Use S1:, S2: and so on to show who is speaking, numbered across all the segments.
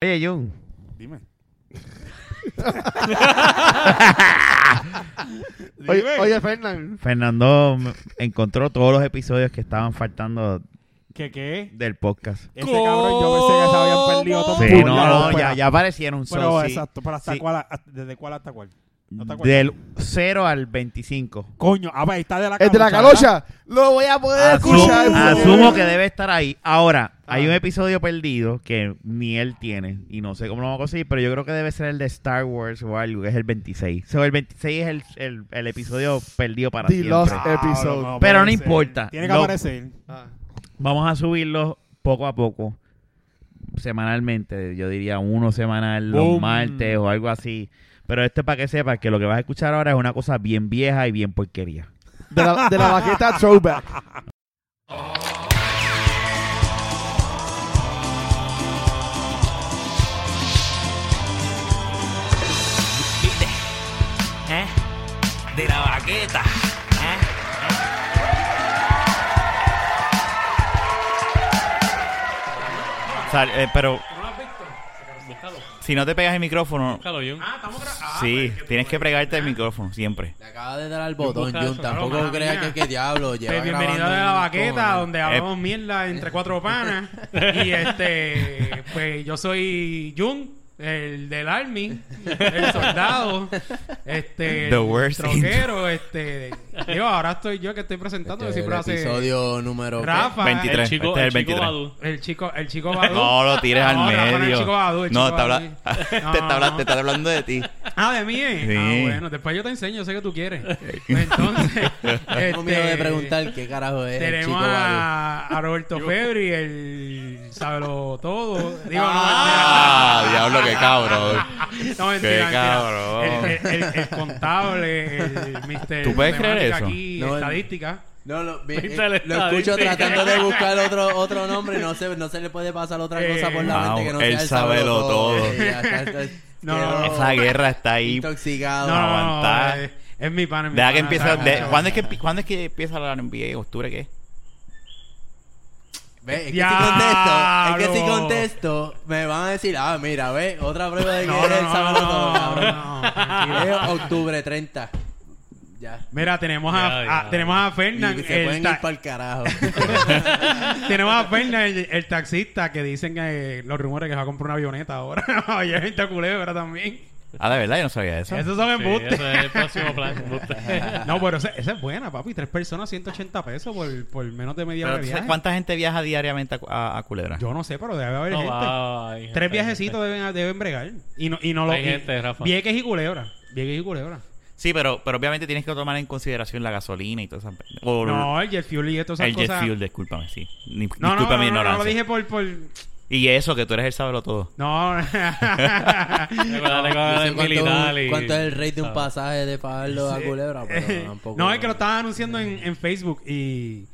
S1: Oye, Jun.
S2: Dime.
S3: Oye,
S2: Dime.
S3: oye Fernán.
S1: Fernando m- encontró todos los episodios que estaban faltando
S2: ¿Qué qué?
S1: del podcast.
S2: Ese cabrón yo pensé que se habían perdido todos.
S1: Sí,
S2: Oh, por
S1: no,
S2: la
S1: no,
S2: ópera.
S1: ya, ya aparecieron. so,
S2: Pero
S1: sí,
S2: exacto, pero hasta
S1: sí.
S2: cuál, hasta- ¿desde cuál hasta cuál? ¿No te acuerdas?
S1: Del 0 al 25.
S2: Coño, ah, pues ahí está de la
S3: El de la
S2: ¿verdad?
S3: calocha. Lo voy a poder
S1: Asum-
S3: escuchar.
S1: asumo que debe estar ahí. Ahora, hay
S2: Ah.
S1: un episodio perdido que ni él tiene y no sé cómo lo vamos a conseguir, pero yo creo que debe ser el de Star Wars o algo, que es el 26. So, el 26 es el, el- el episodio perdido para
S3: The
S1: siempre.
S3: Lost
S2: Claro,
S3: Episode.
S2: no
S1: Pero no
S2: aparece.
S1: importa.
S2: Tiene que
S1: No.
S2: aparecer.
S3: Ah.
S1: Vamos a subirlo poco a poco, semanalmente. Yo diría uno semanal, los
S2: Boom.
S1: martes o algo así. Pero este para que sepas que lo que vas a escuchar ahora es una cosa bien vieja y bien porquería.
S3: De la, de la baqueta throwback.
S4: ¿Viste? ¿Eh? De la baqueta. ¿Eh?
S1: eh, pero si no te pegas el micrófono,
S5: Búscalo, Jun.
S1: sí, tienes que pregarte el micrófono siempre.
S6: Le acaba de dar al botón,
S5: busca
S6: Jun.
S5: eso,
S6: Tampoco
S5: claro,
S6: creas
S5: mía.
S6: que, que diablo. Lleva
S5: Pues, bienvenido
S6: grabando
S5: a
S6: Eh.
S5: De la
S6: un
S5: Baqueta,
S6: cojones.
S5: donde hablamos mierda entre cuatro panas. y este, pues yo soy Jun, el del Army, el soldado,
S1: The
S5: este, el
S1: worst
S5: troquero, este. Digo, ahora estoy yo que estoy presentando,
S6: Este es
S5: que
S6: el
S5: siempre hace
S6: episodio número...
S5: Rafa,
S1: 23.
S5: el
S1: Este
S5: chico,
S1: es el
S5: el chico
S1: 23.
S5: Badu. El chico, el chico Badu.
S1: No lo tires al
S5: No, Rafa no es el
S1: medio.
S5: chico Badu, el
S1: no,
S5: chico
S1: te,
S5: Badu.
S1: habla- te,
S5: No,
S1: está habla-
S5: no.
S1: te está hablando de ti.
S5: Ah, de mí. eh?
S1: Sí.
S5: Ah, bueno, después yo te enseño, yo sé que tú quieres. Entonces,
S6: Tengo miedo de
S5: este,
S6: preguntar qué carajo es el chico
S5: Tenemos
S6: Badu.
S5: a, a Roberto Febri, el sábelo todo. Digo,
S4: Ah,
S5: no,
S4: diablo, qué cabrón.
S5: No, mentira,
S4: qué
S5: mentira.
S4: cabrón.
S5: El, el- el- el contable, el mister
S1: ¿Tú puedes creer
S5: matemática
S1: eso?
S5: aquí,
S6: No, el-
S5: estadística.
S6: No, no, vi-
S5: Viste
S6: eh,
S5: el
S6: lo escucho
S5: estadística.
S6: tratando de buscar otro, otro nombre y no se, no se le puede pasar otra
S5: Eh,
S6: cosa por la
S4: wow,
S6: mente que no
S4: él
S6: sea el
S4: sabe lo todo.
S6: Sí, ya está, está-
S5: No,
S6: quedó
S4: Esa guerra está ahí.
S5: No,
S6: Intoxicado.
S5: no, no,
S4: aguantar.
S5: eh, es mi pana. es mi
S4: Deja que
S5: pana,
S4: empiece.
S5: ¿sabes?
S4: de- ¿cuándo, es que, empi- ¿Cuándo es que empieza la NBA? ¿Octubre qué?
S6: Ve, es que si contesto, es que si
S5: ¡Diablo!
S6: contesto, me van a decir, ah, mira, ve, otra prueba de que
S5: No,
S6: él
S5: no, no,
S6: sabe lo todo,
S5: no,
S6: cabrón.
S5: no, no, tranquilo.
S6: Es octubre 30. Ya.
S5: Mira, tenemos a, a, a- a- tenemos tenemos a Fernan,
S6: Y se
S5: el,
S6: pueden
S5: ta-
S6: ir para el carajo.
S5: Tenemos a Fernan, el, el taxista, que dicen eh, los rumores que va a comprar una avioneta ahora. Oye, gente a culebra también.
S4: Ah, de verdad, yo no sabía eso.
S5: Esos son Sí,
S2: Embuste.
S5: eso-
S2: ese es el próximo plan.
S5: no, pero esa, esa es buena, papi. Tres personas, 180 pesos por, por menos de media hora
S4: Pero,
S5: de
S4: ¿tú sabes
S5: viaje.
S4: ¿Cuánta gente viaja diariamente a, Cu- a- a Culebra?
S5: Yo no sé, pero debe haber
S2: No
S5: gente.
S2: va, hay gente,
S5: Tres
S2: hay
S5: viajecitos deben, deben bregar. Y no, y no lo.
S2: Hay
S5: y-
S2: gente, Rafa.
S5: Vieques y culebra. Vieques y culebra.
S4: Sí, pero, pero obviamente tienes que tomar en consideración la gasolina y todas esas. o-
S5: No, el jet fuel y todas esas
S4: el jet
S5: cosas.
S4: fuel, discúlpame, sí. Ni-
S5: No, no,
S4: disculpa
S5: no,
S4: mi
S5: no, no,
S4: ignorancia.
S5: lo dije por. por...
S4: Y eso, que tú eres el sábelo todo.
S5: No.
S2: Recuérdale
S6: No
S2: con
S6: sé
S2: el
S6: cuánto,
S2: militar y-
S6: cuánto es el rate de un
S2: ¿sabes?
S6: pasaje de pagarlo a Culebra? Pero tampoco.
S5: Eh, no, es que lo estaban anunciando en, en Facebook y,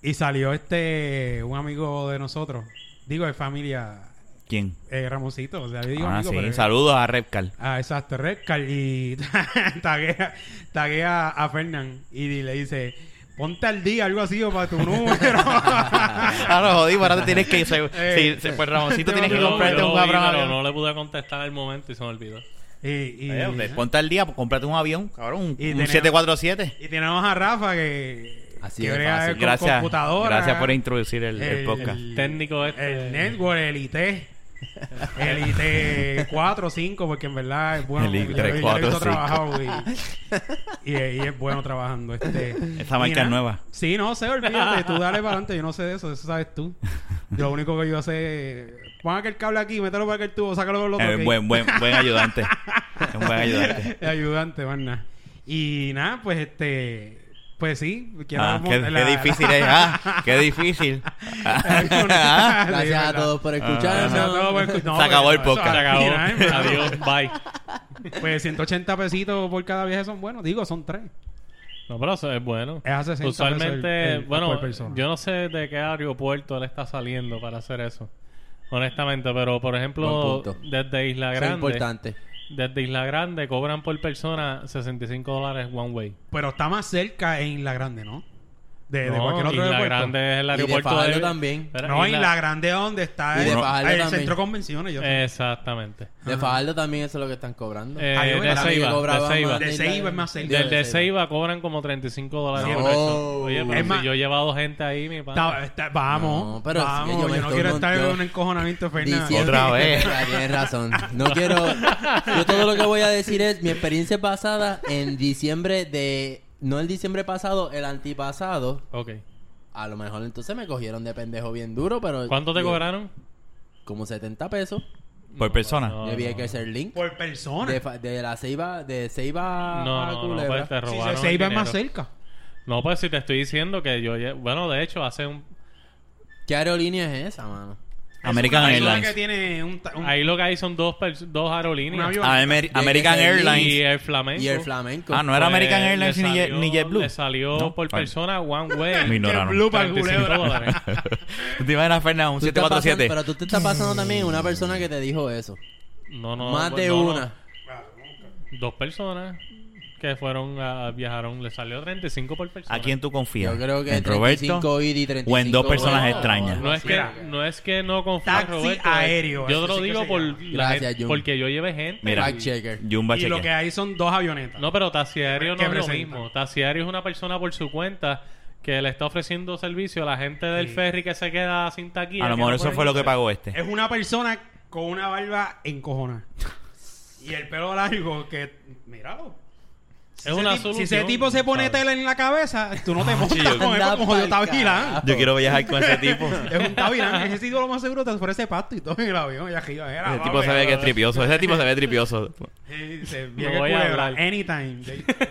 S5: y salió este un amigo de nosotros, digo de familia,
S4: ¿Quién?
S5: eh, Ramoncito, o sea, yo digo
S4: ah,
S5: amigo,
S4: sí.
S5: pero es-
S4: Saludos a Repcal.
S5: Ah, exacto, Redcar y taguea, taguea a Fernán y le dice, ponte al día, algo así, o para tu número.
S4: Ah, no, jodí, ahora te tienes que ir.
S5: Eh.
S4: Sí, sí, pues Ramoncito tienes
S5: Yo
S4: que
S5: lo-
S4: comprarte
S5: yo
S4: un
S5: lo vi,
S4: cabrón.
S5: pero
S4: avión.
S2: No le pude contestar al momento y se me olvidó.
S5: y, y,
S4: Eh, hombre, Ponte al día, pues, cómprate un avión, cabrón, un, un
S5: tenemos-
S4: 747.
S5: y tenemos a Rafa que...
S6: Así
S5: que
S6: de
S5: brega
S6: fácil.
S5: con
S4: Gracias.
S5: computadora.
S4: Gracias por introducir el, el
S5: El-
S4: podcast.
S2: El técnico este.
S5: El network, el IT. El IT 4 5, porque en verdad es bueno.
S4: El IT
S5: Yo- yo lo he
S4: 4, 5.
S5: visto trabajado y, y, y es bueno trabajando. Este,
S4: Esa marca
S5: Y nada.
S4: es nueva.
S5: Sí, no sé, olvídate. Tú dale para adelante, yo no sé de eso, eso sabes tú. Yo lo único que yo sé es. Pon aquel cable aquí, mételo para aquel tubo, sácalo por el otro.
S4: Eh,
S5: ok.
S4: buen, buen, buen ayudante. Es un buen ayudante.
S5: El ayudante, más nada. Y nada, pues este. Pues sí, quiero
S4: Ah, qué,
S5: la-
S4: qué
S5: la-
S4: difícil es. Ah, qué difícil. Ah,
S6: Gracias a todos por
S2: Ah,
S5: Gracias a todos
S6: escucharnos.
S5: por escu- No,
S4: Se acabó
S5: pues,
S4: el
S5: eso,
S4: podcast.
S2: Se acabó.
S5: mira, hermano.
S2: Adiós, bye.
S5: Pues 180 pesitos por cada viaje son buenos. Digo, son tres.
S2: No, pero eso es bueno.
S5: Es a 60 pesos
S2: Usualmente,
S5: el- el- por
S2: bueno,
S5: persona.
S2: yo no sé de qué aeropuerto él está saliendo para hacer eso. Honestamente, pero por ejemplo,
S6: Buen punto.
S2: desde Isla
S6: Es
S2: Grande,
S6: importante.
S2: desde Isla Grande cobran por persona 65 dólares one way.
S5: Pero está más cerca en La Grande, ¿no? Eh, de, de
S2: No,
S5: cualquier otro
S2: Isla
S5: aeropuerto.
S2: Grande es el
S6: Y de
S2: aeropuerto
S6: Fajardo también.
S2: Espera,
S5: No, y la grande es donde está
S6: Y de
S5: el,
S6: Fajardo
S5: el
S6: también.
S5: centro de convenciones.
S2: Eh,
S5: Yo sé.
S2: Exactamente.
S6: De Fajardo también eso es lo que están cobrando.
S2: Eh,
S5: Ah, yo
S2: de
S5: verdad,
S6: También
S2: Ceiba, de
S6: cobraban
S2: Ceiba.
S6: más
S5: De
S6: Isla
S5: Ceiba
S6: Grande.
S5: es más cerca.
S2: Del de Seiba cobran como 35 dólares
S5: No.
S2: por persona. Oye, pero
S5: Es
S2: si
S5: más-
S2: yo llevado gente ahí, mi pana.
S5: Está- está- vamos,
S6: No, pero es que
S5: vamos.
S6: yo
S5: Yo,
S6: me
S5: no
S6: estoy
S5: quiero
S6: con-
S5: estar en
S6: yo-
S5: un encojonamiento Fernando.
S6: Diciendo-
S4: Otra vez.
S6: Ah, Tienes razón. No quiero. Yo todo lo que voy a decir es mi experiencia pasada en diciembre de. No el diciembre pasado, el antipasado.
S2: Ok.
S6: A lo mejor entonces me cogieron de pendejo bien duro, pero.
S2: ¿Cuánto te
S6: yo-
S2: cobraron?
S6: Como 70 pesos.
S4: Por persona.
S2: No,
S6: yo vi
S2: no,
S6: que hacer link.
S5: Por persona.
S6: De, fa- de la Ceiba. De Ceiba.
S2: No,
S6: a
S2: no, no,
S6: Ah, Culebra.
S2: pues te
S5: Si
S2: robaron.
S5: se
S2: el
S5: Ceiba es
S2: dinero.
S5: más cerca.
S2: No, pues si te estoy diciendo que yo. lle- Bueno, de hecho, hace un.
S6: ¿Qué aerolínea es esa, mano?
S4: American
S5: Ahí es la que
S4: Airlines.
S5: tiene un, ta- un-
S2: Ahí lo que hay son dos, pers- dos aerolíneas.
S5: un avión.
S4: Ah, Amer- American
S6: Llegué ese
S4: Airlines.
S2: Y el flamenco. Pues,
S6: Y el flamenco.
S4: Ah, no era American Airlines ni, Jet- ni JetBlue.
S2: Le salió
S4: No,
S2: por
S4: fine.
S2: persona one
S4: Me
S2: way.
S4: ignoraron.
S5: Blue para
S2: 35
S5: Culebra.
S2: dólares.
S4: ¿Tú te imaginas, Fernández, un
S6: Tú estás pasando-
S4: 747?
S6: pero tú te estás pasando también una persona que te dijo eso.
S2: No, no. pues
S6: Más de
S2: no, no.
S6: una.
S2: Dos personas que fueron a, viajaron. Le salió 35 por persona.
S4: ¿A quién tú confías?
S6: Yo creo que
S4: ¿En Roberto?
S6: 35 ida y 35
S4: o en dos personas
S6: vuelta,
S4: extrañas?
S6: o
S2: No
S6: algo
S2: es,
S6: así.
S2: que,
S5: Mira.
S2: no es que no confíe
S5: Taxi
S2: Roberto. eh.
S5: aéreo,
S2: Yo te
S5: eso
S2: lo
S5: sí que
S2: digo
S5: se
S2: por
S5: llama.
S2: la
S6: Gracias,
S2: gente-
S6: Jun.
S2: porque yo llevé gente.
S4: Mira.
S6: Fact checker.
S4: Jumba
S5: Y lo que
S4: chequea.
S5: hay son dos avionetas.
S2: No, pero taxi aéreo no
S5: ¿Qué
S2: es lo
S5: presenta?
S2: mismo. Taxi aéreo es una persona por su cuenta que le está ofreciendo servicio a la gente del ferry que se queda sin taquilla.
S4: A lo
S2: que
S4: mejor
S2: no
S4: eso
S2: puede
S4: fue lo que
S2: irse.
S4: pagó este.
S5: Es una persona con una barba encojona. y el pelo largo que... Míralo. Si
S2: Es
S5: ese
S2: una
S5: tip- Si ese
S2: solución,
S5: tipo se pone
S2: ¿sabes?
S5: tela en la cabeza, tú
S4: Ah,
S5: no te montas con él
S6: Anda
S5: como yo
S6: pa'l
S5: estaba
S6: carajo.
S5: vigilando.
S4: Yo quiero viajar con ese tipo.
S5: Es un tabilán. Ese tipo lo más seguro te ofrece pasto y todo en el avión. Y aquí, era,
S4: Ese tipo se ve que es tripioso. Ese tipo se ve tripioso.
S5: Se
S2: No
S5: viene
S2: voy a
S5: culebra.
S2: hablar.
S5: Anytime.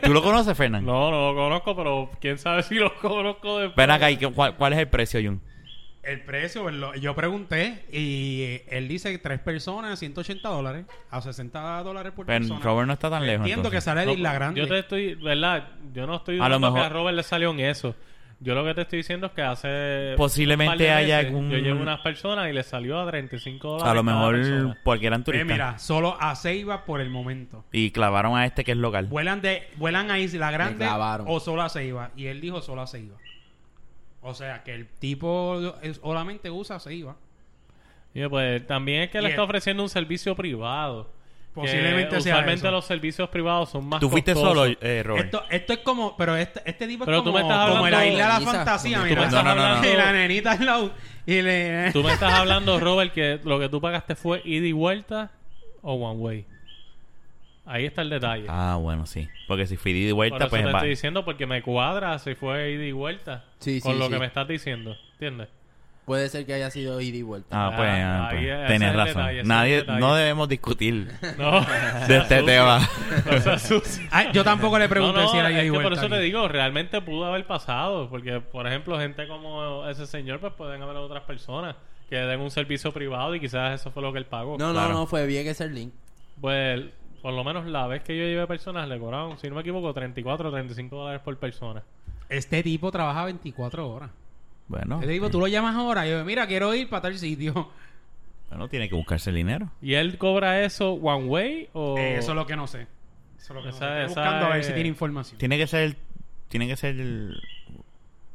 S4: ¿Tú lo conoces, Fernández?
S2: No, no lo conozco, pero quién sabe si lo conozco después.
S4: Ven acá, ¿y qué- cuál, cuál es el precio, Jun?
S5: El precio, ¿verdad? yo pregunté y eh, él dice que tres personas, 180 dólares, a 60 dólares por
S4: Pero
S5: persona.
S4: Robert no está tan lejos.
S5: Entiendo que
S4: entonces.
S5: sale de
S2: No, pues,
S5: Isla Grande.
S2: Yo te estoy, ¿verdad? Yo no estoy
S4: A lo
S2: diciendo que
S4: mejor-
S2: a Robert le salió en eso. Yo lo que te estoy diciendo es que hace.
S4: Posiblemente
S2: un par de
S4: haya
S2: meses
S4: algún-
S2: Yo llevo unas personas y le salió a 35 dólares.
S4: A lo
S2: cada
S4: mejor
S2: persona. Eh,
S4: porque eran
S5: Ve,
S4: turistas.
S5: Pues mira, solo a Ceiba por el momento.
S4: Y clavaron a este que es local.
S5: Vuelan de vuelan a Isla Grande
S6: clavaron.
S5: o solo a Ceiba y él dijo solo a Ceiba. O sea, que el tipo es- solamente usa Ceiba.
S2: Y pues también es que le
S5: Bien.
S2: está ofreciendo un servicio privado. que
S5: Posiblemente sea
S2: Usualmente
S5: eso.
S2: los servicios privados son más.
S4: ¿Tú fuiste
S2: costosos.
S4: solo, eh, Robert?
S5: Esto, esto es como, pero este, este tipo es
S2: Pero tú
S5: como,
S2: me estás
S5: como
S2: hablando-
S5: la isla de la
S6: Lisa,
S5: fantasía,
S6: tú me
S5: mira.
S4: estás No, no, no, hablando-
S5: Y la nenita al lado. Y le...
S2: Tú me estás hablando, Robert, que lo que tú pagaste fue ida y vuelta o one way. Ahí está el detalle.
S4: Ah, bueno, sí. Porque si fui de
S2: Por
S4: vuelta,
S2: eso
S4: pues
S2: te
S4: va.
S2: estoy diciendo porque me cuadra si fue ida y vuelta
S6: Sí,
S2: con
S6: sí,
S2: lo
S6: sí.
S2: que me estás diciendo, ¿entiendes?
S6: Puede ser que haya sido ida y vuelta.
S4: Ah, pues,
S2: Ah,
S4: ah,
S2: ahí
S4: pues,
S2: es- ese
S4: tenés
S2: es el
S4: razón.
S2: detalle, ese es
S4: Nadie,
S2: el detalle.
S4: no debemos discutir
S2: No,
S4: de este tema.
S2: no seas sucio.
S5: Ay, yo tampoco le pregunté
S2: No, no,
S5: si era
S2: es
S5: ida y
S2: que
S5: vuelta.
S2: por eso te
S5: aquí.
S2: digo, realmente pudo haber pasado, porque por ejemplo, gente como ese señor, pues pueden haber otras personas que den un servicio privado y quizás eso fue lo que él pagó.
S6: no, no,
S4: claro.
S6: no, fue bien ese link.
S2: Pues por lo menos la vez que yo llevé personas le cobraron, si no me equivoco, 34 o 35 dólares por persona.
S5: Este tipo trabaja 24 horas.
S4: Bueno,
S5: Este tipo,
S6: eh.
S5: tú lo llamas ahora. Yo, mira, quiero ir para tal sitio.
S4: bueno, tiene que buscarse el dinero.
S2: ¿Y él cobra eso one way o...?
S5: Eh, eso es lo que no sé. Eso es lo que no
S2: Oh. Esa-
S5: sé. Estoy
S2: esa
S5: buscando a ver
S2: es-
S5: si tiene información.
S4: Tiene que ser el, tiene que ser el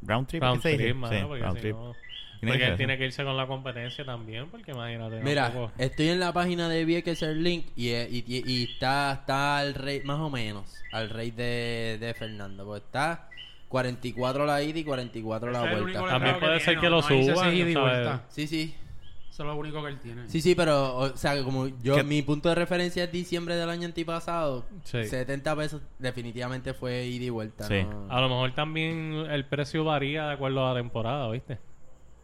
S4: round trip.
S2: Round
S4: ¿qué se
S2: trip,
S4: dice?
S2: mano,
S4: Sí,
S2: porque
S4: round
S2: si
S4: trip.
S2: no-
S4: Tiene
S2: porque
S4: que
S2: él
S4: ser.
S2: tiene que irse con la competencia también, porque imagínate.
S6: Mira, eh,
S2: tampoco-
S6: estoy en la página de Viekeser Link y, eh, y, y- y está, está al rey, más o menos, al rey de, de Fernando. Pues está 44 la ida y 44 la
S5: Ese es el único
S6: vuelta.
S5: letrado
S2: También puede
S5: tiene,
S2: ser que lo
S5: no dice si
S2: suban,
S5: ida y
S2: ¿sabes?
S5: vuelta.
S6: Sí, sí.
S5: Eso es lo único que él tiene.
S6: Sí, sí, pero, o sea, que como yo,
S4: ¿Qué-
S6: mi punto de referencia es diciembre del año antipasado.
S2: Sí.
S6: 70 pesos definitivamente fue ida y vuelta.
S4: Sí.
S6: ¿no?
S5: Ah,
S2: A lo mejor también el precio varía de acuerdo a la temporada, ¿viste?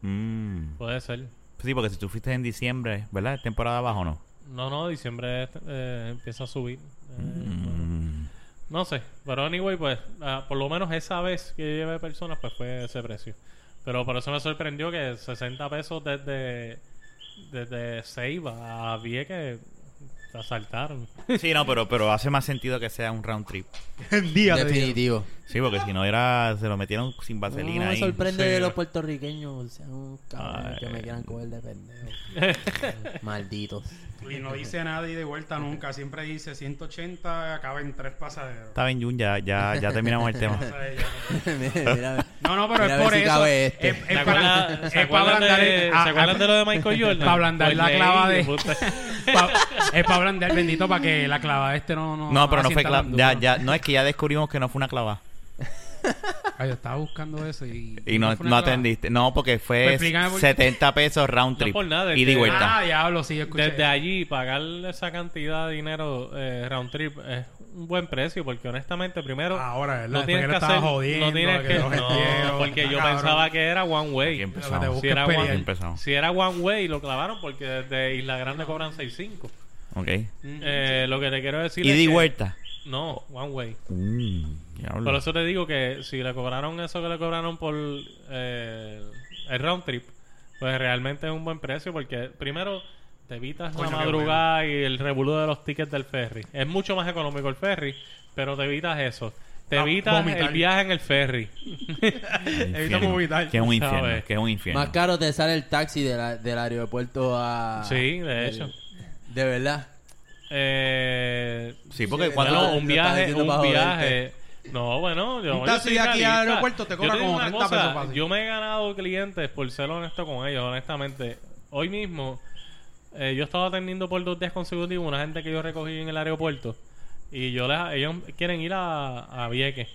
S4: Mm.
S2: Puede ser.
S4: Sí, porque si tú fuiste en diciembre, ¿verdad? Es Temporada abajo, ¿no?
S2: No, no, diciembre eh, empieza a subir. Eh, bueno,
S4: Mm.
S2: No sé, pero anyway, pues ah, por lo menos esa vez que llevé personas, pues fue ese precio. Pero por eso me sorprendió que 60 pesos desde, desde Ceiba a Vieques Te asaltaron.
S4: Sí, no, pero, pero hace más sentido que sea un round trip.
S5: Día de Dios.
S6: Definitivo.
S4: Sí, porque si no era, se lo metieron sin vaselina
S6: No me
S4: Pues, ahí.
S6: sorprende
S5: sí.
S6: de los puertorriqueños, o sea, un cabrón que me quieran coger de pendejo. Malditos.
S5: Y no dice nadie de vuelta nunca. Siempre dice 180, acaba en tres pasaderos.
S4: Está bien, Jun, ya, ya, ya terminamos el tema.
S5: O sea, ya-
S6: Mira, mira.
S5: No, no, pero
S6: Mira a
S5: es
S6: ver
S5: por
S6: si
S5: eso.
S6: cabe este.
S5: Es, es
S2: ¿Se
S5: para,
S2: acuerdan,
S5: es
S2: ¿se
S5: para
S2: acuerdan
S5: ablandar
S2: de,
S5: el-
S2: ¿se
S5: ah,
S2: acuerdan de lo de Michael Jordan?
S5: Para ablandar
S2: Pues
S5: la
S2: leí,
S5: clava de-
S2: hijo puta.
S5: pa- es para ablandar, bendito, para que la clava este no. No,
S4: No, pero no fue
S5: sienta tan
S4: clava. Ya,
S5: duro.
S4: ya, no es que ya descubrimos que no fue una clava.
S5: Ay, yo estaba buscando eso y.
S4: Y no,
S5: fue una
S4: no
S5: clava.
S4: atendiste. No, porque fue
S5: Pues explícame por qué.
S4: 70 pesos round
S2: No
S4: trip.
S2: por nada, este, es
S4: y di
S2: que-
S4: vuelta.
S5: Ah, diablo, sí, yo escuché.
S2: Desde allí, pagarle esa cantidad de dinero eh, round trip es un buen precio porque honestamente, primero...
S5: Ahora, ¿verdad?
S2: No
S5: Ah, Después
S2: tienes
S5: que
S2: que
S5: lo estaba
S2: hacer,
S5: jodiendo,
S2: no tienes
S5: que
S2: que,
S5: lo
S2: no,
S5: vendieron,
S2: porque yo
S5: cabrón.
S2: pensaba que era one
S4: Aquí
S2: way.
S5: Lo
S4: empezamos.
S5: que te busca
S2: Si era
S5: es
S2: guapo.
S4: Aquí
S5: pelear.
S4: empezamos.
S2: Si era one way, lo clavaron porque desde Isla Grande cobran 6.5.
S4: Ok.
S2: Eh, lo que te quiero decir
S4: Y
S2: es
S4: di
S2: que-
S4: vuelta.
S2: No, one way.
S4: Mm, Diablo.
S2: Por eso te digo que si le cobraron eso que le cobraron por eh, el round trip, pues realmente es un buen precio porque primero te evitas
S5: Coño,
S2: la
S5: qué
S2: madrugada y el revolú de los tickets del ferry. Es mucho más económico el ferry, pero te evitas eso. Te
S5: Ah,
S2: evitas
S5: vomitar.
S2: el viaje en el ferry.
S5: Evitamos vomitar,
S4: Que es un infierno.
S2: ¿sabes?
S4: Que es un infierno.
S6: Más caro te sale el taxi de la- del aeropuerto
S5: Ah,
S6: a...
S2: Sí, de
S6: del-
S2: hecho.
S6: De verdad.
S2: Eh,
S4: Sí, porque
S6: Sí,
S4: cuando.
S2: bueno,
S6: lo
S2: un
S6: estás
S2: viaje,
S6: haciendo
S2: un
S6: para
S2: viaje. No, bueno, yo,
S5: Un taxi
S2: yo soy
S5: de aquí al
S2: realista.
S5: aeropuerto te
S2: Yo
S5: cobra
S2: digo
S5: como
S2: una
S5: 30 pesos fácil.
S2: Yo me he ganado clientes por ser honesto con ellos, honestamente. Hoy mismo, eh, yo estaba atendiendo por dos días consecutivos una gente que yo recogí en el aeropuerto. Y yo les, ellos quieren ir a, a Vieques.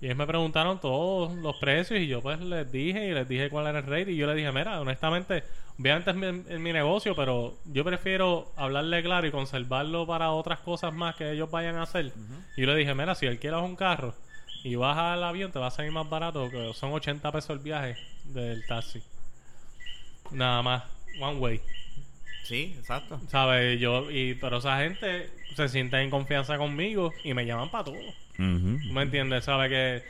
S2: Y ellos me preguntaron todos los precios y yo pues les dije y les dije cuál era el rate y yo les dije, mira, honestamente, obviamente es mi, es mi negocio, pero yo prefiero hablarle claro y conservarlo para otras cosas más que ellos vayan a hacer. Y yo les dije, mira, si él quieres un carro y vas al avión, te va a salir más barato, que son 80 pesos el viaje del taxi. Nada más, one way.
S4: Sí, exacto.
S2: ¿Sabes? Yo, y, pero esa gente se siente en confianza conmigo y me llaman para todo. ¿Tú ¿Me entiendes? ¿Sabes? Que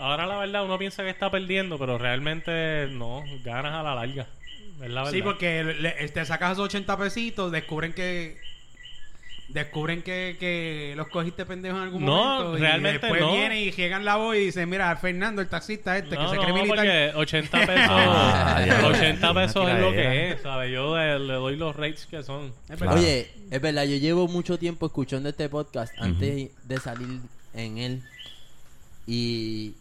S2: ahora la verdad uno piensa que está perdiendo, pero realmente no, ganas a la larga. Es la verdad.
S5: Sí, porque le- te sacas esos 80 pesitos, descubren que. Descubren que, que los cogiste pendejos en algún
S2: No,
S5: momento. y
S2: realmente
S5: después
S2: no.
S5: vienen y llegan la voz y dicen: Mira, Fernando, el taxista este, que
S2: No,
S5: se
S2: no,
S5: cree militar.
S2: porque 80 pesos,
S4: Ah, ya.
S2: 80 pesos
S4: Una
S2: es lo que
S4: tiradera.
S2: es, ¿sabes? Yo le, le doy los rates que son.
S5: Es verdad.
S6: Oye, es verdad, yo llevo mucho tiempo escuchando este podcast antes de salir en él. Y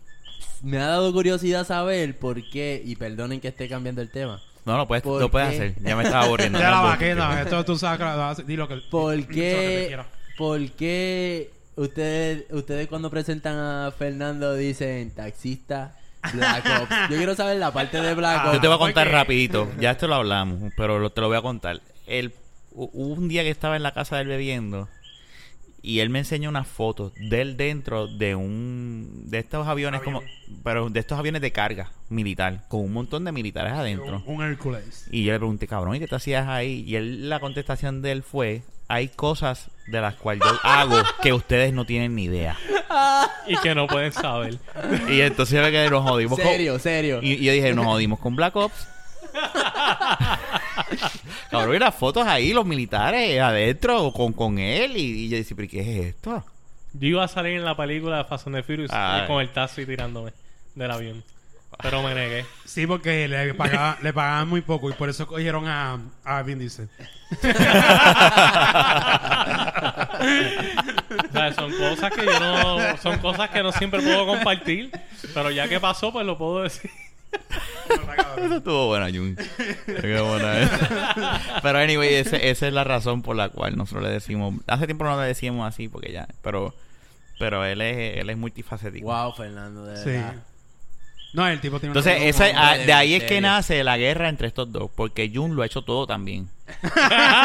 S6: me ha dado curiosidad saber por qué, y perdonen que esté cambiando el tema,
S4: No, lo puedes,
S6: ¿Por
S4: lo puedes
S6: qué?
S4: hacer. Ya me estaba aburriendo.
S5: De la
S4: Era
S5: vaqueta, esto tú sabes que lo vas a- di lo que.
S6: ¿por
S5: eso es lo que te
S6: qué,
S5: quiero.
S6: por qué ustedes, ustedes cuando presentan a Fernando dicen taxista, Black Ops? Yo quiero saber la parte de Black Ops.
S4: Yo te voy a contar
S5: Porque-
S4: rapidito. Ya esto lo hablamos, pero lo- te lo voy a contar. El, hu- hubo un día que estaba en la casa de él bebiendo y él me enseñó unas fotos de él dentro de un de estos aviones
S5: Avión.
S4: como pero de estos aviones de carga militar con un montón de militares adentro.
S5: Un, un Hércules.
S4: Y yo le pregunté, cabrón, ¿y qué te hacías ahí? Y él, la contestación de él fue, hay cosas de las cuales yo hago que ustedes no tienen ni idea.
S2: Y que no pueden saber.
S4: Y entonces me quedé, nos jodimos. con-
S6: Serio, serio.
S4: Y, y yo dije, nos jodimos con Black Ops. Cabrón, y las fotos ahí, los militares adentro con, con él. Y, y yo decía, ¿pero qué es esto?
S2: Yo iba a salir en la película de Fast and the Furious
S4: Ay.
S2: y con el taxi tirándome del avión. Pero me negué.
S5: Sí, porque le pagaban, le pagaban muy poco y por eso cogieron a, a Vin Diesel.
S2: O sea, son cosas que yo no, son cosas que no siempre puedo compartir, pero ya que pasó, pues lo puedo decir.
S4: Eso estuvo bueno, Jun. Qué buena es. Pero, anyway, ese- esa es la razón por la cual nosotros le decimos. Hace tiempo no le decíamos así, porque ya. Pero pero él es, él es multifacético.
S6: Wow, Fernando, de
S5: Sí.
S6: verdad.
S5: No, el tipo tiene
S4: Entonces,
S2: eh,
S5: una...
S4: esa,
S6: hombre
S4: ah,
S6: de
S4: de ahí es que
S6: misterio.
S4: nace la guerra entre estos dos, porque Jun lo ha hecho todo también.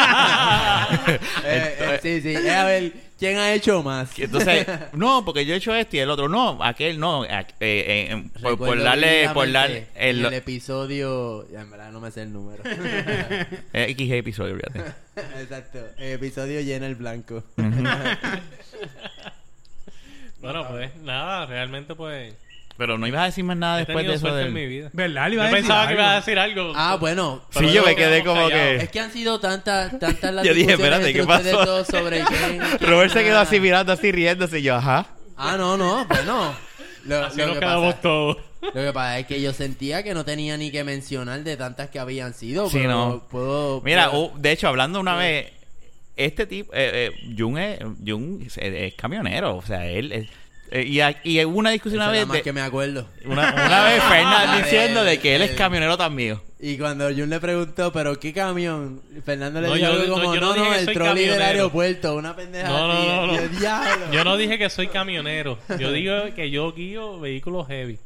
S6: Eh, eh, sí, sí. Eh, a ver, ¿quién ha hecho más?
S4: Y Entonces, no, porque yo he hecho esto y el otro no, aquel no, a- eh, eh, eh, por, por
S6: Recuerdo
S4: darle, por darle
S6: vividamente
S4: el,
S6: el episodio. ya, en verdad no me sé el número.
S4: eh, X episodio, olvídate.
S6: Exacto. El episodio llena el blanco.
S2: Bueno, pues nada, realmente pues
S4: Pero no ibas a decir más nada
S2: He
S4: después
S2: tenido
S4: de eso
S2: suerte
S4: del...
S2: en mi vida.
S5: ¿Verdad? Le iba
S2: Yo
S5: a decir
S2: pensaba que
S5: algo.
S2: ibas a decir algo.
S6: Ah, bueno.
S4: Sí, yo me quedé como que-
S6: Es que han sido tantas, tantas las
S4: Yo dije,
S6: discusiones
S4: espérate,
S6: entre
S4: ¿qué
S6: ustedes
S4: pasó?
S6: dos sobre quién-
S4: Robert se quedó
S6: Ah.
S4: así mirando, así riéndose y yo, ajá.
S6: Ah, no, no, bueno. Lo,
S2: Así
S6: lo
S2: nos
S6: que
S2: quedamos
S6: pasa,
S2: todos.
S6: lo que pasa es que yo sentía que no tenía ni que mencionar de tantas que habían sido.
S4: Sí,
S6: pero
S4: no.
S6: Puedo,
S4: Mira,
S6: puedo-
S4: uh, de hecho, hablando una vez, este tipo, eh, eh, Jun, es, Jun es, es camionero, o sea, él... es- eh, y, a- y hubo una discusión
S6: esa
S4: una
S6: es la
S4: vez,
S6: más
S4: de-
S6: que me acuerdo.
S4: una, una vez Fernández
S6: El-
S4: diciendo de que él es
S6: el-
S4: camionero también.
S6: Y cuando Jun le preguntó, ¿pero qué camión? Fernando le
S2: No,
S6: dijo
S2: yo-
S6: algo
S2: no,
S6: como,
S2: yo no
S6: no, no,
S2: dije que
S6: el
S2: soy
S6: trolley del
S2: camionero".
S6: aeropuerto, una pendeja
S2: No, no,
S6: así.
S2: no, no.
S6: Yo, diablo.
S2: Yo no dije que soy camionero. Yo digo que yo guío vehículos heavy.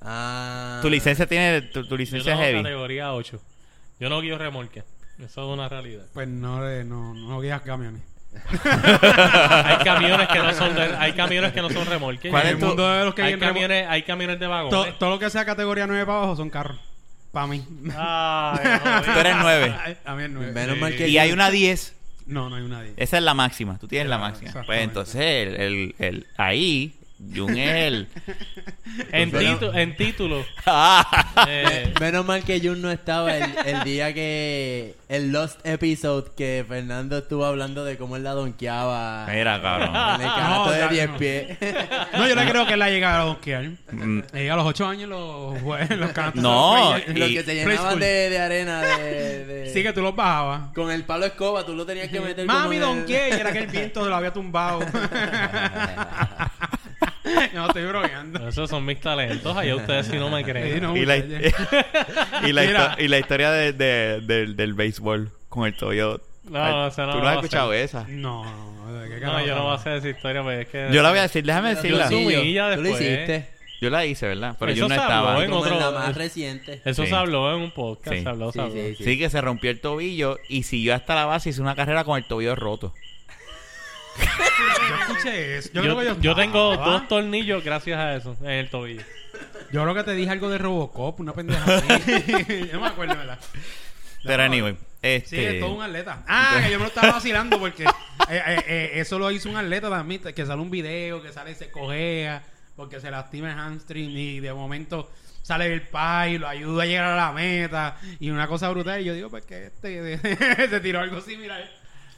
S6: Ah.
S4: Tu licencia tiene, tu, tu
S2: Yo
S4: licencia
S2: tengo
S4: es heavy.
S2: categoría 8. Yo no guío remolque. Eso es una realidad.
S5: Pues no, le- no, no guías camiones.
S2: hay camiones que no son de- hay camiones que no son remolques.
S4: ¿Cuál
S5: En
S4: es
S5: el
S4: tu-
S5: mundo de los que
S2: hay
S5: vienen remo-
S2: camiones, hay camiones de
S5: To-
S2: vagones.
S5: todo lo que sea categoría 9 para abajo son carros. Para mí.
S2: Ah,
S4: Tú eres nueve.
S5: A mí es 9.
S6: Menos mal que
S4: Y hay una 10.
S5: No, no hay nadie.
S4: Esa es la máxima. Tú tienes la
S6: Ah,
S5: Claro,
S4: máxima. Pues
S5: exactamente.
S4: entonces, el, el, el- ahí, Jun es el.
S2: en, titu- en título.
S4: Ah.
S2: eh,
S6: Menos mal que Jun no estaba el, el día que. El Lost Episode que Fernando estuvo hablando de cómo él la donkeaba.
S4: Mira, cabrón.
S6: En el canasto
S5: No,
S6: de
S5: ya
S6: 10
S5: no.
S6: pies.
S5: No, yo no creo que él ha llegado a los 11 años.
S4: Mm.
S5: Llega a los 8 años los jue- los cantos.
S4: No,
S5: Los
S6: Los
S4: Y-
S6: que se llenaban
S5: preschool.
S6: de, de arena. De, de-
S5: reyes. Sí, que tú los bajabas.
S6: Con el palo escoba, tú lo tenías que meter.
S5: Mami,
S6: como en el-
S5: don qué? Y era que el viento lo había tumbado. no, estoy bromeando.
S2: esos son mis talentos. Allá ustedes si no me creen.
S5: Sí, no,
S4: Eh, Y la,
S5: muchachos.
S4: y la,
S5: Mira.
S4: histo- y la historia de- de- del, del béisbol con el Toyo.
S2: No,
S4: Ay,
S2: no, esa no
S4: Tú
S2: la
S4: no has
S2: voy a
S4: escuchado esa.
S5: No, no, ¿de qué
S2: No, yo no
S5: carajo
S2: voy a
S5: hablamos?
S2: hacer esa historia, pero es que.
S4: Yo la voy a decir, déjame
S6: Tú lo
S4: decirla.
S2: Yo sí.
S6: hiciste.
S2: humilla
S6: Tú lo
S5: ¿eh?
S2: después.
S6: hiciste.
S4: Yo la hice, ¿verdad? Pero
S2: Eso
S4: yo no
S2: se habló,
S4: estaba.
S2: ¿eh? En
S6: Como en la
S2: otro-
S6: más reciente.
S2: Eso
S4: Sí.
S2: se habló en un podcast.
S4: Sí.
S2: Se habló, se
S6: Sí,
S2: habló.
S6: sí, sí.
S4: Sí, que se rompió el tobillo y siguió hasta la base. Hizo una carrera con el tobillo roto.
S5: Yo escuché eso. Yo,
S2: Yo,
S5: creo que yo
S2: yo tengo
S5: estaba.
S2: dos tornillos gracias a eso en el tobillo.
S5: Yo creo que te dije algo de Robocop, una pendeja así. yo no me acuerdo, ¿verdad?
S4: Pero anyway.
S5: Sí,
S4: Este,
S5: es todo un atleta. Ah, que yo me lo estaba vacilando porque eh, eh, eh, eso lo hizo un atleta también, que sale un video, que sale y se cojea, porque se lastima el hamstring y de momento sale el pai y lo ayuda a llegar a la meta y una cosa brutal. Y yo digo, pues que este se tiró algo similar.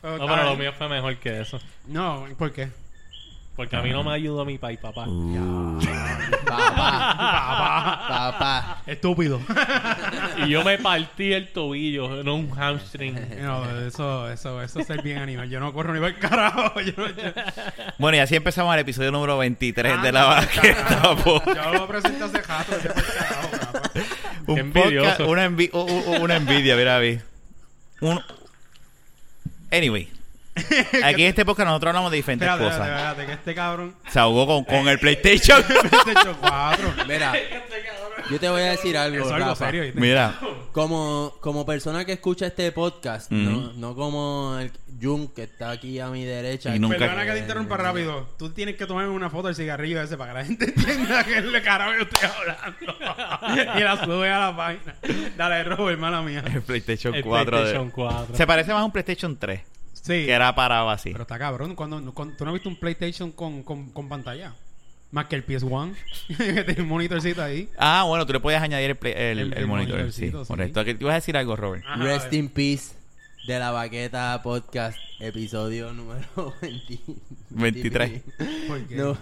S5: Pero
S2: No,
S5: estaba
S2: pero lo
S5: ahí.
S2: mío fue mejor que eso.
S5: No, ¿por qué?
S2: Porque a mí
S4: Ah.
S2: no me ayudó mi papá y papá.
S4: Uh.
S6: Papá. Papá.
S5: Estúpido.
S2: Y yo me partí el tobillo, no un hamstring.
S5: no, eso, eso, eso es ser bien animal. Yo no corro ni por el carajo. Yo, no- yo-
S4: Bueno, y así empezamos el episodio número 23 de La
S5: Ah,
S4: Baqueta. po.
S5: yo lo presento hace rato. yo por el carajo, papá.
S4: Un
S2: Qué envidioso.
S4: podcast- una, envi- u- u- una envidia, mira, vi. Un... Anyway. Aquí en este podcast nosotros hablamos de diferentes
S5: Espérate,
S4: cosas.
S5: espérate, espérate, que este cabrón
S4: Se ahogó con, con el PlayStation.
S5: PlayStation 4.
S6: Mira, yo te voy a decir algo.
S5: Este Eso es algo
S6: Rafa.
S5: serio. ¿viste?
S4: Mira,
S6: Como, como persona que escucha este podcast, no,
S4: Ujú.
S6: no como el Jun que está aquí a mi derecha.
S4: Y nunca-
S5: Perdona que te interrumpa rápido. Tú tienes que tomarme una foto del cigarrillo ese para que la gente entienda que es el carajo que estoy hablando. y la sube a la página. Dale, robo, hermana mía.
S4: el PlayStation
S2: El
S4: 4. de-
S2: PlayStation 4.
S4: Se parece más a un PlayStation 3,
S5: Sí.
S4: que era parado así.
S5: Pero está cabrón. Cuando, ¿Tú no has visto un PlayStation con, con, con pantalla? Más que el PS1. que tiene un monitorcito ahí.
S4: Ah, bueno, tú le podías añadir el, play- el,
S5: El-
S4: el
S5: el
S4: monitor. Sí,
S5: monitorcito, sí.
S4: correcto. Aquí te ibas a decir algo, Robert.
S5: Ajá,
S6: Rest
S5: eh.
S6: in peace de la baqueta podcast, episodio número 20
S4: 23.
S5: Porque
S6: No,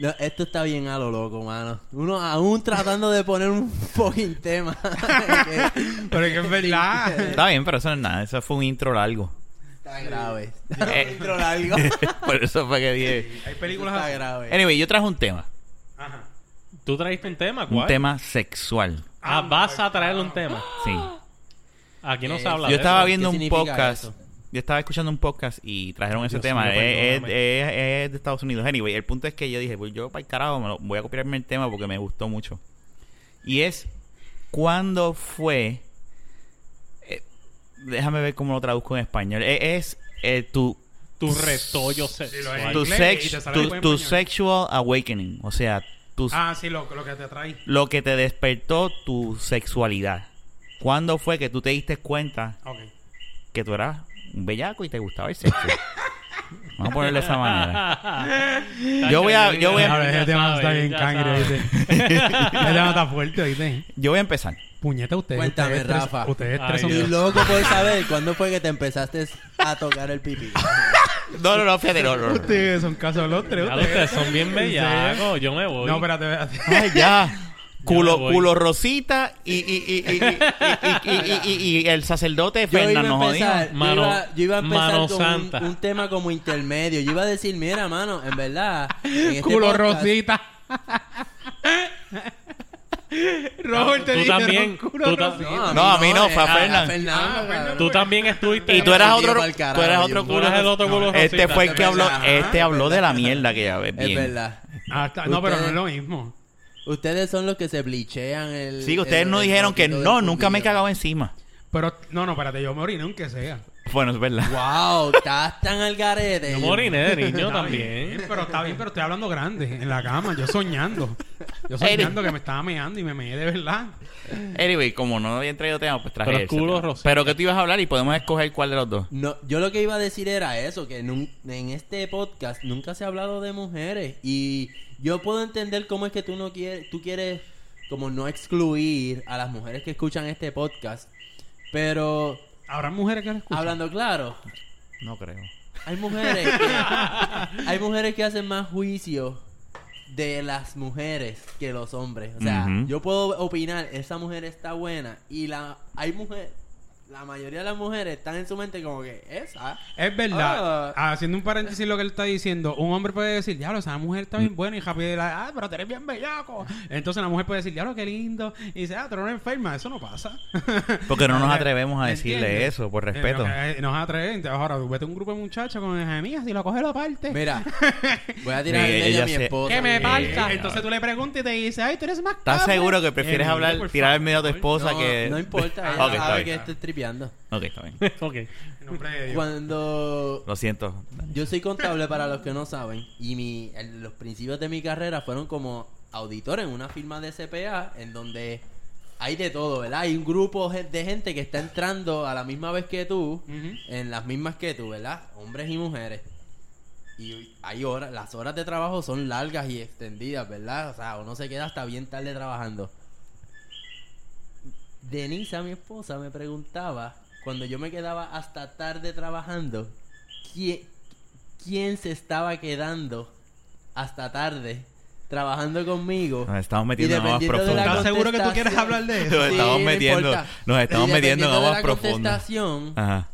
S6: no, esto está bien a lo loco, mano. Uno aún tratando de poner un fucking tema. que
S5: Pero es que es verdad.
S4: Está bien, pero eso no es nada. Eso fue un intro largo.
S6: está grave.
S4: Eh.
S6: Dentro largo.
S4: Por eso fue que dije.
S5: Hay películas
S6: está
S5: así.
S6: grave.
S4: Anyway, yo traje un tema.
S5: Ajá.
S2: ¿Tú trajiste un tema?
S4: Un
S2: ¿Cuál?
S4: tema sexual.
S2: Ah, vas a traer un tema.
S4: Sí.
S2: Aquí no se
S6: Eh,
S2: habla
S4: Yo
S2: de
S4: estaba
S2: eso.
S4: viendo un
S6: significa
S4: podcast.
S6: eso?
S4: Yo estaba escuchando un podcast y trajeron ese
S2: Dios
S4: tema.
S2: mío,
S4: es, es-
S2: perdóname.
S4: es- es de Estados Unidos. Anyway, el punto es que yo dije, pues yo para el carajo me lo- voy a copiarme el tema porque me gustó mucho. Y es, ¿cuándo fue? eh, déjame ver cómo lo traduzco en español. Eh, Es, eh, tu,
S2: Tu retollo sexual.
S5: En
S4: tu,
S5: inglés
S4: sex-
S5: y te sale
S4: tu-
S5: después en
S4: tu
S5: español.
S4: sexual awakening. O sea, tus
S5: Ah, sí, lo, lo que te trae.
S4: lo que te despertó tu sexualidad. ¿Cuándo fue que tú te diste cuenta
S5: Ok.
S4: que tú eras un bellaco y te gustaba el sexo? Vamos a ponerle esa manera.
S2: manera.
S4: Yo voy a- yo voy a-
S5: Ahora, ese este tema está bien cangre, ¿viste? Ese tema está fuerte, ¿viste?
S4: Yo voy a empezar.
S5: Puñeta ustedes.
S6: Cuéntame,
S5: ustedes tres-
S6: Rafa.
S5: Ustedes
S2: Ay,
S5: tres son...
S6: Estoy loco por saber cuándo fue que te empezaste a tocar el pipí.
S4: No, no, no, fíjate, no, no, no.
S5: Ustedes son casos los tres.
S2: Ya,
S5: ustedes.
S2: ustedes son bien bellacos. Yo me voy.
S5: No, espérate, espérate.
S4: Ay, ya. Culo,
S2: me voy.
S4: culo rosita y, y, y, y, y, y, y, y- y el sacerdote
S6: Yo iba, a
S4: Fernández nos
S6: empezar,
S4: jodió.
S6: yo
S2: Mano-
S6: iba- yo iba a empezar
S2: mano
S6: con
S2: santa.
S6: Un, un tema como intermedio. Yo iba a decir, mira, mano, en verdad. en este
S5: Culo
S6: podcast-
S5: rosita. Robert te
S2: Tú
S5: dijeron
S2: también,
S5: culo
S2: tú ta-
S5: rosita.
S6: a
S4: No,
S6: mí
S4: a mí no,
S6: eh,
S4: fue a Fernan.
S6: Fernando,
S5: Ah, Fernan.
S6: cabrón.
S2: Tú también estuviste.
S4: Y tú eras
S6: Tío,
S4: otro,
S6: pa'l carajo,
S4: tú eras
S6: Dios
S4: otro
S6: mío.
S2: Tú
S4: culo.
S2: eras el otro culo rosita.
S4: Este fue el que habló,
S6: Ajá,
S4: este habló de la mierda que ya ves
S6: Es
S4: bien.
S6: verdad.
S5: Ah, está- no, pero no es
S6: Ustedes-
S5: lo mismo.
S6: Ustedes son los que se blichean el.
S4: Sí, ustedes
S6: el-
S4: no
S6: el
S4: dijeron que
S6: poquito del
S4: no, nunca me he
S6: fundillo.
S4: cagado encima.
S5: Pero, no, no, espérate, yo me oriné aunque sea.
S4: Bueno, es verdad.
S6: Wow, estás tan al garete.
S2: Yo me oriné de niño
S5: Está
S2: también.
S5: bien, pero está bien, pero estoy hablando grande, en la cama, yo soñando. Yo soñando que me estaba meando y me meé de verdad.
S4: Anyway, como no había traído tema, pues traje
S2: Pero
S4: ese
S2: culo
S4: tema.
S2: rosita.
S4: Pero que tú ibas a hablar y podemos escoger cuál de los dos.
S6: No, yo lo que iba a decir era eso, que nun- en este podcast nunca se ha hablado de mujeres y yo puedo entender cómo es que tú no quieres, tú quieres como no excluir a las mujeres que escuchan este podcast, pero
S5: ¿Habrá mujeres que lo escuchan?
S6: hablando claro,
S4: No creo.
S6: hay mujeres, que, hay mujeres que hacen más juicio de las mujeres que los hombres. O sea,
S4: Ujú.
S6: yo puedo opinar, esa mujer está buena y la hay mujer, la mayoría de las mujeres están en su mente como que esa.
S5: Es verdad,
S6: Ah.
S5: haciendo un paréntesis lo que él está diciendo, un hombre puede decir, diablo, esa mujer está bien buena y rápido, y la- ah, pero tú eres bien bellaco. Entonces la mujer puede decir, diablo, qué lindo. Y dice, ah, tú eres una enferma, eso no pasa.
S4: Porque no nos
S5: Eh,
S4: atrevemos a decirle
S5: ¿entiendes?
S4: eso, por
S5: Eh,
S4: respeto.
S5: eh, Nos atreven, entonces, ahora tú vete a un grupo de muchachos con Jeremías y lo coges la parte.
S6: Mira, voy a tirar
S4: Sí,
S6: el medio
S4: ella
S6: a mi
S4: se-
S6: esposa.
S5: que me parta.
S4: Eh,
S5: Entonces tú le preguntas y te dice, ay, tú eres más
S4: ¿Estás
S5: cabra".
S4: seguro que prefieres
S5: Eh,
S4: hablar,
S5: por
S4: tirar el
S5: favor.
S4: medio a tu esposa
S6: no,
S4: que...?
S6: no importa, ella
S4: Ok, está bien.
S6: sabe que estoy tripeando.
S4: Ok, está bien.
S2: ok.
S5: En nombre de Dios.
S6: Cuando
S4: Lo siento.
S6: yo soy contable para los que no saben y mi, el- los principios de mi carrera fueron como auditor en una firma de CPA en donde hay de todo, ¿verdad? Hay un grupo gen- de gente que está entrando a la misma vez que tú,
S5: Ujú.
S6: en las mismas que tú, ¿verdad? Hombres y mujeres. Y hay horas, las horas de trabajo son largas y extendidas, ¿verdad? O sea, uno se queda hasta bien tarde trabajando. Denisa, mi esposa, me preguntaba, cuando yo me quedaba hasta tarde trabajando, ¿quién, quién se estaba quedando hasta tarde trabajando conmigo?
S4: Nos estamos metiendo en aguas
S6: dependiendo de la
S4: profundas.
S5: ¿Estás seguro que tú quieres
S6: contestación-
S5: hablar de eso?
S4: Nos
S6: Sí,
S4: estamos
S6: no
S4: metiendo,
S6: importa.
S4: nos estamos
S6: Y
S4: metiendo en
S6: dependiendo de
S4: aguas
S6: la
S4: profundas. Ah.
S6: contestación,
S4: Ajá.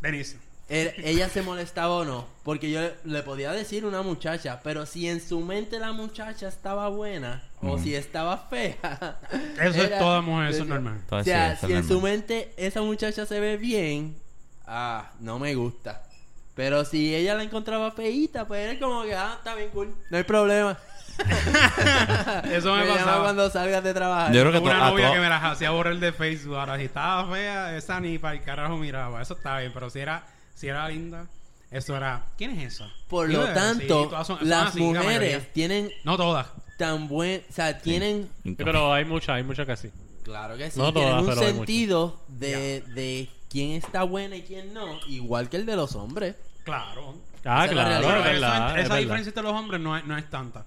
S5: Denise.
S6: Er- ella se molestaba o no, porque yo le- le podía decir una muchacha, pero si en su mente la muchacha estaba buena o si estaba fea.
S5: Eso es
S6: era-
S5: toda mujer, eso es
S6: decía-
S5: normal.
S4: Todo
S6: O sea,
S4: así,
S6: si en
S4: eso
S6: su
S4: es normal.
S6: mente esa muchacha se ve bien, ah, no me gusta. Pero si ella la encontraba feíta, pues era como que, ah, está bien cool, no hay problema.
S5: Eso me
S6: llama
S5: pasaba.
S6: cuando salgas de trabajar.
S4: Yo creo que
S5: Tuve
S4: to-
S5: una
S4: a
S5: novia
S4: todo-
S5: que me las hacía borrar de Facebook. Ahora, si estaba fea, esa ni para el carajo miraba. Eso estaba bien, pero si era, si era linda, eso era. ¿Quién es esa?
S6: Por
S5: Sí,
S6: lo
S5: sí,
S6: tanto,
S5: todas son- son
S6: las
S5: así, la
S6: mujeres
S5: mayoría.
S6: tienen
S5: no todas.
S6: tan buen, o sea, tienen
S2: Pero hay muchas, hay muchas que sí.
S6: Claro que sí.
S2: No
S6: tienen
S2: todas,
S6: un
S2: pero hay
S6: sentido de, de quién está buena y quién no, igual que el de los hombres.
S5: Claro.
S2: Ah,
S6: Esa es
S2: claro,
S6: la realidad.
S2: es
S5: Pero
S2: verdad.
S5: eso-
S2: es
S5: esa
S2: verdad.
S5: diferencia entre los hombres no es, no es tanta.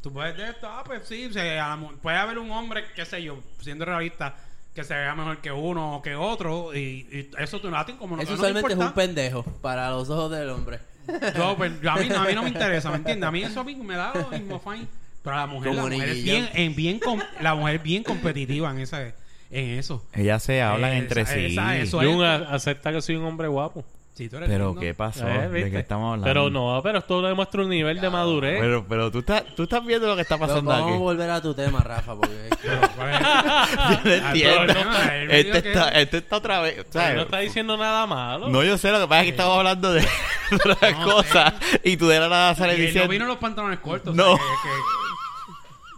S5: Tú puedes de esto, ah, pues sí, se- a la mu- puede haber un hombre, qué sé yo, siendo realista, que se vea mejor que uno o que otro, y, y eso tú no a ti como no
S6: Eso
S5: no te
S6: usualmente es
S5: importa.
S6: un pendejo para los ojos del hombre.
S5: Yo, pues, yo- a, mí, no- a mí no me interesa, ¿me entiendes? A mí eso a mí me da lo mismo fine. Pero la mujer, la
S6: Como
S5: mujer es
S6: Nicky Jam.
S5: bien, en bien com- la mujer es bien competitiva en esa, en eso.
S4: Ellas se hablan
S5: Esa-
S4: entre sí.
S5: esa- eso
S2: Jung a- acepta que soy un hombre guapo.
S5: Si tú eres
S4: Pero
S5: lindo.
S4: qué pasó,
S2: Eh,
S4: de qué
S2: ¿viste?
S4: estamos hablando.
S2: Pero no, pero esto demuestra un nivel de madurez.
S4: Pero, pero tú estás, tú estás viendo lo que está
S6: Pero
S4: pasando
S6: vamos a
S4: aquí.
S6: volver a tu tema, Rafa, porque
S5: Pero, pues,
S4: Yo no
S5: Ah,
S4: entiendo.
S5: pero no, él me
S4: Este
S5: dijo que-
S4: está, este está otra vez.
S2: Pero
S4: ¿sabes?
S2: no está diciendo nada malo.
S4: No, yo sé, lo que pasa es que estamos hablando de otras
S5: No,
S4: cosas y tú de la nada
S5: y
S4: sales
S5: él no
S4: diciendo...
S5: vino los pantalones cortos.
S4: No.
S5: o sea, que-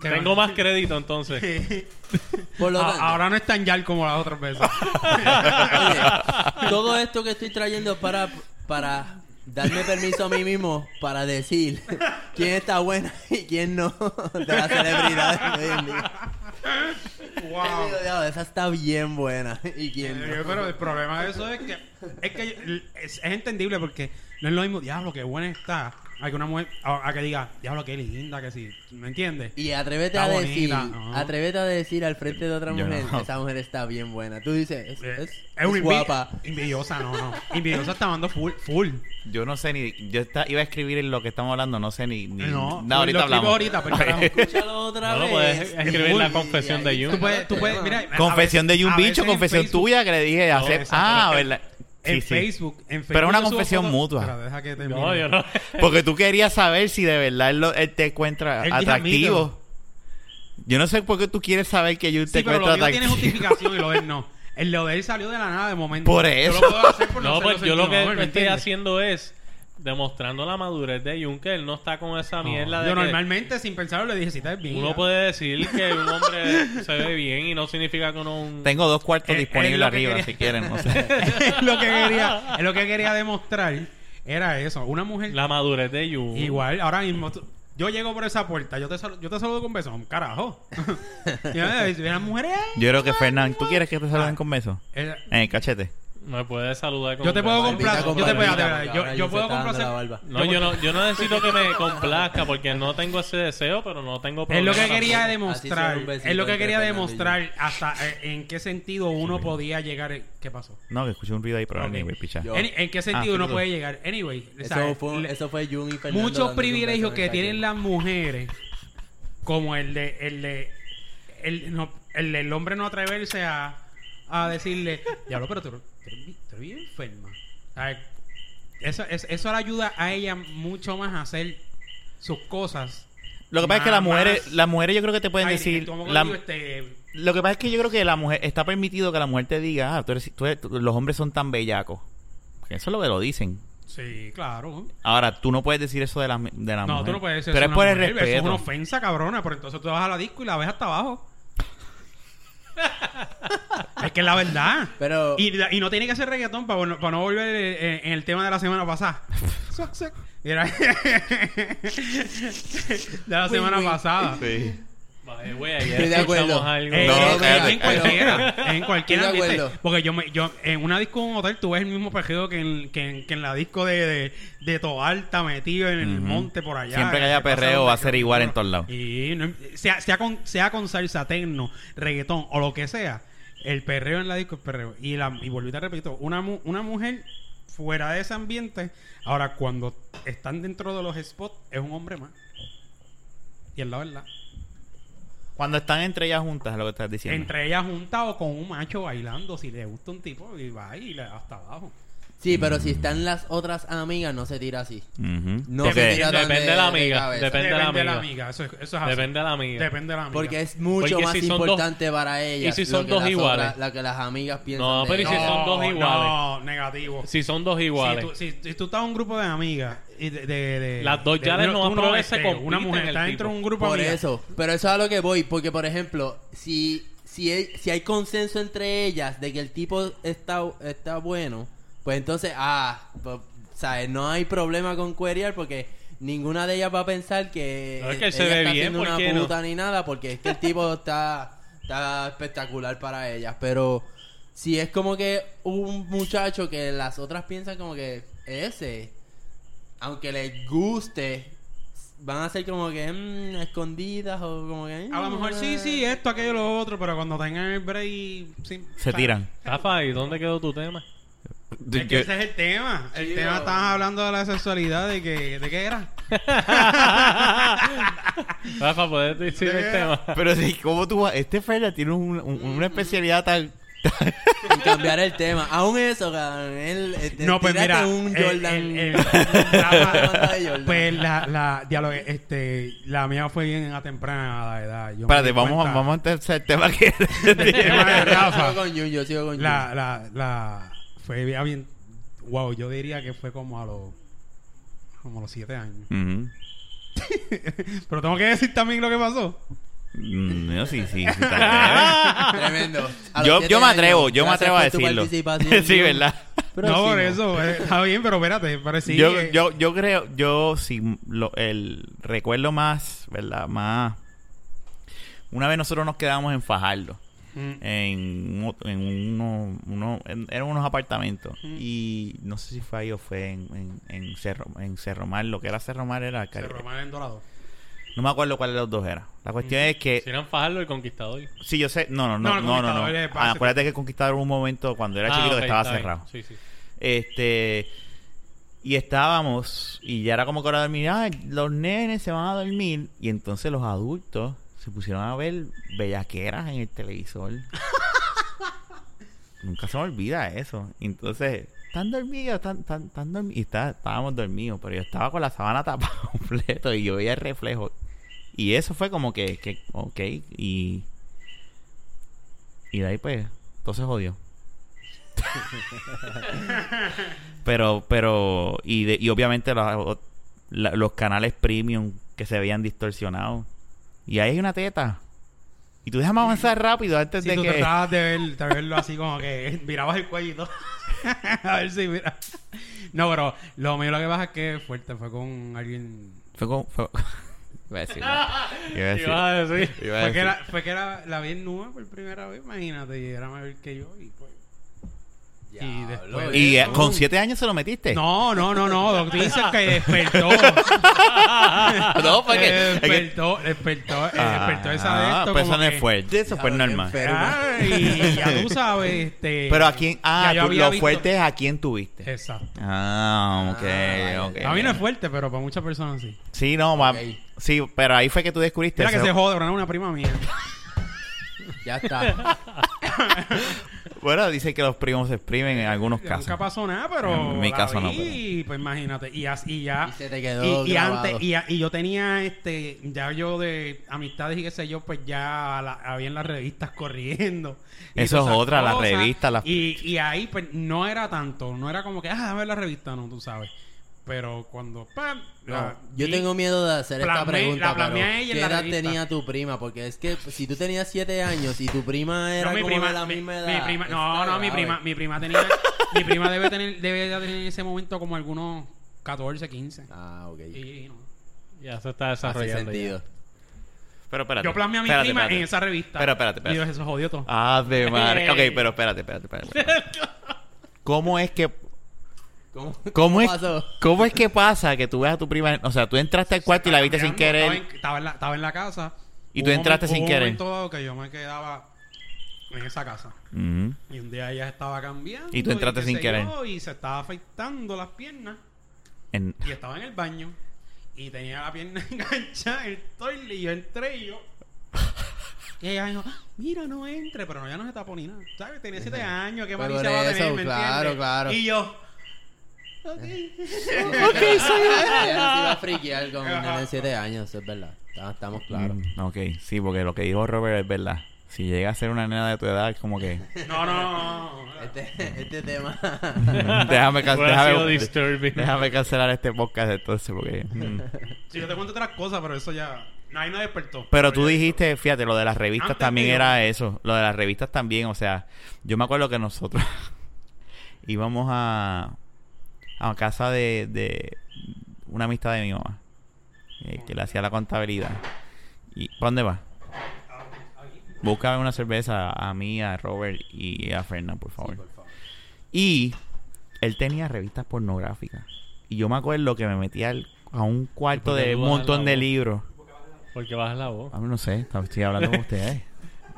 S5: que- que-
S2: Tengo más crédito entonces.
S6: por lo
S5: A-
S2: Ah,
S6: tanto,
S5: ahora no es tan yal como las otras veces.
S2: ah.
S6: oye, todo esto que estoy trayendo es para para darme permiso a mí mismo para decir quién está buena y quién no de las celebridades de hoy en día.
S5: Wow.
S6: Yo, "Diablo, esa está bien buena. ¿Y quién no?
S5: Eh, Pero el problema de eso es que es que es, es entendible porque no es lo mismo, diablo, qué buena está. Hay que una mujer a, a que diga, diablo, qué linda, que sí. ¿Me entiendes?
S6: Y atrévete
S5: Está
S6: a decir,
S5: bonita, ¿no?
S6: atrévete a decir al frente de otra
S4: Yo
S6: mujer,
S4: no.
S6: esa mujer está bien buena. Tú dices, es,
S5: Eh,
S6: es,
S5: es una
S6: es
S5: envi-
S6: guapa.
S5: Envidiosa, no, no. Envidiosa está dando full. full.
S4: Yo no sé ni. Yo está- iba a escribir en lo que estamos hablando, no sé ni. ni-
S5: No, pues,
S4: no, ahorita
S5: lo escribo
S4: hablamos.
S5: ahorita, pero carajo.
S6: Escúchalo otra
S2: No lo
S6: vez.
S2: puedes escribir la
S6: Y
S2: confesión
S6: ahí
S2: de Jun.
S5: Tú puedes, tú puedes, mira. a
S4: Confesión
S5: veces-
S4: de un
S5: a
S4: bicho,
S5: veces en
S4: confesión
S5: Facebook-
S4: tuya que le dije hace.
S5: exacto,
S4: ah,
S5: pero en-
S4: ¿verdad? Sí,
S5: En
S4: sí.
S5: Facebook, en Facebook.
S4: Pero una
S5: yo subo
S4: confesión
S5: fotos-
S4: mutua.
S5: Espera, deja que termine.
S2: No, yo no.
S4: Porque tú querías saber si de verdad él, lo- él te encuentra
S5: Él dijo
S4: atractivo.
S5: amigo.
S4: Yo no sé por qué tú quieres saber que yo
S5: Sí,
S4: te
S5: pero
S4: encuentro
S5: lo mío tiene
S4: atractivo.
S5: justificación y lo de él no. El lo de él salió de la nada de momento.
S4: Por
S5: Yo
S4: eso.
S5: lo puedo hacer por
S2: No,
S5: ser
S2: pues yo lo que
S5: incentivador, ¿me
S2: estoy
S5: entiendes?
S2: haciendo es demostrando la madurez de Jun, que él no está con esa mierda de
S5: Yo
S2: que
S5: normalmente, sin pensarlo, le dije, si estás bien.
S2: uno
S5: ya".
S2: puede decir que un hombre se ve bien y no significa que uno... Un...
S4: Tengo dos cuartos
S5: Eh, es
S4: disponibles
S5: lo que
S4: arriba,
S5: quería.
S4: si quieren. No sé.
S5: es lo que quería, es lo que quería demostrar era eso. Una mujer
S2: La madurez de
S6: Uh.
S2: Jun.
S5: igual, ahora mismo, tú- yo llego por esa puerta, yo te, salu- yo te saludo con besos, carajo. y eh, si las mujeres...
S4: Yo creo que Fernán, ¿tú quieres que te saluden con besos?
S5: eh,
S4: En el cachete.
S2: Me puedes saludar con
S5: Yo te puedo
S6: Barbita,
S5: comprar- yo te
S6: con
S5: puedo-
S6: barbita,
S5: de verdad,
S6: porque
S5: yo-
S6: ahora
S5: yo
S6: Jun se
S5: puedo
S6: está dando
S5: complacer-
S6: la barba.
S2: No, yo no, yo no necesito que me complazca porque no tengo ese deseo, pero no tengo
S5: Es lo que
S2: problema
S5: quería
S2: tampoco.
S5: demostrar,
S6: Así son un besito
S5: es lo que
S6: entre
S5: quería
S6: Fernando y
S5: demostrar hasta eh, en qué sentido uno podía llegar. eh, ¿Qué pasó?
S4: No, que escuché un ruido ahí, pero
S5: Ok.
S4: anyway, picha.
S6: Yo-
S5: En, en qué sentido
S4: Ah,
S5: uno
S4: tú.
S5: puede llegar. Anyway,
S6: Eso
S5: ¿sabes?
S6: fue,
S5: Le-
S6: eso fue Jun y Fernando
S5: muchos
S6: dándose un
S5: privilegios
S6: beso en
S5: que
S6: el
S5: tienen
S6: cachete.
S5: las mujeres, como el de el de el, no- el, del hombre no atreverse a, a decirle, diablo, pero tú, tú eres, bi- tú eres bien enferma. Ay, eso, es- eso le ayuda a ella mucho más a hacer sus cosas.
S4: Lo que pasa es que las
S5: Mamás.
S4: mujeres, las mujeres yo creo que te pueden
S5: Ay,
S4: decir.
S5: tu amor
S4: la-
S5: conmigo, este,
S4: Lo que pasa es que yo creo que la mujer está permitido que la mujer te diga, ah, tú eres- tú eres- tú- los hombres son tan bellacos. Eso es lo que lo dicen.
S5: Sí, claro.
S4: Ahora, tú no puedes decir eso de la, de la
S5: no,
S4: mujer.
S5: tú no puedes decir
S4: Pero es
S5: eso a
S4: por
S5: una
S4: el
S5: mujer, Eso es una
S4: respeto.
S5: ofensa, cabrona. Pero entonces tú vas a la disco y la ves hasta abajo. es que es la verdad.
S6: Pero
S5: Y, la- y no tiene que ser reggaetón para, no- para no volver eh, en el tema de la semana pasada. Suac, suac. Mira. de la semana pasada.
S2: Vale, güey, ayer
S6: Estoy de
S2: escuchamos
S6: acuerdo.
S2: algo.
S5: Eh,
S4: No,
S5: eh,
S4: cállate,
S5: en
S4: cállate.
S5: cualquiera, en cualquiera
S6: Estoy de
S5: ¿viste?
S6: acuerdo.
S5: Porque yo, me, yo en una disco en un hotel tú ves el mismo pejeo que en, que en, que en la disco de, de, de Toalta metido en el
S4: Ujú.
S5: monte por allá. eh,
S4: Siempre que haya
S5: pasa
S4: perreo
S5: donde-
S4: va a ser igual en todos lados.
S5: Y no- sea, sea con, sea con salsa, tecno, reggaetón o lo que sea, el perreo en la disco es perreo. Y, la, y volví te repito, una, mu- una mujer fuera de ese ambiente, ahora cuando están dentro de los spots, es un hombre más. Y es la verdad.
S4: Cuando están entre ellas juntas, es lo que estás diciendo.
S5: Entre ellas juntas o con un macho bailando, si le gusta un tipo, y va y le hasta abajo.
S6: sí, pero si están las otras amigas no se tira así.
S4: Ujú.
S6: No
S4: Ok.
S6: se tira tan
S2: Depende
S6: de,
S2: de la amiga,
S6: cabeza.
S2: depende. de la amiga.
S5: Eso, es- eso es así.
S2: Depende de la amiga.
S5: Depende de la amiga.
S6: Porque es mucho
S2: Porque
S6: más
S2: si son dos-
S6: importante para ella.
S2: y si son dos iguales.
S6: la que las amigas piensan.
S2: No,
S6: de
S2: pero y si
S6: ella.
S2: son dos
S5: No,
S2: iguales.
S5: negativo.
S2: Si son dos iguales.
S5: Si tú, si, si tú estás en un grupo de amigas y de, de- de-
S2: Las dos
S5: de
S2: ya de
S5: uno-
S2: no
S5: uno
S2: aprove se
S5: este, Una
S2: compiten
S5: mujer
S2: el
S5: está
S2: tipo.
S5: dentro de un grupo de
S6: Por
S5: amigas.
S6: eso. Pero eso es a lo que voy. Porque, por ejemplo, si, si, hay- si hay consenso entre ellas de que el tipo está, está bueno, pues entonces, ah, pues, ¿sabes? No hay problema con querear porque ninguna de ellas va a pensar que,
S2: No, es que él se
S6: ella
S2: ve
S6: está
S2: bien,
S6: haciendo
S2: ¿por qué
S6: una
S2: no?
S6: puta ni nada porque es que el tipo está, está espectacular para ellas. Pero si es como que un muchacho que las otras piensan como que ese aunque les guste, van a ser como que mm, escondidas o como que... mm,
S5: A lo mejor sí, sí, esto, aquello, lo otro, pero cuando tengan el break... sí,
S4: Se
S5: o sea,
S4: tiran.
S2: Rafa, ¿y dónde quedó tu tema?
S5: Es que ese es el tema. El
S6: Sí,
S5: tema,
S6: o-
S5: estabas hablando de la sexualidad, de que... ¿De qué era?
S2: Rafa, ¿puedes decir el tema?
S4: Pero sí, ¿cómo tú vas? Este Ferda tiene un- un- una
S5: Mm.
S4: especialidad tan...
S6: En cambiar el tema. Aún eso, cabrón. Él, este,
S5: No, pues
S6: tírate
S5: mira...
S6: un
S5: el-
S6: Jordan.
S5: el- el-
S6: Rafa de Jordan.
S5: Pues la... la diálogo, este, la mía fue bien a temprana edad. Yo me
S4: Espérate,
S5: di
S4: vamos, a-
S5: cuenta-
S4: vamos a empezar el tema que...
S5: El tema de
S6: yo
S5: Rafa.
S6: sigo con Jun, yo sigo con Jun.
S5: La, la, la, fue bien- bien, wow, yo diría que fue como a los, como a los siete años.
S4: Ujú.
S5: Pero tengo que decir también lo que pasó.
S4: Mm, No, sí, sí, sí, está
S6: Tremendo. A los
S4: Yo,
S6: siete
S4: yo me
S6: años,
S4: atrevo, yo me
S6: gracias
S4: atrevo a
S6: por tu
S4: decirlo.
S6: participación,
S4: sí,
S6: Jun.
S4: ¿verdad?
S6: Próximo.
S5: No, por eso, eh, está bien, pero espérate, parecía
S4: yo, yo, yo creo, yo sí, lo- el recuerdo más, ¿verdad? Más... Una vez nosotros nos quedamos en Fajardo.
S5: mm,
S4: en, un- en uno, uno- en- eran unos apartamentos y no sé si fue ahí o fue en, en, en Cerro en Cerro Mar lo que era Cerro Mar era
S5: Se romaron en dorado.
S4: no me acuerdo cuál de los dos era la cuestión es que
S2: Si eran Fajardo el Conquistador.
S4: Sí, yo sé. No, no,
S5: No,
S4: no,
S5: el
S4: no, no.
S5: Conquistador
S4: no.
S5: es
S4: Ah,
S5: básico.
S4: acuérdate que Conquistador hubo un momento cuando era
S2: Ah,
S4: chiquito
S2: ok,
S4: que estaba
S2: está bien.
S4: cerrado.
S2: Sí, sí.
S4: Este. Y estábamos. Y ya era como que hora de dormir. Ah, los nenes se van a dormir. Y entonces los adultos se pusieron a ver bellaqueras en el televisor. Nunca se me olvida eso. Y entonces. Están dormidos, están, están, están dormidos. Y está- estábamos dormidos, pero yo estaba con la sábana tapada completo y yo veía el reflejo. Y eso fue como que, que ok, y. Y de ahí pues, todo se jodió. pero, pero, y, de- y obviamente la- o- la- los canales premium que se veían distorsionados. Y ahí hay una teta. Y tú déjame avanzar rápido antes
S5: Si
S4: de
S5: tú
S4: que.
S5: tratabas de, ver, de verlo así como que mirabas el cuello y todo. a ver si mira. No, pero lo mío lo que pasa es que fuerte fue con alguien.
S4: Fue como. Fue... Iba a decir. Iba a decir.
S2: Iba a decir.
S4: iba a
S5: Fue que,
S4: decir.
S5: la, fue que la, la vi en nube por primera vez, imagínate, y era mayor que yo y pues. Y después-
S4: Y eh,
S6: eso.
S4: con siete años se lo metiste.
S5: No, no, no, no. Lo que tú dices es que despertó.
S4: no, porque.
S5: despertó, despertó, eh, despertó esa de
S4: Ah,
S5: esto.
S4: pues
S5: como
S4: eso no
S5: que-
S4: es fuerte, eso fue
S6: Diablo, qué
S4: normal.
S6: enfermo.
S5: Ah, y ya tú sabes, este.
S4: Pero a quién, ah,
S5: ya yo
S4: tú-
S5: había
S4: lo
S5: visto-
S4: fuerte es a quién tuviste.
S5: Exacto.
S4: Ah, ok,
S6: Ah,
S4: ok.
S5: A mí no es fuerte, pero para muchas personas sí.
S4: Sí, no, ma-
S6: Ok.
S4: sí, pero ahí fue que tú descubriste.
S5: Mira que
S4: ese-
S5: se jode, una prima mía.
S6: Ya está.
S4: Bueno, dice que los primos se exprimen en algunos casos.
S5: Nunca pasó nada, pero.
S4: En mi
S5: la
S4: caso no,
S5: vi,
S4: pero-
S5: pues imagínate. Y así y ya.
S6: Y se te quedó
S5: y, y
S6: grabado.
S5: antes, y, a- y yo tenía este. Ya yo de amistades y qué sé yo, pues ya la- había en las revistas corriendo. y
S4: Eso
S5: todas
S4: es
S5: esas
S4: otra, las
S5: cosas.
S4: revistas, las-
S5: Y, y ahí, pues no era tanto. No era como que, ah, dame la revista, no, tú sabes. Pero cuando. ¡pam!
S6: No,
S5: la
S6: yo
S5: vi,
S6: tengo miedo de hacer esta
S5: Plasmé-
S6: pregunta,
S5: la plasmé
S6: pero
S5: a ella en
S6: ¿qué
S5: la
S6: edad
S5: revista.
S6: tenía tu prima? Porque es que si tú tenías 7 años y tu prima
S5: No,
S6: era
S5: mi
S6: como
S5: prima,
S6: de la
S5: mi-
S6: misma edad. Este,
S5: mi prima- no,
S6: está
S5: no, mi
S6: grave.
S5: prima, mi prima tenía, mi prima debe tener, debe de tener en ese momento como algunos 14, 15.
S6: Ah, ok.
S5: Y, no.
S2: Ya se está
S6: Hace
S2: desarrollando. ya.
S6: sentido.
S4: Pero espérate.
S5: Yo plasmé a mi
S4: espérate,
S5: prima
S4: espérate.
S5: en esa revista.
S4: Pero espérate, espérate. Ah,
S5: Y yo, eso jodió todo.
S4: Ave madre. Ok, pero espérate, espérate, espérate. ¿Cómo es que
S6: ¿Cómo,
S4: cómo es
S6: pasó?
S4: cómo es que pasa que tú ves a tu prima, o sea, pues, tú entraste al cuarto y la viste sin
S5: Mirando,
S4: querer?
S5: Estaba en, estaba en la, estaba en la casa.
S4: Y
S5: Hubo
S4: tú
S5: un
S4: entraste
S5: momen-
S4: sin
S5: hubo
S4: querer.
S5: Un momento dado que yo me quedaba en esa casa.
S4: Ujú.
S5: Y un día ella estaba cambiando.
S4: Y tú entraste
S5: qué
S4: sin
S5: sé
S4: querer.
S5: yo, y se estaba afeitando las piernas.
S4: En-
S5: Y estaba en el baño. Y tenía la pierna enganchada en el toilet. Y yo entré y yo. Y ella dijo, "Ah, mira, no entre, pero no, ya no se tapó ni nada. ¿Sabes? Tenía siete años, qué
S6: Pero
S5: malicia va a
S6: por
S5: tener,
S6: eso,
S5: ¿me
S6: claro,
S5: entiendes?
S6: claro.
S5: Y yo,
S6: ok, soy Ella se iba a friquear con un
S5: Ajá.
S6: nene de 7 años, eso es verdad. Estamos, estamos claros.
S4: Mm, Ok, sí, porque lo que dijo Robert es verdad. Si llega a ser una nena de tu edad, es como que.
S5: no, no, no, no, no.
S6: Este, este tema.
S4: Déjame, can-
S2: Hubiera sido
S4: déjame,
S2: disturbing.
S4: déjame cancelar este podcast entonces, porque. mm.
S5: Si yo te cuento otras cosas, pero eso ya. Nadie me despertó.
S4: Pero tú dijiste, fíjate, lo de las revistas
S5: Antes
S4: también
S5: de-
S4: era eso. Lo de las revistas también, o sea, yo me acuerdo que nosotros íbamos a, a casa de, de una amistad de mi mamá, eh, que le hacía la contabilidad. ¿Y ¿pa' dónde va? Busca una cerveza a mí, a Robert y a Fernán, por favor. Y él tenía revistas pornográficas. Y yo me acuerdo que me metía al- a un cuarto
S2: por qué
S4: de
S2: tú
S4: un
S2: bajas
S4: montón
S2: la
S4: de
S2: voz?
S4: libros.
S2: Porque bajas la voz.
S4: Ah, no sé, estoy hablando con ustedes.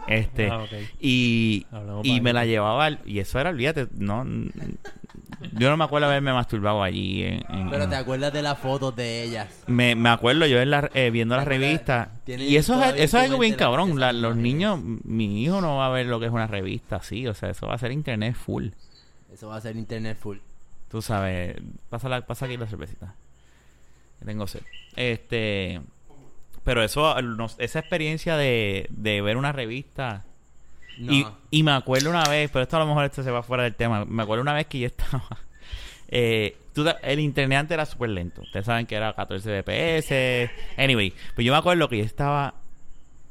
S4: Este,
S2: Ah, ok.
S4: y,
S2: Hablamos
S4: y
S2: para
S4: me
S2: ahí.
S4: la llevaba, al- y eso era, olvídate, no, n- yo no me acuerdo haberme masturbado allí. en- en-
S6: Pero te acuerdas de las fotos de ellas.
S4: me, me acuerdo yo en la- eh, viendo las
S6: ¿Te acuerdas?
S4: revistas.
S6: Tiene
S4: Y eso es,
S6: todavía en
S4: eso es
S6: tu
S4: algo
S6: mente
S4: bien
S6: la-
S4: cabrón.
S6: esas
S4: la- los
S6: imágenes.
S4: niños, mi hijo no va a ver lo que es una revista así, o sea, eso va a ser internet full.
S6: Eso va a ser internet full.
S4: Tú sabes, pasa, la, pasa aquí la cervecita. Que Tengo sed. Este. Pero eso, nos- esa experiencia de, de ver una revista.
S6: No.
S4: Y, y me acuerdo una vez, pero esto a lo mejor esto se va fuera del tema. Me acuerdo una vez que yo estaba. eh, tú ta- el internet antes era súper lento. Ustedes saben que era 14 BPS. Anyway, pues yo me acuerdo que yo estaba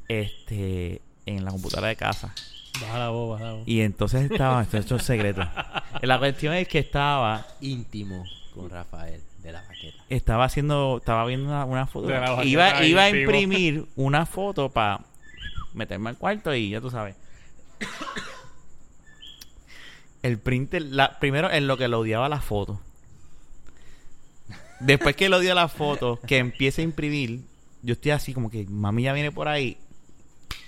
S4: este, en la computadora de casa.
S2: Baja la voz, baja la voz.
S4: Y entonces estaba. Esto, esto es secreto. La cuestión es que estaba
S6: Íntimo con Rafael de la vaqueta.
S4: estaba haciendo, estaba viendo una, una foto.
S2: De la
S4: Iba,
S2: vaqueta
S4: iba a
S2: íntimo.
S4: imprimir una foto para meterme al cuarto y ya tú sabes. El printer, la, primero en lo que lo odiaba la foto. Después que lo odia la foto, que empiece a imprimir, yo estoy así como que mami ya viene por ahí.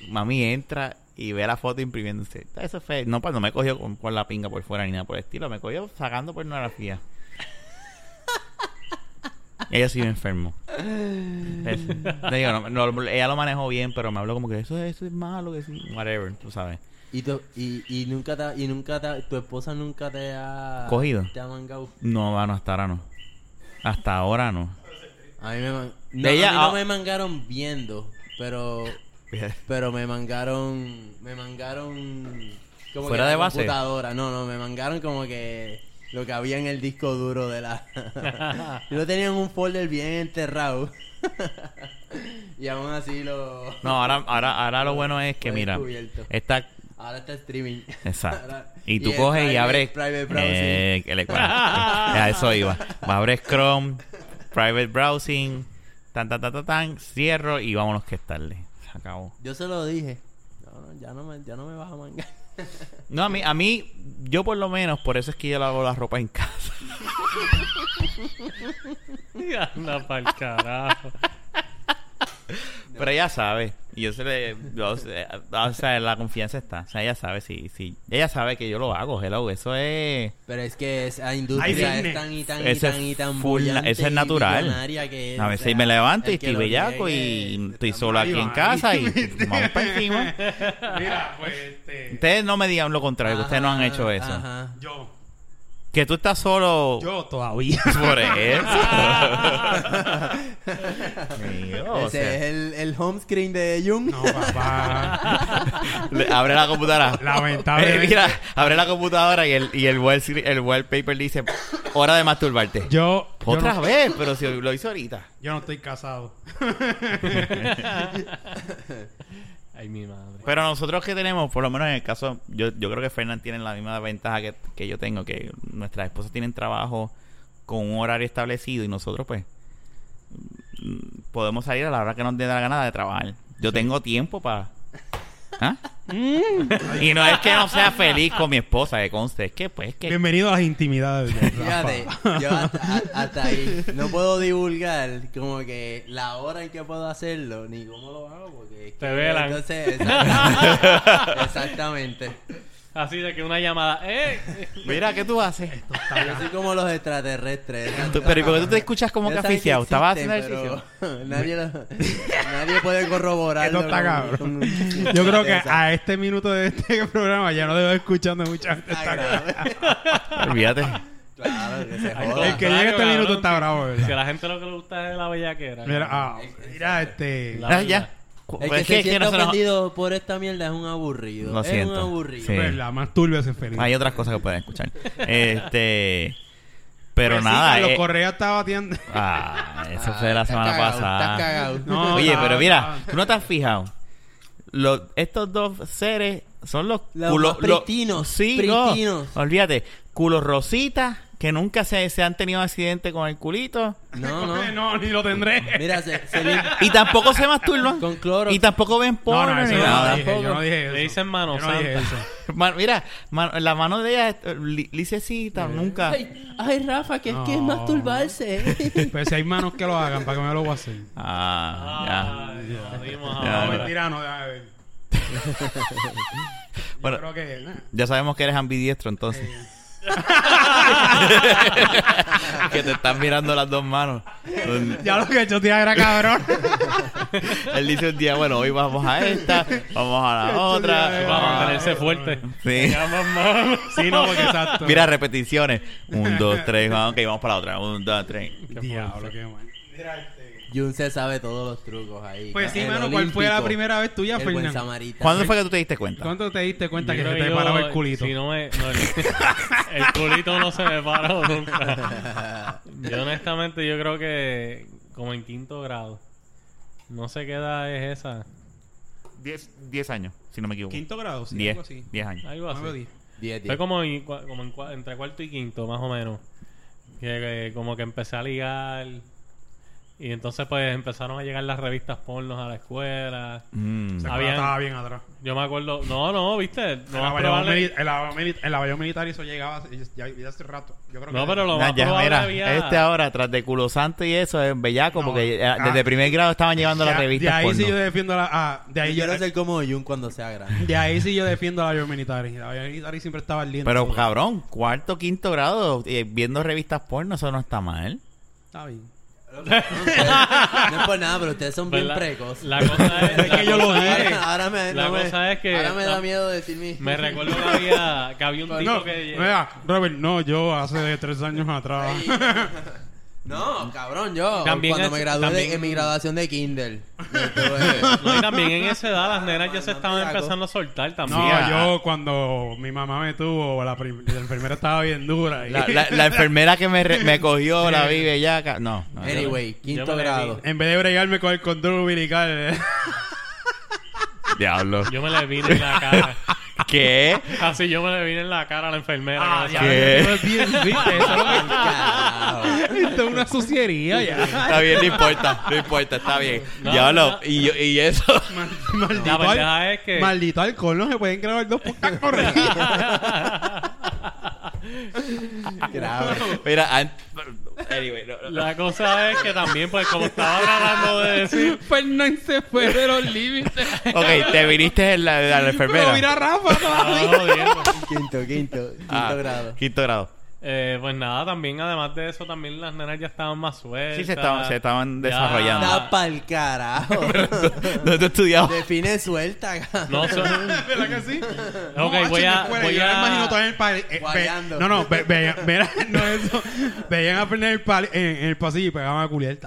S4: Mami entra y ve la foto imprimiéndose. Ah, Eso fue, no, pues no me cogió con, con la pinga por fuera ni nada por el estilo, me cogió sacando pornografía. Ella sí me enfermo. Es- le digo, no, no, ella lo manejó bien, pero me habló como que eso, eso es malo, que sí, whatever, tú sabes.
S6: Y, tu- y, y nunca te, y nunca te- tu esposa nunca te ha
S4: ¿Cogido?
S6: Te ha mangado.
S4: No, bueno, hasta ahora no. Hasta ahora no.
S6: A mí me man-
S4: De
S6: no, a
S4: ella
S6: mí no
S4: a-
S6: me mangaron viendo, pero pero me mangaron me mangaron como
S4: ¿Fuera
S6: que
S4: de
S6: la
S4: base?
S6: computadora. No, no, me mangaron como que lo que había en el disco duro de la Yo lo tenía en un folder bien enterrado. y aún así lo
S4: No, ahora, ahora, ahora lo bueno es que,
S6: Fue
S4: mira,
S6: descubierto.
S4: está...
S6: Ahora está streaming.
S4: Exacto.
S6: Ahora-
S4: Y tú
S6: el
S4: coges y
S6: private-
S4: abres...
S6: Private browsing.
S4: Eh, que le- a eso iba. Abres Chrome, Private Browsing, tan, tan, tan, tan, tan, cierro y vámonos que es tarde. Se acabó.
S6: Yo se lo dije. No, no, ya no me, ya no me vas a mangar.
S4: No, a mí, a mí, yo por lo menos, por eso es que yo lavo la ropa en casa.
S2: Y anda para el carajo.
S4: Pero ella sabe. Y yo se le. yo se- o sea, la confianza está. O sea, ella sabe si. si ella sabe que yo lo hago, hello. Eso es.
S6: Pero es que esa
S5: Hay
S6: industria
S5: business.
S6: es tan y tan y
S4: Ese
S6: tan y tan
S4: full-
S6: bullante
S4: ese es
S6: y
S4: natural.
S6: millonaria que es,
S4: A
S6: o
S4: veces
S6: sea,
S4: me levanto y
S6: el que
S4: estoy
S6: lo
S4: bellaco
S6: niegue,
S4: y estoy
S6: está
S4: solo aquí en
S5: mal.
S4: casa y vamos para encima.
S5: Mira, pues este,
S4: Ustedes no me digan lo contrario,
S6: mal.
S4: que ustedes no han
S6: Ajá,
S4: hecho eso.
S6: ajá.
S5: yo,
S4: Que tú estás solo
S5: yo todavía.
S4: por eso. Mío, o
S6: Ese
S4: sea,
S6: es el, el home screen de Jung.
S5: No, papá.
S4: le- abre la computadora. Eh,
S5: Lamentablemente.
S4: mira, abre la computadora y el, y el, wall, el wallpaper dice: Hora de masturbarte.
S5: Yo, yo
S4: Otra
S5: no-
S4: vez, pero si lo hizo ahorita.
S5: yo no estoy casado.
S2: Ay, mi madre.
S4: Pero nosotros que tenemos, por lo menos en el caso, yo, yo creo que Fernán tiene la misma ventaja que, que yo tengo, que nuestras esposas tienen trabajo con un horario establecido y nosotros pues mm, podemos salir a la hora que nos dé la gana de trabajar. Yo tengo tiempo para... ¿Ah? y no es que no sea feliz con mi esposa, que conste, es que pues es que...
S5: Bienvenido a las intimidades. de Rafa.
S6: Fíjate, yo hasta, a- hasta ahí no puedo divulgar como que la hora en que puedo hacerlo ni cómo lo hago porque es
S2: Te
S6: que-
S2: velan.
S6: Entonces, exactamente. exactamente.
S2: Así de que una llamada. ¡Eh!
S4: Mira, ¿qué tú haces?
S6: Yo soy como los extraterrestres.
S4: Tú- pero ¿y por qué tú te escuchas como que
S6: Ellos
S4: asfixiado? ¿Estabas
S6: saben
S4: haciendo
S6: que
S4: ejercicio?
S6: existen, pero nadie, lo- nadie puede corroborarlo.
S5: Esto está
S6: con- con-
S5: Yo creo que
S6: Exacto.
S5: a este minuto de este programa ya no debo escuchando mucha gente.
S6: Está grave.
S4: Olvídate.
S6: Claro, que se
S2: Ay,
S6: joda.
S5: El que llega a este
S2: Claro,
S5: minuto
S2: cabrón,
S5: está bravo,
S2: Si a
S5: ¿verdad?
S2: la gente lo que le gusta es la bellaquera.
S5: Mira, ah, mira este.
S2: La-
S4: Ah, ya.
S6: El que
S4: Es
S6: se
S4: que- que
S6: siente
S4: no se nos-
S6: ofendido por esta mierda es un aburrido.
S4: Lo
S6: es
S4: siento.
S6: un aburrido.
S4: Sí.
S5: Verdad, pues, más turbio ese feliz.
S4: Hay otras cosas que pueden escuchar. Este. Pero
S5: Pues sí,
S4: nada.
S5: Carlos
S4: eh,
S5: Correa está batiendo.
S4: ah, eso
S6: Ah,
S4: fue de la
S6: estás
S4: semana
S6: cagao, Estás
S4: pasada.
S6: cagado.
S5: No,
S4: Oye,
S5: no,
S4: pero
S5: no.
S4: mira, tú no te has fijado. Los, estos dos seres son los,
S6: Los
S4: culo-
S6: más
S4: los-
S6: pristinos,
S4: sí, no.
S6: pristinos.
S4: Olvídate. Culos rositas que nunca se, se han tenido accidente con el culito.
S6: No,
S5: Eh,
S6: no.
S5: No, ni lo tendré.
S6: Mira, se, se lim-
S4: Y tampoco se masturban.
S6: Con cloro.
S4: Y tampoco ven
S5: No,
S4: porno
S5: no, eh. eso
S4: ni
S5: yo
S4: nada.
S5: no dije, yo no dije eso.
S2: Le dicen mano
S5: Yo no dije
S2: santa.
S5: eso.
S4: Man- mira, man- la mano de ella es eh, li- lisecita, nunca.
S6: Ay, ay, Rafa, que es que es
S5: No.
S6: masturbarse. ¿eh?
S5: Pero Pues si hay manos que lo hagan, ¿para qué me lo voy a hacer?
S4: Ah, ya.
S2: Ay, lo dimos
S4: Ya,
S5: No,
S2: ahora.
S5: mentira, no, déjame ver. Yo
S4: Bueno.
S5: creo que... nah.
S4: Ya sabemos que eres ambidiestro, entonces.
S5: Eh.
S4: que te están mirando las dos manos.
S5: Ya lo que he hecho, tía, era cabrón.
S4: Él dice un día, bueno, hoy vamos a esta, vamos a la otra.
S2: Para
S4: vamos a la-
S2: mantenerse fuerte.
S4: Sí.
S2: Ya, mamá.
S5: sí, no, porque exacto.
S4: Mira, repeticiones. Un, dos, tres, vamos, ok, vamos para la otra. Un, dos, tres.
S5: Diablo, qué mal.
S6: Jun se sabe todos los trucos ahí.
S5: Pues sí,
S6: El
S5: mano, ¿cuál fue la
S6: olímpico,
S5: primera vez tuya,
S6: el buen
S5: Fernando?
S6: samaritano.
S4: ¿Cuándo fue que tú te diste cuenta?
S5: ¿Cuánto te diste cuenta que
S2: Yo
S5: se
S2: creo
S5: te
S2: yo,
S5: paraba el culito?
S2: Si no me, no, el, el culito no se me paró nunca. Yo honestamente yo creo que como en quinto grado. No sé qué edad es esa.
S4: Diez, diez años, si no me equivoco.
S5: Quinto grado, sí,
S4: diez,
S5: algo así.
S4: diez años.
S2: Algo
S5: Nueve o
S2: así.
S5: diez.
S6: Diez,
S2: Fue
S6: diez.
S2: como, en cua- como en cua- entre cuarto y quinto, más o menos. Que, que como que empecé a ligar. Y entonces pues empezaron a llegar las revistas pornos a la escuela.
S4: Mm.
S5: Se
S2: Habían-
S5: estaba bien atrás.
S2: Yo me acuerdo, no, no, viste, no
S5: el
S2: más
S5: avión
S2: probable-
S5: militar eso llegaba ya, ya hace rato. Yo creo
S2: No,
S5: que
S2: pero lo
S4: Nah,
S2: más
S4: ya,
S2: probable
S4: mira,
S2: había-
S4: este ahora, tras de culo santo y eso, es bellaco,
S5: No,
S4: porque eh,
S5: ah,
S4: desde primer grado estaban llevando
S5: de,
S4: las
S5: ahí- de
S4: revistas
S5: ahí
S4: porno.
S5: sí yo defiendo la ah, de ahí
S6: yo
S5: yo
S6: quiero ser como Jun cuando sea grande.
S5: de ahí sí yo defiendo la avión militar. La avión militar siempre estaba lindo.
S4: Pero cabrón, cuarto, quinto grado, eh, viendo revistas porno, eso no está mal.
S5: Está bien.
S6: No es por nada, pero ustedes son bien
S2: ¿Verdad?
S6: precoces.
S2: Pues La cosa es,
S5: Es
S2: la
S5: que yo lo
S2: cosa
S5: vi.
S2: es-
S6: Ahora, ahora me,
S2: La
S6: no me-
S2: cosa es que-
S6: ahora me
S2: la-
S6: da miedo decir mi...
S2: Me recuerdo que había, que había un tipo
S5: No,
S2: que...
S5: mira, Robert, no, yo hace tres años atrás.
S6: No, cabrón, yo
S2: También
S6: cuando
S2: es-
S6: me gradué de-
S2: también-
S6: en mi graduación de kinder. me tuve-
S2: No, y también en esa edad las nenas ya se
S6: Ay, no,
S2: estaban
S6: mira,
S2: empezando a soltar también.
S5: No,
S4: ah.
S5: yo cuando mi mamá me tuvo, la, prim- la enfermera estaba bien dura. y-
S4: La, la- la enfermera que me, re- me cogió la vi bellaca. No, no. yo-
S6: Anyway,
S2: yo
S6: quinto
S2: me
S6: grado.
S5: en vez de bregarme con el control umbilical, eh,
S4: Diablo.
S2: Yo me le vine en la cara.
S4: ¿Qué?
S2: Así yo me le vine en la cara a la enfermera.
S5: Ah,
S2: que me sacó.
S5: ya,
S4: ¿Qué?
S5: eso es bien, ¿viste? Eso es lo
S6: Carajo.
S5: que- esto es una suciería ya.
S4: Está bien, no importa, no importa, está bien.
S2: No,
S4: Diablo.
S2: no.
S4: Y, yo- y eso.
S5: Maldito,
S2: La
S5: al-
S2: verdad es que-
S5: maldito alcohol, no se pueden grabar dos podcasts corridos.
S6: Grave.
S4: Mira, an- anyway, no, no, no.
S2: La cosa es que también, pues, como estaba tratando de decir,
S5: Fernández se fue de los límites.
S4: Ok, te viniste en la, a la enfermera.
S5: Pero mira Rafa
S2: estaba
S5: todavía.
S2: jodiendo.
S6: Quinto, quinto. Quinto
S4: Ah,
S6: grado.
S4: Quinto grado.
S2: Eh, pues nada, también, además de eso, también las nenas ya estaban más sueltas.
S4: Sí, se estaban, se estaban
S2: Ya.
S4: desarrollando.
S6: Anda pa'l carajo.
S4: No te estudiabas.
S6: Define suelta, cabrón.
S2: No, son-
S5: ¿Verdad que sí?
S2: Ok,
S5: hacho,
S2: voy a-
S5: en la escuela,
S2: voy
S5: yo la
S2: a-
S5: imagino todavía en el pali- eh,
S6: Guayando.
S5: ve- No, no, ve- veían, mira, no eso. Veían a Fernández en el pali- en, en el pasillo y pegaban a culiar.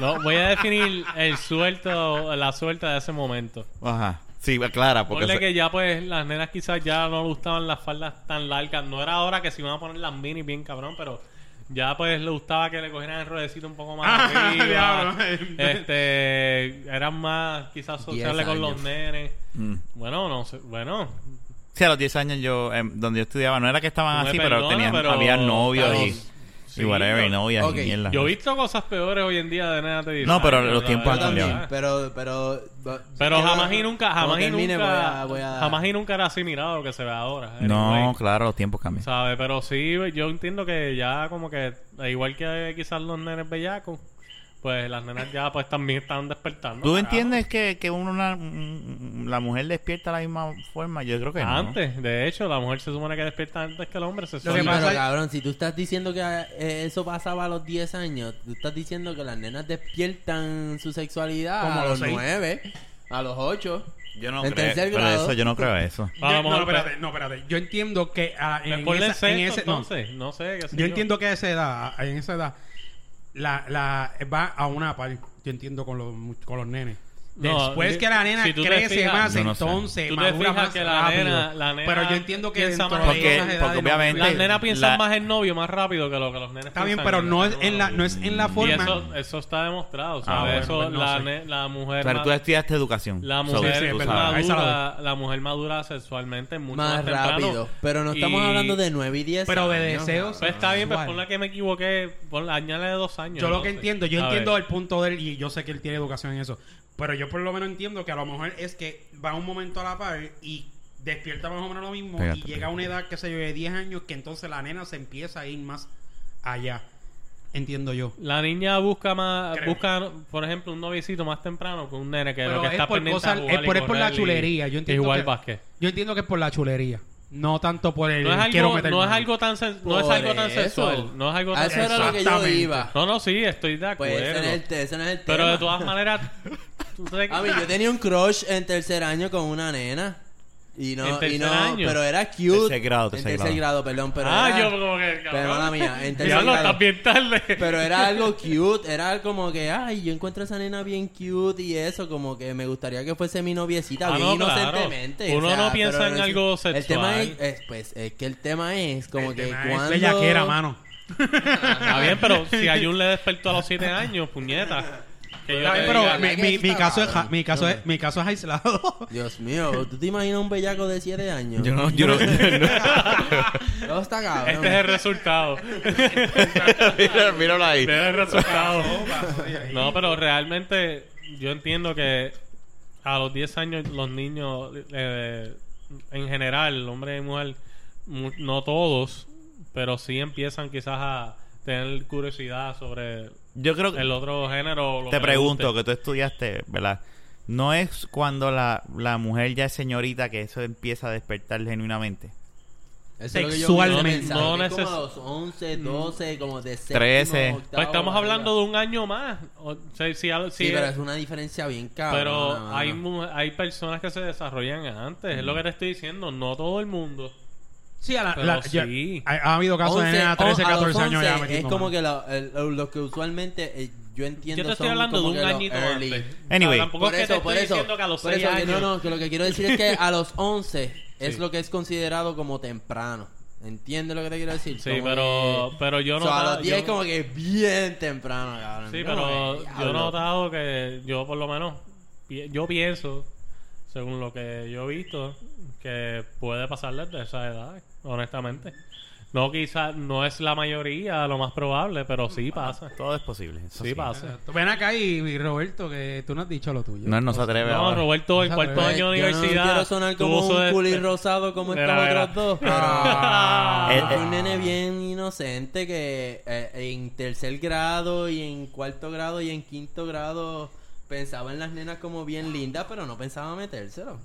S2: no, voy a definir el suelto, la suelta de ese momento.
S4: Ajá. Sí, aclara, porque.
S2: Porque
S4: se-
S2: que ya, pues, las nenas quizás ya no le gustaban las faldas tan largas. No era ahora que se iban a poner las minis bien cabrón, pero ya, pues, le gustaba que le cogieran el rodecito un poco más
S5: Ah,
S2: arriba.
S5: diablo.
S2: Este, eran más quizás sociales
S6: Diez
S2: con los
S6: años.
S2: nenes.
S4: Mm.
S2: Bueno, no sé, bueno.
S4: Sí, a los 10 años yo, em, donde yo estudiaba, no era que estaban
S2: Tú me
S4: así, pero
S2: perdonas,
S4: tenían,
S2: pero-
S4: había novios
S2: pero-
S4: y,
S2: sí,
S4: y whatever, y
S2: pero-
S4: novias
S6: ok,
S4: y mierda.
S2: Yo he visto cosas peores hoy en día de nenas de 10
S4: No, pero
S2: años,
S4: los
S2: la
S4: tiempos
S6: Yo
S4: han
S2: verdad.
S6: también, pero, pero...
S2: Pero
S6: quiero-
S2: jamás y nunca,
S6: cuando
S2: jamás y
S6: termine
S2: nunca,
S6: voy a- voy a-
S2: jamás y nunca era así mirado lo que se ve ahora.
S4: No,
S2: Anyway.
S4: claro, los tiempos cambian.
S2: ¿Sabe? Pero sí, yo entiendo que ya como que, igual que quizás los nenes bellacos, pues las nenas ya pues también están despertando.
S4: ¿Tú
S2: carajo.
S4: entiendes que, que una, mm, la mujer despierta de la misma forma? Yo creo que no.
S2: Antes, de hecho, la mujer se supone que despierta antes que el hombre se
S5: Lo que
S6: Sí,
S2: sueña.
S5: pasa
S6: pero
S5: es-
S6: cabrón, si tú estás diciendo que eh, eso pasaba a los 10 años, tú estás diciendo que las nenas despiertan su sexualidad
S5: Como
S6: a
S5: a los
S6: los
S5: seis.
S6: 9, a los 8.
S4: Yo no
S6: En
S4: creo
S6: tercer
S4: pero
S6: grado.
S4: eso, yo no creo eso.
S2: A lo
S5: Yo- no,
S2: mejor,
S5: espérate, no, espérate. Yo entiendo que ah,
S2: Me
S5: en,
S2: ponle
S5: esa- en
S2: sexto,
S5: ese, no.
S2: entonces, no, sé. qué sé
S5: Yo entiendo que a esa edad, a- en esa edad, la, la, va a una par, yo entiendo, con los, mu- con los nenes.
S2: No,
S5: Después
S2: yo-
S5: que la nena
S2: si tú te
S5: crece
S2: fijas-
S5: más,
S4: Yo no sé.
S5: entonces
S2: Tú te
S5: madura
S2: fijas
S5: más
S2: que la
S5: rápido.
S2: nena- la nena
S5: Pero yo entiendo que
S2: piensa
S5: dentro
S2: más.
S5: de
S4: Porque-
S5: esas edades
S4: porque
S5: no-
S4: obviamente-
S2: Las nenas piensan
S4: La-
S2: más en novio más rápido que lo que los nenes
S5: Está bien,
S2: piensan
S5: pero
S2: en
S5: no
S2: el
S5: es en la, no es en la
S2: Y
S5: forma.
S2: eso, eso está demostrado,
S4: Ah,
S2: ¿sabes?
S4: bueno,
S2: eso,
S5: pues no
S2: la,
S5: sé.
S2: ne- la mujer...
S4: Pero
S2: ma-
S4: tú estudiaste educación.
S2: La
S4: so,
S2: mujer,
S4: tú
S5: es
S4: sabes.
S5: verdad. Ahí se la
S2: madura, la mujer madura sexualmente mucho más,
S6: Más
S2: temprano.
S6: rápido. Pero no estamos
S2: Y-
S6: hablando de 9 y 10.
S5: Pero de
S6: años,
S5: deseos.
S6: cabrón.
S2: Pues está bien, pues
S5: Igual.
S2: ponle que me equivoqué, ponle, añádele dos años.
S5: Yo lo que
S2: entonces.
S5: entiendo, yo
S2: A
S5: entiendo
S2: ver.
S5: el punto de él y yo sé que él tiene educación en eso. Pero yo por lo menos entiendo que a lo mejor es que va un momento a la par y despierta más o menos lo mismo
S4: Pégate,
S5: y llega a una edad, que se yo, de 10 años que entonces la nena se empieza a ir más allá. Entiendo yo.
S2: La niña busca más,
S5: Creo.
S2: busca, por ejemplo, un noviecito más temprano que un nene que
S5: Pero
S2: lo que
S5: es
S2: está
S5: por
S2: pendiente
S5: cosas-
S2: a jugar
S5: es por-
S2: y
S5: es por la
S2: correr y-
S5: chulería, yo entiendo
S2: Igual
S5: que-
S2: básquet.
S5: Yo entiendo que es por la chulería. No tanto por el
S2: No es
S5: quiero
S2: algo,
S5: meter
S2: no es
S5: mano.
S2: algo tan, sen- no es
S6: Por
S2: algo tan
S6: eso.
S2: sexual. No es algo
S6: A
S2: tan
S6: eso era lo que yo
S5: Exactamente.
S6: iba.
S2: No, no, sí, estoy de acuerdo.
S6: Pues ese no es el, te- ese no es el tema.
S2: pero de todas maneras, tú te-
S6: A mí, yo tenía un crush en tercer año con una nena. Y
S2: ¿En
S6: no, y
S2: tercer
S6: no,
S2: año?
S6: pero era cute.
S4: Tercer grado,
S6: en
S4: tercer
S6: tercer grado, perdón, pero
S2: ah,
S6: era-
S2: yo como que, cabrón.
S6: Pero mala mía, en tercer
S2: Ya lo
S6: grado.
S2: estás bien tarde.
S6: Pero era algo cute, era como que, ay, yo encuentro a esa nena bien cute y eso, como que me gustaría que fuese mi noviecita,
S2: Ah,
S6: bien
S2: no, claro.
S6: inocentemente.
S2: Uno no
S6: pero
S2: piensa en
S6: es-
S2: algo
S6: El tema es,
S2: sexual.
S6: es, pues, es que el tema es como
S5: El
S6: que
S5: tema es
S6: cuando...
S5: bellaquera, mano.
S2: Está bien, pero si a Jun le despertó a los 7 años, puñeta. Que yo
S5: Está
S2: te
S5: bien, pero
S2: diga-
S5: mi, mi- mi
S6: Está
S5: caso es,
S6: cabrón.
S5: ja- mi, caso
S6: Yo
S5: es,
S6: me-
S5: mi caso es aislado.
S6: Dios mío, ¿tú te imaginas un bellaco de 7 años?
S4: Yo no, yo no.
S6: Todo está cabrón.
S2: Este es el resultado.
S4: Mira- míralo ahí.
S2: Este es el resultado. No, pero realmente yo entiendo que a los 10 años los niños, eh, en general, hombre y mujer, mu- no todos, pero sí empiezan quizás a tener curiosidad sobre
S4: Yo creo que
S2: el otro género. o lo
S4: te
S2: que les
S4: pregunto,
S2: guste.
S4: que tú estudiaste, ¿verdad? ¿No es cuando la, la mujer ya es señorita que eso empieza a despertar genuinamente?
S6: Eso es lo que yo
S5: Sexualmente.
S6: pensaba,
S2: No
S6: que es
S2: neces- Mm.
S6: como a los 11, 12, como de
S4: 13.
S6: 13.
S2: Pues estamos hablando de un año más. O sea, si al- si-
S6: Sí, pero es una diferencia bien cabrona.
S2: Pero
S6: mano.
S2: hay mu- hay personas que se desarrollan antes, es lo que te estoy diciendo, no todo el mundo.
S5: Sí, a la,
S2: Pero
S5: la- ya-
S2: sí.
S5: ha, ha habido casos de
S6: 11,
S5: nena de 13,
S6: o- a los
S5: 14 años
S6: 11
S5: ya
S6: Es
S5: metiendo
S6: como
S5: mano.
S6: que lo- el- el- los que usualmente eh, yo entiendo
S2: Yo te estoy
S6: son
S2: hablando de
S6: como
S2: un
S6: que los
S2: añito
S6: early.
S2: antes.
S4: Anyway.
S2: O sea, tampoco
S6: Por
S2: es que
S6: eso,
S2: te
S6: por
S2: estoy
S6: eso,
S2: diciendo que a los
S6: por
S2: 6
S6: eso, que
S2: años.
S6: no, no, que lo que quiero decir es que a los 11 es
S2: Sí.
S6: lo que es considerado como temprano. ¿Entiendes lo que te quiero decir?
S2: Sí,
S6: Como
S2: pero,
S6: que-
S2: pero yo
S6: o
S2: no.
S6: sea, a los 10
S2: yo-
S6: como que es bien temprano, cabrón.
S2: Sí,
S6: No,
S2: pero
S6: eh,
S2: yo he
S6: diablo.
S2: notado que yo por lo menos pi- yo pienso, según lo que yo he visto, que puede pasar desde esa edad, honestamente. No quizás no es la mayoría, lo más probable, pero sí pasa.
S4: Todo es posible. eso
S2: Sí
S4: sí.
S2: pasa.
S5: Exacto. Ven acá y, y Roberto, que tú no has dicho lo tuyo.
S4: No, no se atreve
S2: No,
S4: ahora.
S2: Roberto, en
S5: Esa
S2: cuarto
S5: revés.
S6: Pues,
S2: año de
S6: yo
S2: universidad.
S6: No quiero sonar como
S2: tuvo su
S6: un
S2: de-
S6: culi rosado como
S2: Mira,
S6: estos
S2: mira.
S6: otros dos, pero
S5: Ah.
S4: Eh,
S6: yo fui
S4: eh.
S6: un nene bien inocente que eh, en tercer grado y en cuarto grado y en quinto grado pensaba en las nenas como bien lindas, pero no pensaba metérselo.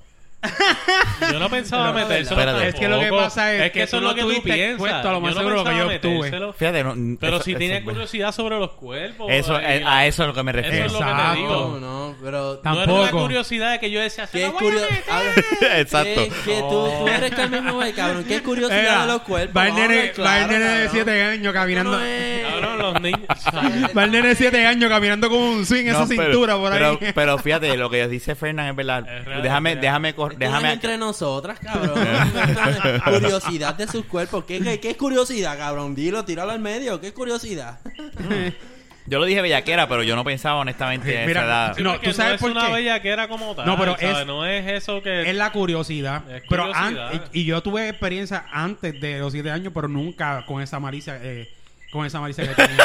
S2: Yo no pensaba
S6: Pero,
S2: metérselo.
S4: espérate.
S5: Es que lo que
S2: tampoco.
S5: pasa es
S2: que,
S5: que
S2: eso
S5: tú
S2: es
S5: no
S2: lo que tú
S5: tuviste
S2: piensas.
S5: expuesto a lo más
S2: no
S5: seguro que yo
S2: pensaba
S5: obtuve.
S2: metérselo,
S4: Fíjate, no,
S2: Pero
S4: eso-
S2: si
S4: eso
S2: tienes
S4: es bueno.
S2: curiosidad sobre los cuerpos.
S4: Eso,
S2: ahí,
S4: eh, a eso es lo que me refiero.
S2: eso es lo que te
S5: Exacto.
S2: digo.
S6: No, no, pero
S5: Tam-
S2: No era una
S5: Tampoco.
S2: curiosidad de que yo decía, "Se
S6: qué
S2: lo voy a
S6: curio-
S2: meter".
S6: Ahora-
S4: Exacto.
S6: Que, que tú, tú eres Carmen Novel, cabrón. Qué curiosidad
S5: Era,
S6: de los cuerpos.
S5: Va el
S6: vamos a
S5: nene,
S6: hablar
S5: va el
S6: claro,
S5: nene de
S6: cabrón.
S5: 7 años
S6: Esto
S5: caminando.
S6: no es-
S2: Cabrón, los niños. ¿sabes?
S5: Va el nene de 7 años caminando con un swing, esa
S4: No, pero-
S5: cintura por ahí.
S4: Pero, pero fíjate, lo que dice Fernan es verdad.
S2: Es real,
S4: déjame,
S2: es real.
S4: déjame, cor-
S6: Esto no es
S4: déjame.
S6: entre nosotras, cabrón. curiosidad de sus cuerpos. ¿Qué, qué, qué es curiosidad, cabrón? Dilo, tíralo al medio. ¿Qué es curiosidad?
S4: Yo lo dije bellaquera, pero yo no pensaba honestamente en
S5: Mira,
S4: esa edad.
S5: no,
S2: Porque
S5: tú sabes
S2: es
S5: por
S2: una
S5: qué.
S2: bella que era como tal.
S5: No, pero
S2: ¿sabes?
S5: es-
S2: No es eso que.
S5: Es la curiosidad.
S2: Es
S5: pero
S2: curiosidad.
S5: an- y, y yo tuve experiencia antes de los 7 años, pero nunca con esa malicia, eh, con esa malicia que tenía.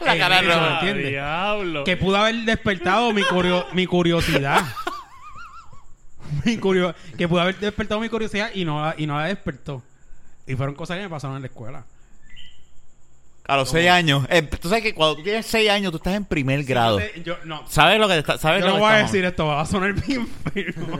S5: Eh,
S4: cara de
S5: eso,
S4: Roberto.
S2: Ah,
S5: ¿entiendes?
S2: diablo.
S5: Que pudo haber despertado mi, curio- mi curiosidad. mi curio- que pudo haber despertado mi curiosidad y no, la- y no la despertó. Y fueron cosas que me pasaron en la escuela.
S4: A los seis años. Eh, tú sabes que cuando tú tienes seis años, tú estás en primer grado.
S5: Sí, yo te- yo- no,
S4: ¿Sabes lo que te está, sabes
S5: yo
S4: lo
S5: no
S4: que
S5: voy a
S4: estamos?
S5: decir esto, va a sonar bien feo.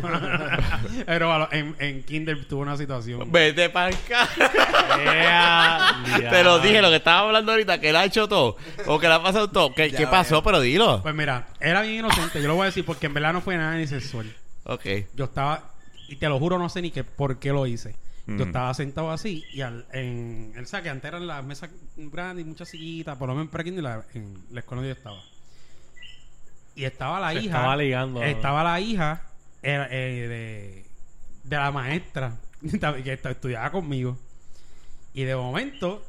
S5: Pero a lo- en, en Kinder tuve una situación.
S4: Vete para acá.
S2: Ea,
S4: Te lo
S2: diablo.
S4: dije, lo que estaba hablando ahorita, que la ha hecho todo. O que la ha pasado todo. ¿Qué,
S6: Ya
S4: qué
S6: veo.
S4: pasó? Pero dilo.
S5: Pues mira, era bien inocente, yo lo voy a decir porque en verdad no fue nada ni sexual.
S4: Ok.
S5: Yo estaba, y te lo juro, no sé ni qué, por qué lo hice. Yo
S4: Mm.
S5: estaba sentado así y al, en el saque, antes eran las mesas grandes y muchas sillitas, por lo menos en pre-kinder, la- en la escuela donde yo estaba. Y estaba la
S2: Se
S5: hija.
S2: estaba ligando.
S5: Estaba la hija eh, eh, de, de la maestra que esta- estudiaba conmigo. Y de momento,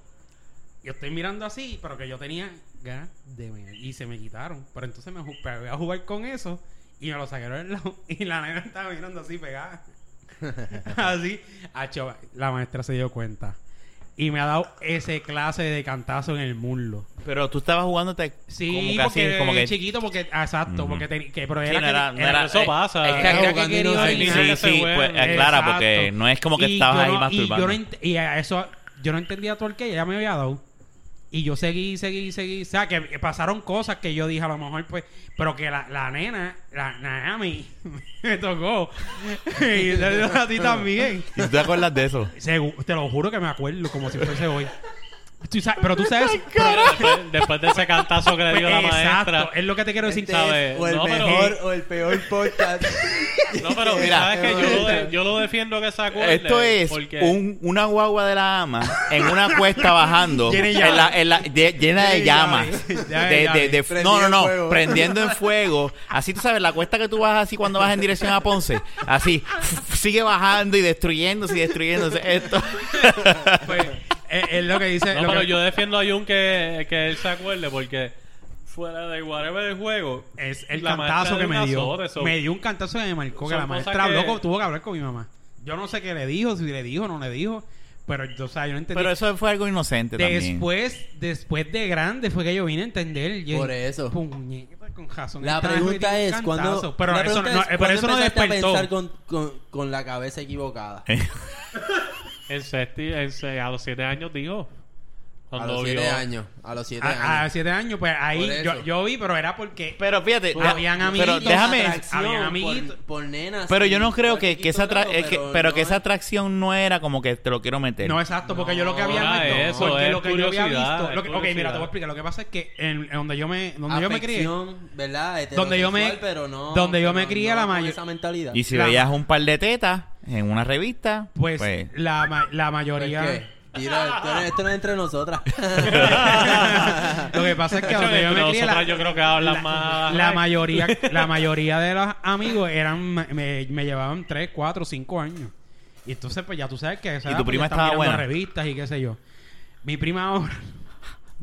S5: yo estoy mirando así, pero que yo tenía ganas de mear, Y se me quitaron. Pero entonces me ju- pegué a jugar con eso y me lo sacaron del lado. Y la nena estaba mirando así pegada. así. Acho, la maestra se dio cuenta. Y me ha dado ese clase de cantazo en el muslo.
S4: Pero tú estabas jugándote
S5: Sí,
S4: como que
S5: porque
S4: así, como que.
S5: chiquito, porque exacto,
S4: Ujú.
S5: porque te- que, pero
S4: Sí,
S5: era,
S4: no
S5: que-
S4: era- no era-
S2: Eso
S4: eh,
S2: pasa.
S4: es que
S2: Era
S4: acá-
S6: jugando
S5: quería
S2: inocente.
S5: orinar.
S2: Sí,
S4: Sí,
S2: ese
S4: sí,
S2: güey.
S4: pues aclara,
S5: Exacto.
S4: porque no es como que
S5: Y
S4: estabas
S5: yo
S4: ahí
S5: no- Y, yo no
S4: masturbando.
S5: ent- y a eso yo no entendía todo el que ella me había dado. Y yo seguí, seguí, seguí. O sea, que pasaron cosas que yo dije a lo mejor, pues. Pero que la, la nena, la Naomi, me tocó. y a ti también.
S4: ¿Y tú te acuerdas de eso?
S5: Segu- te lo juro que me acuerdo, como si fuese hoy. Tú sa- pero tú sabes.
S2: Pero después, después de ese cantazo que le dio la
S5: exacto,
S2: maestra.
S5: es lo que te quiero decir.
S6: Este
S2: sabe.
S6: es o el
S2: No, pero-
S6: mejor o el peor podcast.
S2: No, pero
S4: Mira.
S2: sabes que yo, lo
S5: eh,
S2: de- yo lo defiendo que se acuerde.
S4: Esto es
S2: porque-
S4: un, una guagua de la ama en una cuesta bajando
S5: Llena de
S4: en la- en la- de- llena de
S5: llamas.
S4: llamas.
S5: Llena de
S4: De- de-
S5: llaves.
S4: de-
S6: Prendido
S4: no, no,
S6: en
S4: no.
S6: fuego.
S4: Prendiendo en fuego. Así tú sabes, la cuesta que tú vas así cuando vas en dirección a Ponce. Así. Sigue bajando y destruyéndose y destruyéndose. Esto.
S5: Pues, es, es lo que dice.
S2: No,
S5: lo
S2: pero
S5: que-
S2: yo defiendo a Jun que, que él se acuerde porque fu- fuera de whatever del juego.
S5: Es el
S2: La maestra
S5: cantazo que
S2: dio
S5: me
S2: un
S5: dio.
S2: azote, so-
S5: Me dio un cantazo que me marcó que
S2: son
S5: la maestra
S2: cosas que-
S5: habló con- tuvo que hablar con mi mamá. Yo no sé qué le dijo, si le dijo o no le dijo, pero yo, o sea, yo no entendí.
S4: Pero eso fue algo inocente también.
S5: después, después de grande fue que yo vine a entender. Yo-
S6: Por eso.
S5: Puñeta, con razón.
S6: La
S5: esta vez me dio
S6: pregunta
S5: un
S6: es,
S5: cantazo.
S6: ¿cuándo,
S5: Pero
S6: la
S5: eso,
S6: pregunta
S5: no,
S6: es,
S5: eh, pero
S6: ¿cuándo
S5: eso no
S6: empezaste a
S5: despertó.
S6: pensar con, con, con la cabeza equivocada?
S4: Eh,
S2: En sexti, en se- a los siete años dijo.
S6: A
S2: Cuando
S6: los siete
S2: vio-
S6: años. A los siete
S5: A, a
S6: años.
S5: siete años, pues
S6: Por
S5: ahí
S6: eso.
S5: yo, yo vi, pero era porque
S4: Pero fíjate,
S5: Pues
S4: ah,
S5: habían
S4: pero
S5: amiguitos,
S4: déjame,
S6: Atracción
S5: habían
S6: por-
S5: amiguitos.
S6: Por, nenas.
S4: pero
S6: sí,
S4: yo no creo
S6: por
S4: que, que esa
S6: chiquitos,
S4: atra-
S6: claro,
S4: es que- pero,
S6: no
S4: que esa
S6: es-
S4: atracción no era como que te lo quiero meter.
S5: No, exacto, porque yo lo que había
S2: No,
S5: visto.
S2: era eso,
S5: porque
S2: es
S5: lo que yo había
S2: curiosidad,
S5: visto. lo que-
S2: es
S5: ok, mira, te voy a
S2: curiosidad.
S5: explicar. Lo que pasa es que en, en donde yo me, donde yo me crié.
S6: Afección, ¿verdad?
S5: Donde yo me-
S6: Heterosexual, pero no,
S5: donde yo me
S6: no-
S5: crié
S6: no
S5: la
S6: con
S5: mayor-
S6: esa mentalidad.
S4: Y si
S5: La-
S4: veías un par de tetas en una revista,
S5: Pues,
S4: pues,
S5: La, ma- la
S6: ¿Por qué?
S5: mayoría.
S6: Mira, esto no- esto no es entre nosotras.
S5: lo que pasa es que
S2: De hecho,
S5: donde yo
S2: entre
S5: me crié.
S2: nosotras
S5: La,
S2: yo creo que hablan
S5: la-
S2: más.
S5: la
S2: Ay,
S5: mayoría, la mayoría de los amigos eran me, me llevaban 3, 4, 5 años. Y entonces, pues ya tú sabes que.
S4: tu prima estaba buena?
S5: revistas y qué sé yo. Mi prima ahora.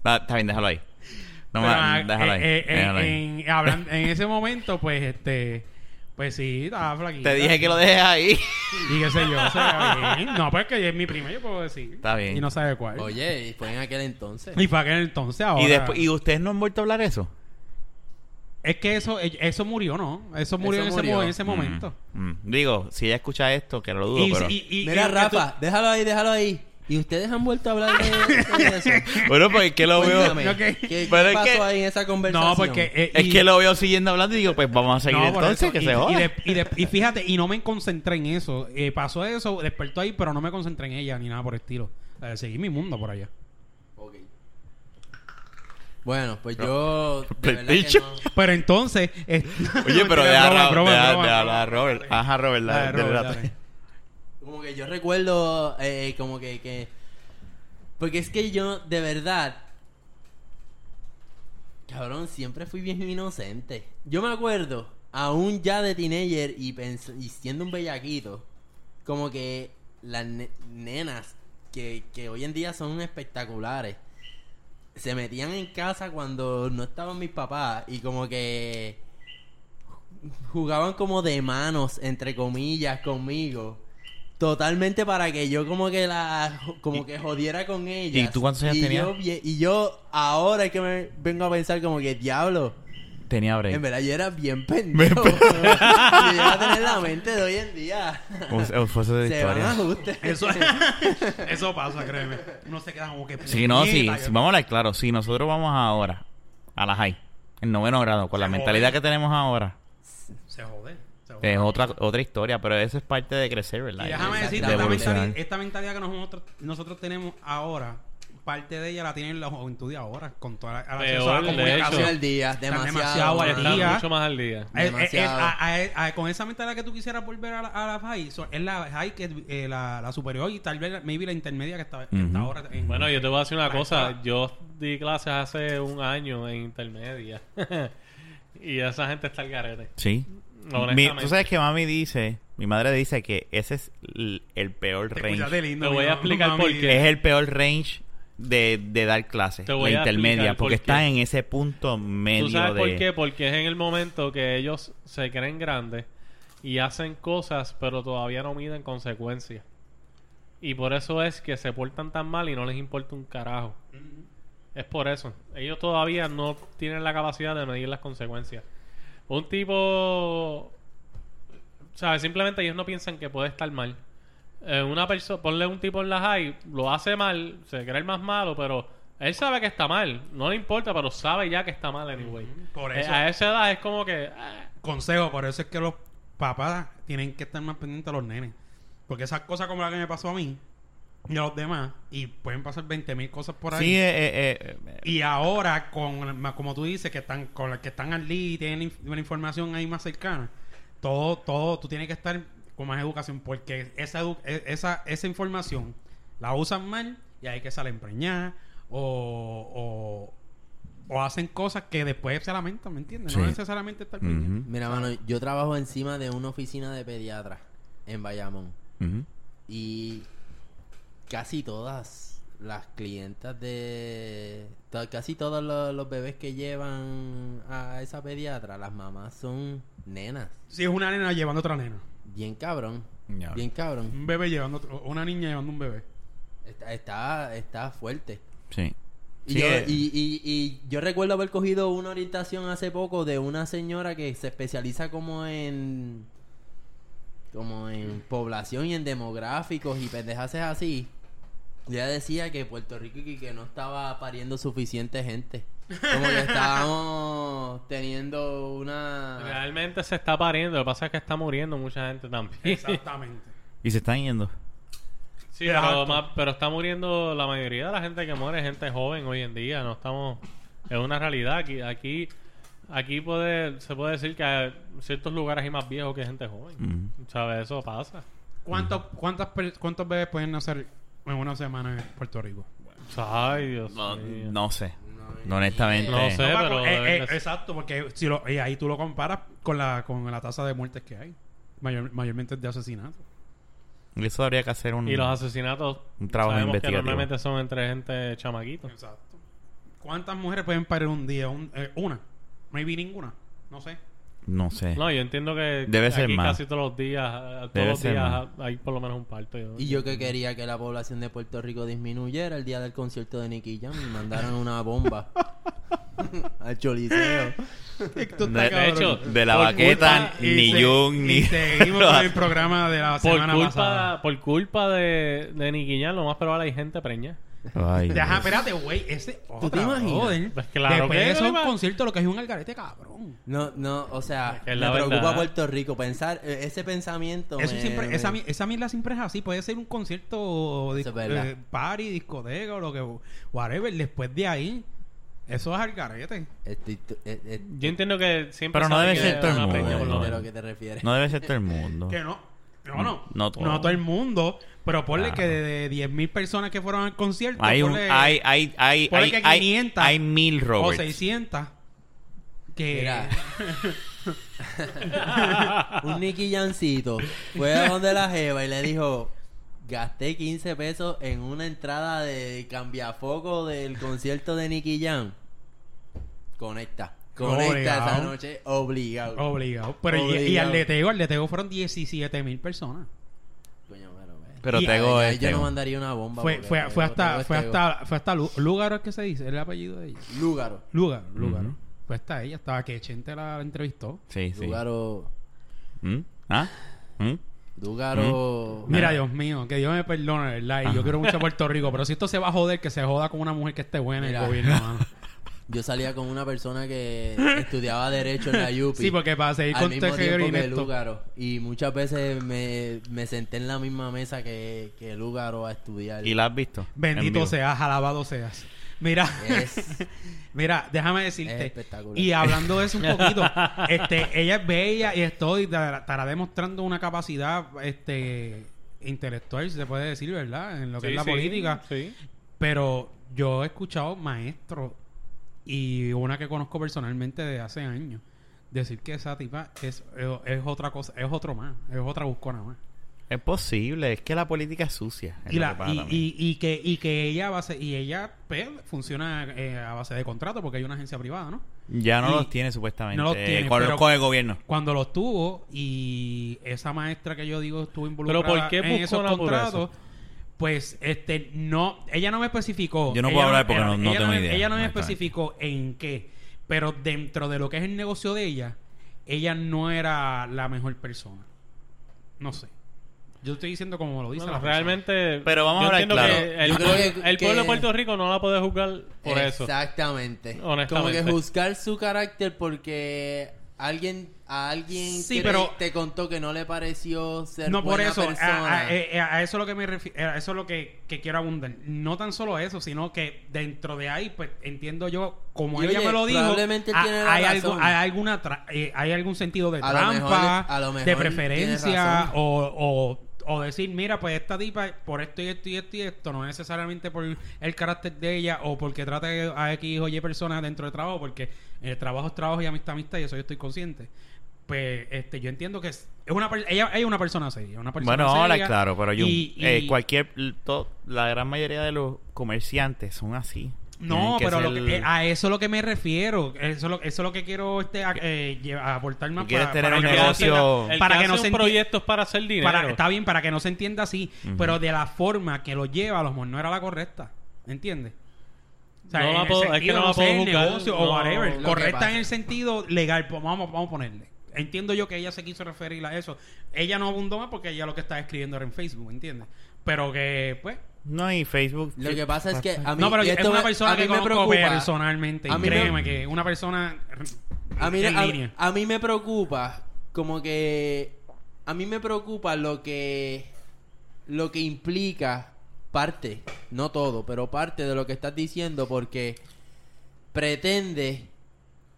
S4: va, está bien, déjalo ahí. No,
S5: Pero,
S4: ma-
S5: ah,
S4: déjalo ahí.
S5: eh, eh,
S4: déjalo ahí.
S5: en, en- hablan- en ese momento, pues, este. Pues sí, estaba flaquita.
S4: Te dije que lo dejes ahí.
S5: Y qué sé yo, se veía bien. No, pues que es mi prima, yo puedo decir.
S4: Está bien.
S5: Y no sabe cuál.
S6: Oye, y fue en aquel entonces.
S5: Y para aquel entonces ahora.
S4: y después, ¿y ustedes no han vuelto a hablar eso?
S5: Es que eso, eh, eso murió, ¿no? Eso murió,
S6: Eso
S5: en, ese,
S6: murió.
S5: mo- en ese momento.
S4: Mm, mm. Digo, si ella escucha esto, que lo dudo,
S5: Y-
S4: pero.
S5: y- y- y-
S6: Mira,
S5: y-
S6: Rafa, déjalo ahí, déjalo ahí. ¿Y ustedes han vuelto a hablar de, de eso?
S4: Bueno, pues es que lo veo.
S6: Cuéntame,
S5: Ok.
S6: ¿qué- ¿Qué,
S4: Pero es
S6: pasó
S4: que-
S6: ahí en esa conversación?
S5: No, porque. eh,
S4: Es
S5: y-
S4: que lo veo siguiendo hablando y digo, pues vamos a seguir
S5: no, por
S4: entonces,
S5: eso.
S4: que
S5: y,
S4: se
S5: y
S4: joda.
S5: de- y de- y fíjate, y no me concentré en eso. Eh, pasó eso, despertó ahí, pero no me concentré en ella ni nada por el estilo. Eh, seguí mi mundo por allá.
S6: Ok. Bueno, pues yo... De verdad que
S4: PlayStation.
S6: no.
S5: Pero entonces. eh,
S4: Oye, pero
S5: mentira,
S4: deja, a Ra-
S5: broma, broma,
S4: deja-
S5: broma,
S4: deja
S5: broma.
S4: a Robert. Ajá, Robert, la-
S5: Dale,
S4: del
S5: Robert,
S4: rato.
S5: dale.
S6: Como que yo recuerdo, eh, como que, que- Porque es que yo, de verdad. Cabrón, siempre fui bien inocente. Yo me acuerdo, aún ya de teenager y, pens- y siendo un bellaquito, como que las ne- nenas que, que hoy en día son espectaculares se metían en casa cuando no estaban mis papás y como que jugaban como de manos, entre comillas, conmigo. Totalmente para que yo como que la como que jodiera con ellas.
S4: ¿Y tú cuántos años
S6: Y
S4: tenías?
S6: yo vie- y yo ahora es que me vengo a pensar como que diablo.
S4: Tenía break.
S6: En verdad yo era bien pendejo. yo iba a tener la mente de hoy en día.
S4: O- o fue eso de
S6: Se van
S4: historia.
S6: ajustes.
S5: Eso, eso pasa, créeme. Uno se queda como que.
S4: Sí, no, sí,
S5: puñeta,
S4: sí,
S5: yo-
S4: vamos a hablar claro. Si nosotros vamos ahora a la high, en noveno grado, con la mentalidad que tenemos ahora,
S5: Se jode. Se jode.
S4: es otra otra historia, pero eso es parte de crecer, ¿verdad?
S5: Y déjame
S4: De
S5: decirte, esta
S4: evolucionar.
S5: mentalidad, esta mentalidad que nosotros, nosotros tenemos ahora, parte de ella la tienen la juventud de ahora, con toda la, al acceso a la
S2: Peor, de
S5: comunicación.
S2: hecho.
S6: al día, demasiado.
S5: demasiado al
S6: mano.
S2: Están
S5: día.
S2: mucho más al día.
S5: Eh, eh, eh,
S6: Demasiado.
S5: a- a- a- con esa mentalidad que tú quisieras volver a la, a la high, so- es la high que eh, la, la superior y tal vez maybe la intermedia que está, que está
S4: Ujú.
S5: ahora. en-
S2: Bueno, yo te voy a decir una
S5: Ahí
S2: cosa.
S5: está.
S2: Yo di clases hace un año en intermedia. y esa gente está al garete.
S4: Sí. Mi-
S2: Honestamente.
S4: tú sabes que mami dice, mi madre dice que ese es l- el peor
S5: Te
S4: range.
S5: escuchaste lindo,
S2: Te
S5: mi
S2: voy a
S5: mamá,
S2: explicar
S5: mami,
S2: por
S5: di-
S2: qué.
S4: Es el peor range de, de dar clases,
S2: Te voy
S4: la
S2: a
S4: intermedia,
S2: explicar por
S4: porque
S2: qué.
S4: está en ese punto medio
S2: ¿Tú sabes
S4: de...
S2: por qué? Porque es en el momento que ellos se creen grandes y hacen cosas, pero todavía no miden consecuencias. Y por eso es que se portan tan mal y no les importa un carajo. Es por eso. Ellos todavía no tienen la capacidad de medir las consecuencias. Un tipo... ¿Sabes? Simplemente ellos no piensan que puede estar mal. Eh, una persona, ponle un tipo en la high, lo hace mal, se cree el más malo, pero él sabe que está mal. No le importa, pero sabe ya que está mal anyway.
S5: Por
S2: Eh,
S5: eso.
S2: a esa edad es como que... ah,
S5: Consejo, por eso es que los papás tienen que estar más pendientes a los nenes. Porque esas cosas como la que me pasó a mí y a los demás, y pueden pasar 20 mil cosas por ahí.
S4: Sí, eh, eh, eh, eh,
S5: Y ahora, con ma- como tú dices, que están con las que están al día y tienen inf- una información ahí más cercana, todo, todo, tú tienes que estar con más educación porque esa, edu- e- esa, esa información la usan mal y hay que salen preñadas o, o, o hacen cosas que después se lamentan, ¿me entiendes? No
S4: Sí.
S5: necesariamente estar preñada.
S4: ujú,
S6: Mira, mano, yo trabajo encima de una oficina de pediatra en Bayamón.
S4: ujú.
S6: Y casi todas las clientas de to- casi todos los, los bebés que llevan a esa pediatra, las mamás son nenas.
S5: Si es una nena llevando otra nena.
S6: Bien cabrón.
S4: Ya.
S6: Bien cabrón.
S5: Un bebé llevando otro- una niña llevando un bebé.
S6: Está, está, está fuerte.
S4: Sí.
S6: Y,
S4: Sí,
S6: yo,
S4: eh,
S6: y- y- y yo recuerdo haber cogido una orientación hace poco de una señora que se especializa como en como en población y en demográficos y pendejas así. Ya decía que Puerto Rico y que no estaba pariendo suficiente gente. Como que estábamos teniendo una
S2: Realmente se está pariendo, lo que pasa es que está muriendo mucha gente también.
S5: Exactamente.
S4: y se están yendo.
S2: Sí,
S5: Exacto.
S2: pero, más- pero está muriendo la mayoría de la gente que muere, es gente joven hoy en día, no estamos es una realidad aquí aquí aquí puede se puede decir que en ciertos lugares hay más viejos que gente joven.
S4: Ujú.
S2: ¿Sabes? Eso pasa.
S5: ¿Cuántos, cuántas, per- ¿Cuántos bebés pueden nacer en una semana en Puerto Rico?
S2: Ay, Dios
S4: No,
S2: mío.
S4: no sé. Honestamente.
S2: No sé.
S5: Paco,
S2: pero
S5: eh,
S2: deben
S5: eh,
S2: de-
S5: exacto, porque si lo, y ahí tú lo comparas con la con la tasa de muertes que hay, Mayor- mayormente de asesinatos.
S4: Eso habría que hacer un.
S2: Y los asesinatos
S4: Mm. Un trabajo
S2: sabemos que
S4: investigativo.
S2: normalmente son entre gente chamaquito.
S5: Exacto. ¿Cuántas mujeres pueden parir un día? Un- eh, una. Maybe ninguna. No sé.
S4: No sé.
S2: No, yo entiendo que
S4: Debe ser
S2: aquí
S4: más.
S2: casi todos los días, eh, todos
S4: Debe
S2: los
S4: ser
S2: días
S4: más.
S2: hay por lo menos un parto.
S6: y yo que quería que la población de Puerto Rico disminuyera el día del concierto de Nicky Jam y mandaron una bomba al choliseo.
S5: Esto
S4: De- de
S5: cabrón.
S2: hecho,
S4: De la
S2: Por
S4: baqueta,
S5: Y
S4: ni
S5: se-
S4: Jung,
S5: y
S4: ni.
S5: seguimos con el programa de la
S2: por
S5: semana pasada.
S2: culpa, por culpa de, de Nicky Jam, lo más probable hay gente preña.
S4: Ay, Dios.
S5: Deja, espérate, güey. Ese.
S6: ¿Tú te imaginas?
S5: joder.
S2: Pues claro
S5: Después
S2: que
S5: de eso,
S2: no,
S5: un
S2: ma.
S5: concierto, lo que es un algarete, cabrón.
S6: No, no, o sea,
S2: Es
S6: me
S2: la
S6: preocupa
S2: verdad.
S6: Puerto Rico. Pensar, eh, ese pensamiento.
S5: Eso
S6: me-
S5: siempre,
S6: me-
S5: esa, mi- esa mierda siempre es así. Puede ser un concierto,
S6: Eso es
S5: disco-
S6: verdad.
S5: eh, party, discoteca o lo que. Whatever. Después de ahí, eso es algarete.
S6: Estoy- tú- eh, eh,
S2: Yo entiendo que siempre
S4: Pero no
S2: saben
S4: debe
S2: que
S4: ser todo el
S2: una
S4: mundo,
S2: preña, por lo
S4: ¿no?
S6: de
S2: menos.
S6: lo que te refieres.
S4: No debe ser todo el mundo.
S5: Que no. No, no.
S4: No todo.
S5: todo el mundo. Pero ponle
S4: Claro.
S5: que de, de 10.000 personas que fueron al concierto,
S4: Hay un.
S5: ponle-
S4: Hay. Hay. Hay.
S5: ponle
S4: Hay.
S5: que
S4: hay-
S5: 500.
S4: hay mil
S5: o
S4: Roberts.
S5: 600. Que.
S6: Mira. un Nicky Jancito fue a donde la jeva y le dijo: Gasté 15 pesos en una entrada de cambiafoco del concierto de Nicky Jam. Conecta. Conecta esa
S5: Obligado. Oh.
S6: noche, obligado.
S5: Obligado. Pero y- Y,
S6: Obligado.
S5: al leteo, al leteo fueron 17 mil personas.
S6: Coño, pero, eh.
S4: Pero este.
S5: Y-
S4: Tego
S6: Ay,
S4: es.
S6: yo no
S4: Tego.
S6: mandaría una bomba.
S5: Fue,
S6: porque
S5: fue,
S6: Tego-
S5: fue hasta,
S6: Tego es
S5: fue
S6: Tego.
S5: hasta, fue hasta Lu- Lugaro, es que se dice, el apellido de ella.
S6: Lúgaro.
S5: Lugaro, Lugaro. Fue hasta ella, estaba que Chente la entrevistó.
S4: Sí, sí.
S6: Lúgaro.
S4: ¿Mm? ¿Ah? ¿Mm?
S6: Lúgaro.
S5: Mira, Dios mío, que Dios me perdone, ¿verdad? Y yo quiero mucho a Puerto Rico, pero si esto se va a joder, que se joda con una mujer que esté buena en el
S6: Mira.
S5: gobierno, mano.
S6: Yo salía con una persona que estudiaba Derecho en la UPI.
S5: Sí, porque para seguir
S6: al
S5: con
S6: mismo
S5: Tejedor
S6: tiempo
S5: y
S6: que
S5: Néstor.
S6: Lúgaro. Y muchas veces me, me senté en la misma mesa que, que Lúgaro a estudiar.
S4: ¿Y la has visto? En
S5: Bendito
S4: vivo.
S5: seas, alabado seas. Mira,
S6: Es-
S5: mira, déjame decirte.
S6: Eh. espectacular.
S5: Y hablando de eso un poquito, este, ella es bella y estoy estará estará demostrando una capacidad este intelectual, si se puede decir, ¿verdad? En lo que
S2: Sí,
S5: es la
S2: sí,
S5: política.
S2: Sí.
S5: Pero yo he escuchado maestros y una que conozco personalmente de hace años decir que esa tipa es, es, es otra cosa, es otro más, es otra buscona más.
S4: Es posible. Es que la política es sucia. es
S5: Y,
S4: lo
S5: la-
S4: que pasa
S5: y-
S4: también.
S5: y- y que, y que ella va a ser- y ella pues, funciona eh, a base de contrato porque hay una agencia privada, ¿no?
S4: Ya no
S5: y-
S4: los tiene supuestamente.
S5: no los tiene,
S4: con,
S5: pero-
S4: con el gobierno.
S5: Cuando los tuvo y esa maestra que yo digo estuvo involucrada
S2: ¿por qué
S5: en
S2: buscó
S5: esos
S2: una por
S5: contratos, pues este no, ella no me especificó.
S4: Yo no
S5: Ella
S4: puedo hablar porque no- no
S5: ella
S4: tengo
S5: me-
S4: idea,
S5: Ella no me
S4: honestamente.
S5: especificó en qué, pero dentro de lo que es el negocio de ella, ella no era la mejor persona. No sé. Yo estoy diciendo como lo dice
S2: Bueno,
S5: la persona.
S2: realmente.
S4: Pero vamos
S2: yo
S4: a hablar
S2: entiendo
S4: claro.
S2: que el,
S6: Yo creo
S2: pueblo-
S6: que-
S2: el pueblo
S6: que-
S2: de Puerto Rico no la puede juzgar por eso.
S6: Exactamente. Como
S2: Honestamente.
S6: que juzgar su carácter porque alguien a alguien
S5: Sí,
S6: que
S5: pero-
S6: te contó que no le pareció ser
S5: no por
S6: buena
S5: eso
S6: persona.
S5: a, a- eh, a eso es lo que me refi- a eso es lo que, que quiero abundar no tan solo eso sino que dentro de ahí pues entiendo yo como
S6: Y
S5: ella
S6: oye,
S5: me lo dijo
S6: probablemente él
S5: a-
S6: tiene la
S5: hay
S6: razón.
S5: algo hay alguna tra- eh, hay algún sentido de
S6: A lo mejor-
S5: trampa
S6: a lo mejor
S5: de
S6: tiene razón.
S5: preferencia o, o o decir mira pues esta tipa por esto y esto y esto y esto no necesariamente por el carácter de ella o porque trata eh, a X o Y personas dentro del trabajo porque el trabajo es trabajo y amistad amistad y eso yo estoy consciente pues este, yo entiendo que es es una per- ella, ella es una persona seria, una persona
S4: Bueno, ahora
S5: seria,
S4: claro, pero Jun,
S5: y- y-
S4: eh, cualquier, to- la gran mayoría de los comerciantes son así.
S5: No,
S4: Tienen que
S5: pero lo
S4: ser-
S5: que- eh, a eso es lo que me refiero. Eso es lo, eso es lo que quiero este, a- eh, lle- a aportar más
S4: Tú quieres tener un
S5: que no se
S4: negocio-
S5: entienda-
S2: El
S5: para
S2: que,
S5: que no
S2: hace
S5: se
S2: un
S5: enti-
S2: proyecto es para hacer dinero.
S5: para- Está bien, para que no se entienda así. Pero de la forma que lo lleva, a lo mejor no era la correcta. ¿Entiendes? O sea,
S2: No la
S5: en el
S2: puedo- es que
S5: sentido,
S2: no la
S5: no sé,
S2: puedo
S5: el
S2: juzgar,
S5: negocio
S2: no,
S5: o whatever.
S2: lo
S6: que
S5: Correcta
S6: pasa.
S5: en el sentido legal. pues vamos, vamos a ponerle. Entiendo yo que ella se quiso referir a eso. Ella no abundó más porque ella lo que estaba escribiendo era en Facebook, ¿entiendes? Pero que, pues,
S4: No, y Facebook. ah,
S6: Lo que pasa es que a mí
S5: no, pero
S6: y
S5: es
S6: esto
S5: una
S6: me-
S5: persona
S6: a mí
S5: que
S6: me
S5: conozco
S6: preocupa.
S5: personalmente. y
S6: A mí me-
S5: créeme que una persona
S6: A mí,
S5: en
S6: a-
S5: línea.
S6: a mí me preocupa, como que. A mí me preocupa lo que. Lo que implica parte, no todo, pero parte de lo que estás diciendo, porque pretende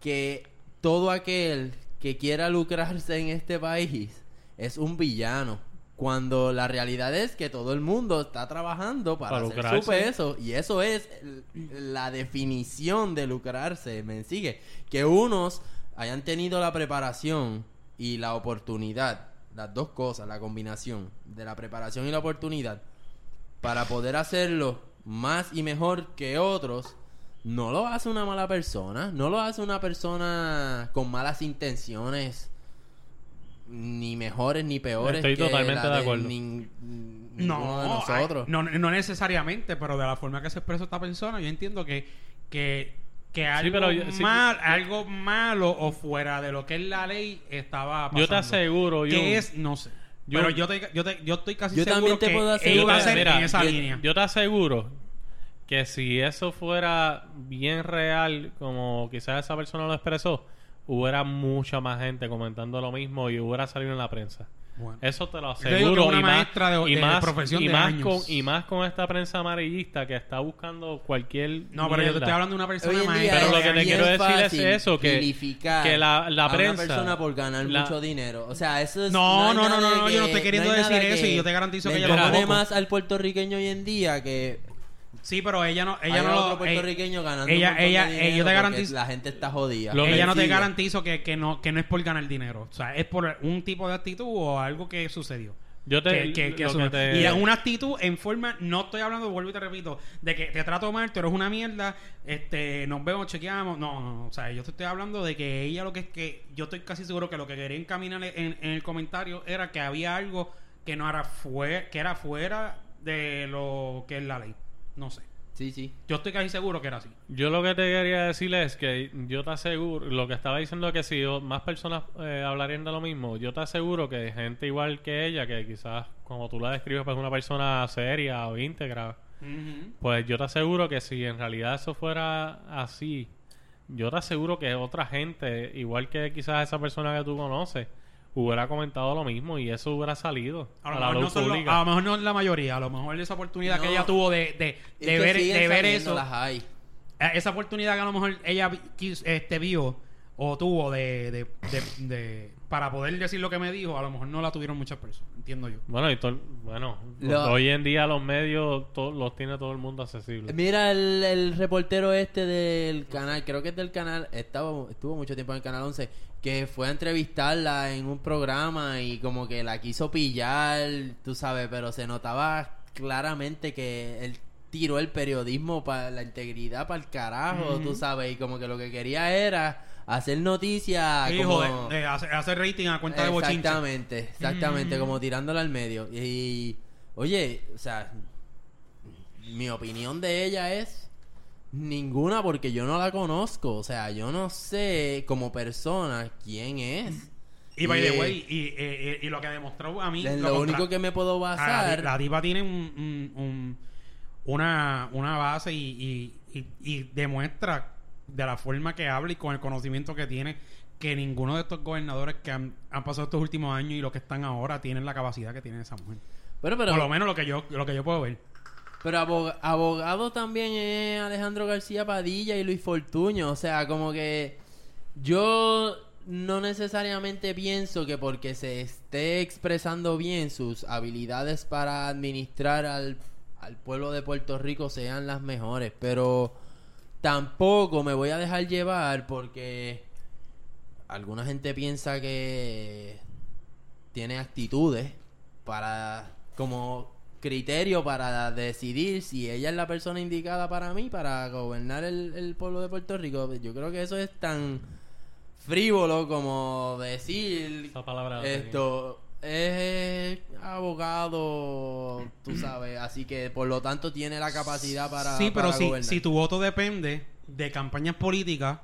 S6: que todo aquel que quiera lucrarse en este país es un villano. Cuando la realidad es que todo el mundo está trabajando para,
S2: Para
S6: hacer
S2: lucrarse.
S6: su peso. Y eso es l- la definición de lucrarse, ¿me sigue? Que unos hayan tenido la preparación y la oportunidad, las dos cosas, la combinación de la preparación y la oportunidad, para poder hacerlo más y mejor que otros, no lo hace una mala persona, no lo hace una persona con malas intenciones, ni mejores ni peores.
S2: Estoy
S6: que
S2: totalmente
S6: la
S2: de acuerdo.
S6: nin- ninguno
S5: No,
S6: de nosotros.
S5: ay, no, no necesariamente, pero de la forma que se expresa esta persona, yo entiendo que, que, que algo,
S2: pero yo- sí.
S5: mal- algo malo o fuera de lo que es la ley estaba pasando.
S2: Yo te aseguro, yo,
S5: ¿Qué es? No sé.
S2: Yo-
S5: pero yo, te- yo, te- yo estoy casi
S6: Yo
S5: seguro
S6: también te
S5: que
S6: puedo
S5: él
S6: asegurar-
S5: iba a ser
S2: Mira,
S5: en esa
S6: yo-
S5: línea.
S2: yo te aseguro que si eso fuera bien real, como quizás esa persona lo expresó, hubiera mucha más gente comentando lo mismo y hubiera salido en la prensa.
S5: Bueno.
S2: Eso te lo
S5: Yo digo que
S2: aseguro.
S5: una
S2: y más-
S5: maestra de-
S2: y
S5: de
S2: más-
S5: profesión
S2: y
S5: de
S2: más
S5: años.
S2: Con, y más con esta prensa amarillista que está buscando cualquier.
S5: No, pero yo te
S2: mierda.
S5: estoy hablando de una persona
S6: Hoy en día
S5: maestra.
S2: Pero lo
S6: es
S2: que te
S6: bien
S2: quiero decir es
S6: fácil
S2: eso, que-
S6: vilificar
S2: que la- la
S6: a una
S2: prensa-
S6: persona por ganar
S2: la-
S6: mucho dinero. O sea, eso es...
S5: No,
S6: hay
S5: no, no,
S6: nada
S5: no, no,
S6: que-
S5: yo no estoy queriendo
S6: hay nada
S5: decir eso y
S6: que
S5: yo te garantizo que
S6: le
S5: ella lo
S6: pone
S5: tampoco.
S6: más al puertorriqueño hoy en día que...
S5: Sí, pero ella no, ella
S6: hay
S5: no
S6: otro
S5: lo- ella-
S6: puertorriqueño ganando
S5: ella-
S6: un montón de
S5: ella-
S6: dinero
S5: eh, yo te
S6: porque
S5: garantizo-
S6: La gente está jodida.
S2: Lo que
S5: ella no te
S6: Sigue.
S5: garantizo que, que no que no es por ganar dinero. O sea, es por un tipo de actitud o algo que sucedió.
S2: Yo te-
S5: Que, que- que
S2: lo que
S5: asumió.
S2: te-
S5: Y es una actitud en forma, no estoy hablando, vuelvo y te repito, de que te trato mal, tú eres una mierda, este, nos vemos, chequeamos. No, no, no. O sea, yo te estoy hablando de que ella lo que es que, yo estoy casi seguro que lo que quería encaminar en, en el comentario era que había algo que no era fue, que era fuera de lo que es la ley. No sé.
S6: Sí, sí.
S5: Yo estoy casi seguro que era así.
S2: Yo lo que te quería decir es que yo te aseguro, lo que estaba diciendo que si o- más personas eh, hablarían de lo mismo, yo te aseguro que gente igual que ella, que quizás como tú la describes, pues una persona seria o íntegra, pues yo te aseguro que si en realidad eso fuera así, yo te aseguro que otra gente, igual que quizás esa persona que tú conoces, hubiera comentado lo mismo y eso hubiera salido
S5: A
S2: a, la
S5: lo, mejor no
S2: luz
S5: son lo-
S2: pública.
S5: a lo mejor no es la mayoría, a lo mejor esa oportunidad que
S6: No.
S5: ella tuvo de, de-
S6: Es
S5: de
S6: que
S5: ver,
S6: siguen
S5: de ver
S6: saliendo
S5: eso,
S6: las hay.
S5: eh, esa oportunidad que a lo mejor ella vi- quis- este, vio o tuvo de, de- de- de- para poder decir lo que me dijo, a lo mejor no la tuvieron muchas personas, entiendo yo.
S2: Bueno, y tol- bueno
S6: Lo-
S2: hoy en día los medios to- los tiene todo el mundo accesible.
S6: Mira, el, el reportero este del canal, creo que es del canal, estaba, estuvo mucho tiempo en el canal 11, que fue a entrevistarla en un programa y como que la quiso pillar, tú sabes, pero se notaba claramente que él tiró el periodismo para la integridad para el carajo, tú sabes, y como que lo que quería era hacer noticias
S5: Sí,
S6: Ah, como...
S5: joder, eh, hacer, hacer rating a cuenta de bochinche. Mm.
S6: Exactamente, exactamente, como tirándola al medio. Y, oye, o sea, mi opinión de ella es ninguna porque yo no la conozco, o sea, yo no sé como persona quién es.
S5: Mm. Y by
S6: eh,
S5: the way, y, eh, eh, y lo que demostró a mí...
S6: en
S5: lo
S6: lo
S5: contra-
S6: único que me puedo
S5: Ah,
S6: basar
S5: La, la tipa tiene un, un- un- una, una base y, y- y- y demuestra de la forma que habla y con el conocimiento que tiene que ninguno de estos gobernadores que han, han pasado estos últimos años y los que están ahora tienen la capacidad que tiene esa mujer.
S6: Bueno, pero,
S5: Por lo menos lo que yo lo que yo puedo ver.
S6: pero aboga- abogado también es Alejandro García Padilla y Luis Fortuño, o sea, como que yo no necesariamente pienso que porque se esté expresando bien sus habilidades para administrar al, al pueblo de Puerto Rico sean las mejores, pero tampoco me voy a dejar llevar porque alguna gente piensa que tiene actitudes para como criterio para decidir si ella es la persona indicada para mí para gobernar el, el pueblo de Puerto Rico. Yo creo que eso es tan frívolo como decir
S2: Esa palabra.
S6: esto es abogado, tú sabes, así que por lo tanto tiene la capacidad para
S5: sí, pero
S6: para
S5: si,
S6: gobernar.
S5: si tu voto depende de campañas políticas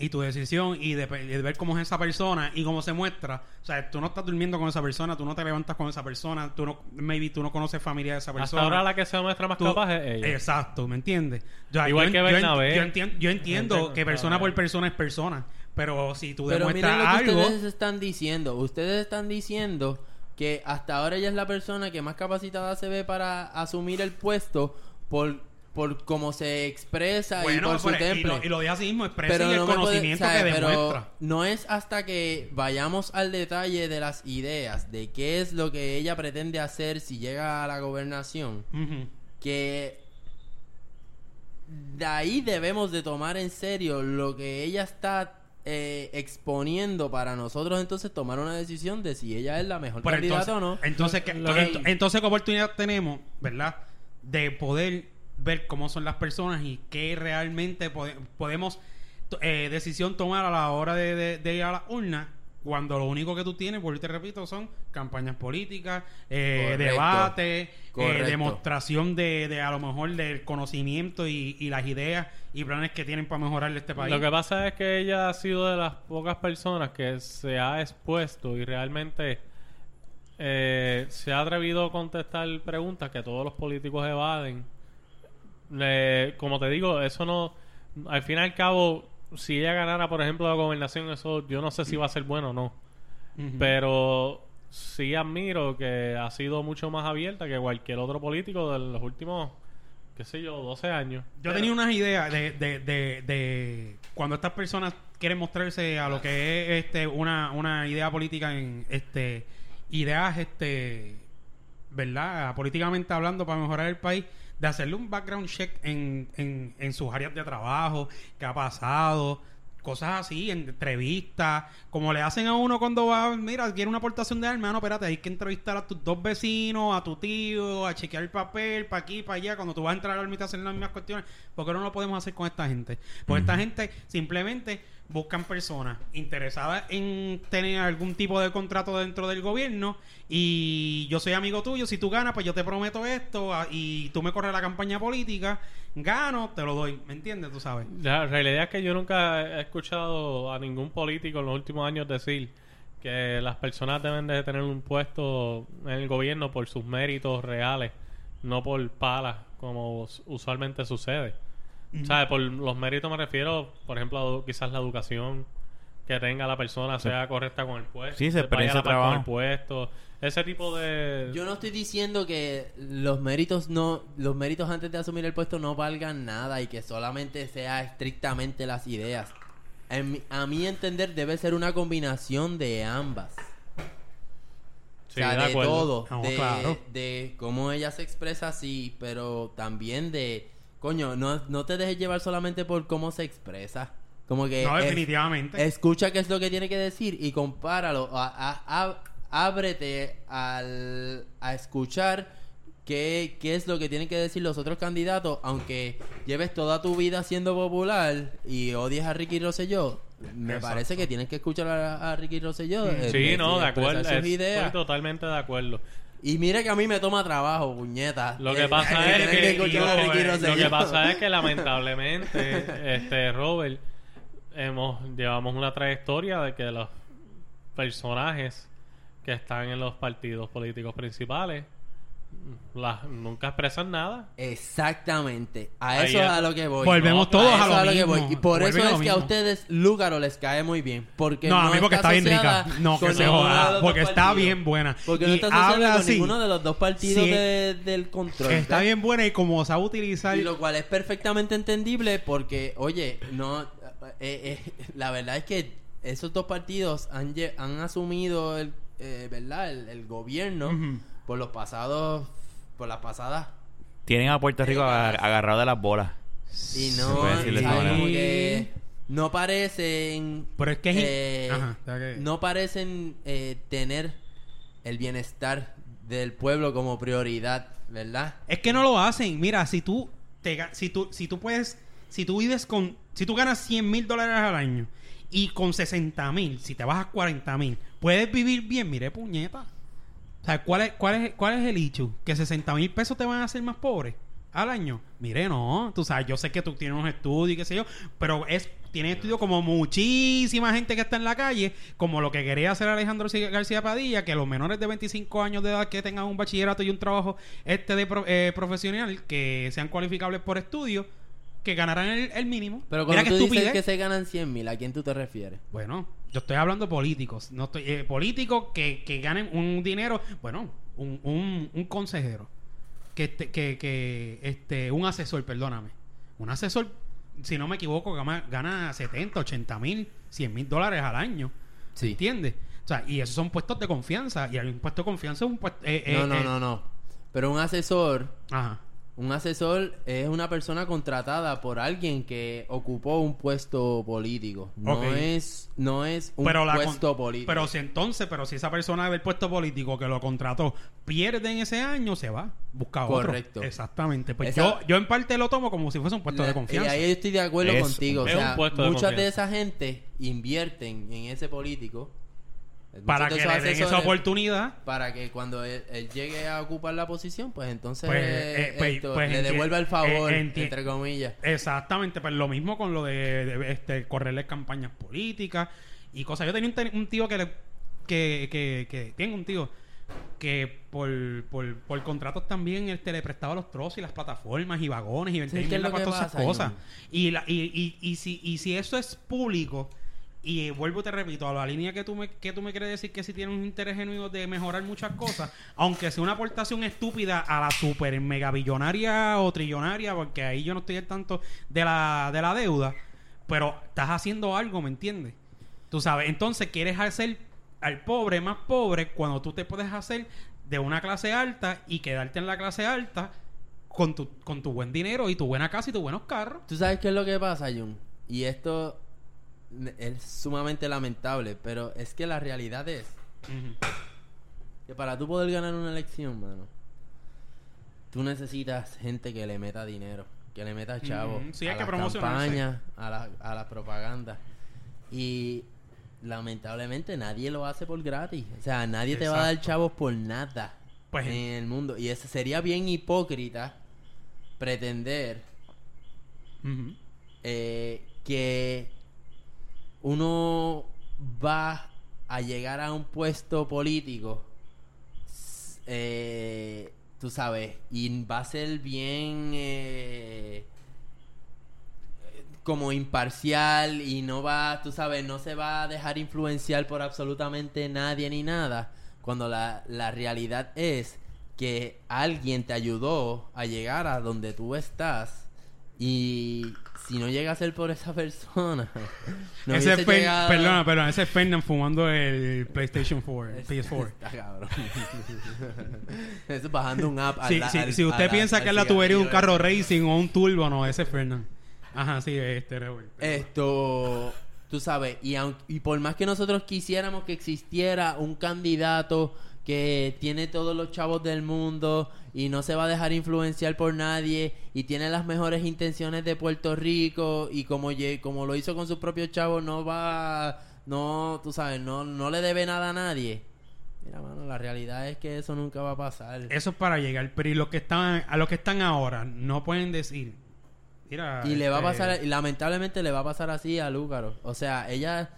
S5: y tu decisión y de, y de ver cómo es esa persona y cómo se muestra, o sea, tú no estás durmiendo con esa persona, tú no te levantas con esa persona, tú no, maybe tú no conoces familia de esa
S2: Hasta
S5: persona.
S2: ahora la que se muestra más
S5: Tú- este
S2: capaz es ella.
S5: Exacto, ¿me entiendes? Yo-
S2: Igual
S5: yo,
S2: que
S5: yo-
S2: Bernabé.
S5: Yo, entien- yo entiendo
S2: Gente-
S5: que persona por persona es persona, pero si tú demuestras
S6: miren lo que
S5: algo...
S6: ustedes están diciendo. Ustedes están diciendo que hasta ahora ella es la persona que más capacitada se ve para asumir el puesto por, por cómo se expresa y por su
S5: pero- pues, y
S6: temple.
S5: lo, y lo de así mismo expresa
S6: pero
S5: y el
S6: no me puede-
S5: conocimiento
S6: ¿sabe?
S5: que
S6: Pero
S5: demuestra.
S6: no es hasta que vayamos al detalle de las ideas, de qué es lo que ella pretende hacer si llega a la gobernación,
S5: Ujú.
S6: que de ahí debemos de tomar en serio lo que ella está eh, exponiendo para nosotros entonces tomar una decisión de si ella es la mejor
S5: Pero
S6: candidata o no.
S5: Entonces, ¿qué-
S6: Lo-
S5: ent- entonces, ¿qué oportunidad tenemos, verdad? De poder ver cómo son las personas y qué realmente pode- podemos to- eh, decisión tomar a la hora de, de- de ir a la urna cuando lo único que tú tienes, por te repito, son campañas políticas, eh,
S6: Correcto.
S5: debate, eh,
S6: Correcto.
S5: demostración de, de a lo mejor del conocimiento y, y las ideas y planes que tienen para mejorar este país.
S2: Lo que pasa es que ella ha sido de las pocas personas que se ha expuesto y realmente eh, se ha atrevido a contestar preguntas que todos los políticos evaden. Eh, como te digo, eso no. Al fin y al cabo, si ella ganara, por ejemplo, la gobernación, eso yo no sé si va a ser bueno o no.
S5: Ujú.
S2: Pero sí admiro que ha sido mucho más abierta que cualquier otro político de los últimos, qué sé yo, 12 años.
S5: Yo tenía unas ideas de, de, de, de cuando estas personas quieren mostrarse a lo que es este una, una idea política en este ideas este verdad políticamente hablando para mejorar el país de hacerle un background check en, en, en sus áreas de trabajo qué ha pasado cosas así entrevistas como le hacen a uno cuando va mira quiere una aportación de arma "Ah, no espérate hay que entrevistar a tus dos vecinos a tu tío a chequear el papel para aquí para allá cuando tú vas a entrar al arma y te hacen las mismas cuestiones porque no lo podemos hacer con esta gente porque esta gente simplemente buscan personas interesadas en tener algún tipo de contrato dentro del gobierno y yo soy amigo tuyo, si tú ganas, pues yo te prometo esto ah, y tú me corres la campaña política, gano, te lo doy, ¿me entiendes? Tú sabes.
S2: La realidad es que yo nunca he escuchado a ningún político en los últimos años decir que las personas deben de tener un puesto en el gobierno por sus méritos reales, no por palas, como us- usualmente sucede. O sea, por los méritos me refiero, por ejemplo, a edu- quizás la educación que tenga la persona sea correcta con el puesto,
S4: Sí, se
S2: vaya
S4: experiencia
S2: a la par
S4: de
S2: con el
S4: trabajo.
S2: puesto, ese tipo de...
S6: Yo no estoy diciendo que los méritos no, los méritos antes de asumir el puesto no valgan nada y que solamente sea estrictamente las ideas. En mi- a mi entender debe ser una combinación de ambas.
S2: Sí,
S6: o sea,
S2: de
S6: de,
S2: acuerdo.
S6: todo.
S5: No,
S6: de,
S5: claro.
S6: de cómo ella se expresa así, pero también de... Coño, no, no te dejes llevar solamente por cómo se expresa. Como que...
S5: no,
S6: Eh, es-
S5: definitivamente.
S6: Escucha qué es lo que tiene que decir y compáralo. A- a- a- ábrete al, a escuchar qué, qué es lo que tienen que decir los otros candidatos, aunque lleves toda tu vida siendo popular y odies a Ricky Rosselló. Me
S5: Exacto.
S6: parece que tienes que escuchar a, a Ricky Rosselló. eh,
S2: Sí,
S6: decir,
S2: no, de
S6: expresar
S2: acuerdo,
S6: sus
S2: es- estoy
S6: ideas.
S2: totalmente de acuerdo.
S6: Y mira que a mí me toma trabajo, puñeta.
S2: Lo que
S6: Eh,
S2: pasa es
S6: tener
S2: que,
S6: escuchar a
S2: digo,
S6: Ricky
S2: eh, lo que
S6: Rosselló.
S2: pasa es que lamentablemente, este Robert, hemos llevamos una trayectoria de que los personajes que están en los partidos políticos principales las, nunca expresan nada.
S6: eh, Exactamente, a
S2: Ahí
S6: eso es
S2: ya.
S6: a lo que voy.
S5: Volvemos
S6: No,
S5: todos
S6: eso
S5: a lo
S6: es
S5: mismo.
S6: Y por
S5: Vuelve
S6: eso
S5: a
S6: es
S5: lo
S6: que a
S5: mismo.
S6: ustedes Lúgaro les cae muy bien. Porque
S5: no, a mí porque
S6: está
S5: está bien rica.
S6: asociada
S5: No, que
S6: con
S5: se
S6: ninguno de
S5: joda.
S6: los
S5: Porque
S6: dos
S5: está
S6: partidos.
S5: bien buena.
S6: Porque no
S5: y
S6: está asociada
S5: habla
S6: con
S5: así.
S6: ninguno de los dos partidos
S5: Sí.
S6: de- del control.
S5: Está bien buena y como sabe utilizar.
S6: Y lo cual es perfectamente entendible porque, oye, no, eh, eh, la verdad es que esos dos partidos han, lle- han asumido el, eh, ¿verdad? el, el gobierno
S5: Ujú.
S6: por los pasados, por las pasadas
S4: Tienen a Puerto Rico aga- agarrado de las bolas.
S6: Y
S4: Se
S6: no,
S4: puede
S6: y
S4: decir de
S6: es
S4: esa manera.
S6: como que no parecen
S5: Pero es que es in-
S6: eh,
S5: Ajá, o sea que-
S6: no parecen eh, tener el bienestar del pueblo como prioridad, ¿verdad?
S5: Es que no lo hacen. Mira, si tú, te, ga- si tú, si tú puedes, si tú vives con, si tú ganas 100 mil dólares al año y con 60 mil, si te vas a 40 mil, puedes vivir bien, mire puñeta. O sea, ¿cuál es, cuál es, cuál es el hecho? ¿Que 60 mil pesos te van a hacer más pobre al año? Mire, no. Tú sabes, yo sé que tú tienes unos estudios y qué sé yo, pero es tienes estudios como muchísima gente que está en la calle, como lo que quería hacer Alejandro Sig- García Padilla, que los menores de 25 años de edad que tengan un bachillerato y un trabajo este de pro- eh, profesional, que sean cualificables por estudio, que ganarán el, el mínimo.
S6: Pero
S5: Mira
S6: cuando
S5: qué ¿eh?
S6: tú dices
S5: estupidez.
S6: que se ganan 100 mil, ¿a quién tú te refieres?
S5: Bueno, yo estoy hablando políticos, no estoy eh, políticos que, que ganen un dinero, bueno, un, un, un consejero, que este, que, que este, un asesor, perdóname, un asesor, si no me equivoco, gana, gana 70, 80 mil, 100 mil dólares al año,
S6: Sí.
S5: ¿entiendes? O sea, y esos son puestos de confianza, y un puesto de confianza es un puesto... eh, eh,
S6: No, no,
S5: eh,
S6: no, no. Pero un asesor,
S5: Ajá.
S6: un asesor es una persona contratada por alguien que ocupó un puesto político. No
S5: Ok.
S6: es, no es un
S5: pero la con-
S6: puesto político.
S5: Pero si entonces, pero si esa persona del puesto político que lo contrató pierde en ese año, se va. Busca otro.
S6: Correcto.
S5: Exactamente. Pues
S6: Esa-
S5: yo, yo en parte lo tomo como si fuese un puesto
S6: La-
S5: de confianza.
S6: Y Eh, ahí estoy de acuerdo
S4: Es-
S6: contigo. O
S2: es un
S6: sea,
S2: puesto de
S6: muchas de,
S2: confianza.
S6: esa gente invierten en ese político. Muchos
S5: para
S6: de
S5: que
S6: esos
S5: le den esa
S6: asesores,
S5: oportunidad.
S6: Para que cuando él, él llegue a ocupar la posición, pues entonces
S5: Pues,
S6: eh,
S5: eh, pues,
S6: esto,
S5: pues,
S6: le
S5: enti-
S6: devuelva el favor,
S5: eh, enti-
S6: entre comillas.
S5: Exactamente, pues lo mismo con lo de, de, este, correrle campañas políticas y cosas. Yo tenía un, te- un tío que le. Que, que, que. Tengo un tío que por, por, por contratos también este, le prestaba los trozos y las plataformas y vagones y vendía
S6: ¿qué es
S5: mierda
S6: lo
S5: para
S6: que
S5: todas esas
S6: pasa,
S5: cosas.
S6: John?
S5: Y, la, y, y, y, si, y si eso es público. Y eh, vuelvo y te repito, a la línea que tú me, que tú me quieres decir que si tiene un interés genuino de mejorar muchas cosas, aunque sea una aportación estúpida a la super mega billonaria o trillonaria, porque ahí yo no estoy al tanto de la, de la deuda, pero estás haciendo algo, ¿me entiendes? Tú sabes, entonces quieres hacer al pobre más pobre cuando tú te puedes hacer de una clase alta y quedarte en la clase alta con tu, con tu buen dinero y tu buena casa y tus buenos carros.
S6: ¿Tú sabes qué es lo que pasa, Jun? Y esto es sumamente lamentable, pero es que la realidad es que para tú poder ganar una elección, mano, tú necesitas gente que le meta dinero, que le meta chavo
S5: Ujú, sí,
S6: a
S5: hay que
S6: las
S5: promocionarse.
S6: campañas, a la, a la propaganda. Y lamentablemente nadie lo hace por gratis. O sea, nadie te va a dar chavos por nada
S5: Pues,
S6: en el mundo. Y ese sería bien hipócrita pretender
S5: ujú.
S6: eh, que uno va a llegar a un puesto político, s- eh, tú sabes, y va a ser bien eh, como imparcial y no va, tú sabes, no se va a dejar influenciar por absolutamente nadie ni nada, cuando la, la realidad es que alguien te ayudó a llegar a donde tú estás y si no llega a ser por esa persona, no
S5: ese es
S6: hubiese
S5: Fer-
S6: llegado-
S5: perdona, perdona, ese es Fernan fumando el PlayStation 4, el PS4.
S6: Está cabrón. Eso es bajando un app. al
S5: Sí,
S6: la-
S5: sí,
S6: al-
S5: si
S6: a
S5: usted
S6: la-
S5: piensa
S6: al
S5: que es la tubería de un
S6: cigarrillo,
S5: carro racing o un turbo, no, ese es Fernan. Ajá, sí, este Raúl.
S6: Esto, tú sabes, y, aun- y por más que nosotros quisiéramos que existiera un candidato que tiene todos los chavos del mundo y no se va a dejar influenciar por nadie y tiene las mejores intenciones de Puerto Rico y como, lle- como lo hizo con sus propios chavos no va, no, tú sabes, no, no le debe nada a nadie. Mira, mano, la realidad es que eso nunca va a pasar.
S5: Eso es para llegar, pero y los que están, a los que están ahora no pueden decir. Mira,
S6: Y le va a
S5: este,
S6: pasar, y lamentablemente le va a pasar así a Lúcaro. O sea, ella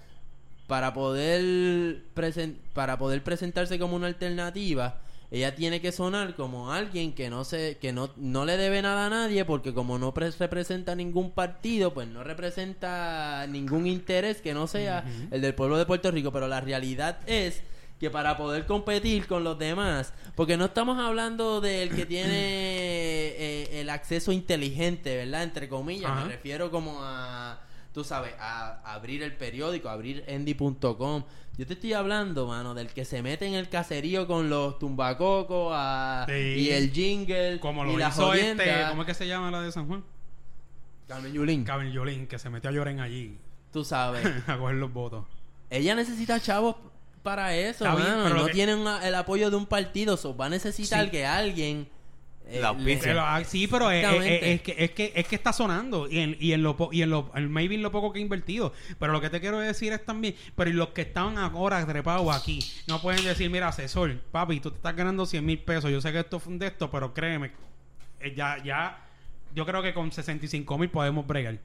S6: para poder presen- para poder presentarse como una alternativa, ella tiene que sonar como alguien que no se que no no le debe nada a nadie porque como no pre- representa ningún partido, pues no representa ningún interés que no sea el del pueblo de Puerto Rico, pero la realidad es que para poder competir con los demás, porque no estamos hablando del que tiene eh, el acceso inteligente, ¿verdad? Entre comillas,
S5: Ajá.
S6: me refiero como a, tú sabes, a abrir el periódico, abrir endy.com. Yo te estoy hablando, mano, del que se mete en el caserío con los tumbacocos a-
S5: Sí.
S6: y el jingle
S5: Como
S6: y
S5: lo
S6: la
S5: hizo
S6: jodienda.
S5: este, ¿cómo es que se llama la de San Juan?
S6: Carmen Yulín.
S5: Cabellolín, que se metió a llorar allí.
S6: tú sabes.
S5: a coger los votos.
S6: Ella necesita chavos para eso,
S5: Está bien,
S6: mano, y
S5: pero lo
S6: no
S5: que-
S6: tiene una- el apoyo de un partido, so, va a necesitar
S5: Sí.
S6: que alguien eh,
S4: La auspicie.
S6: le-
S5: Pero, ah, sí, pero es, es-
S6: Exactamente.
S5: es que, es, que, es que está sonando. Y en, y en lo po- y en lo en maybe en lo poco que he invertido. Pero lo que te quiero decir es también, pero y los que están ahora trepados aquí, no pueden decir, mira, asesor, papi, tú te estás ganando 100 mil pesos. Yo sé que esto fue un de esto, pero créeme, eh, ya, ya, yo creo que con 65 mil podemos bregar.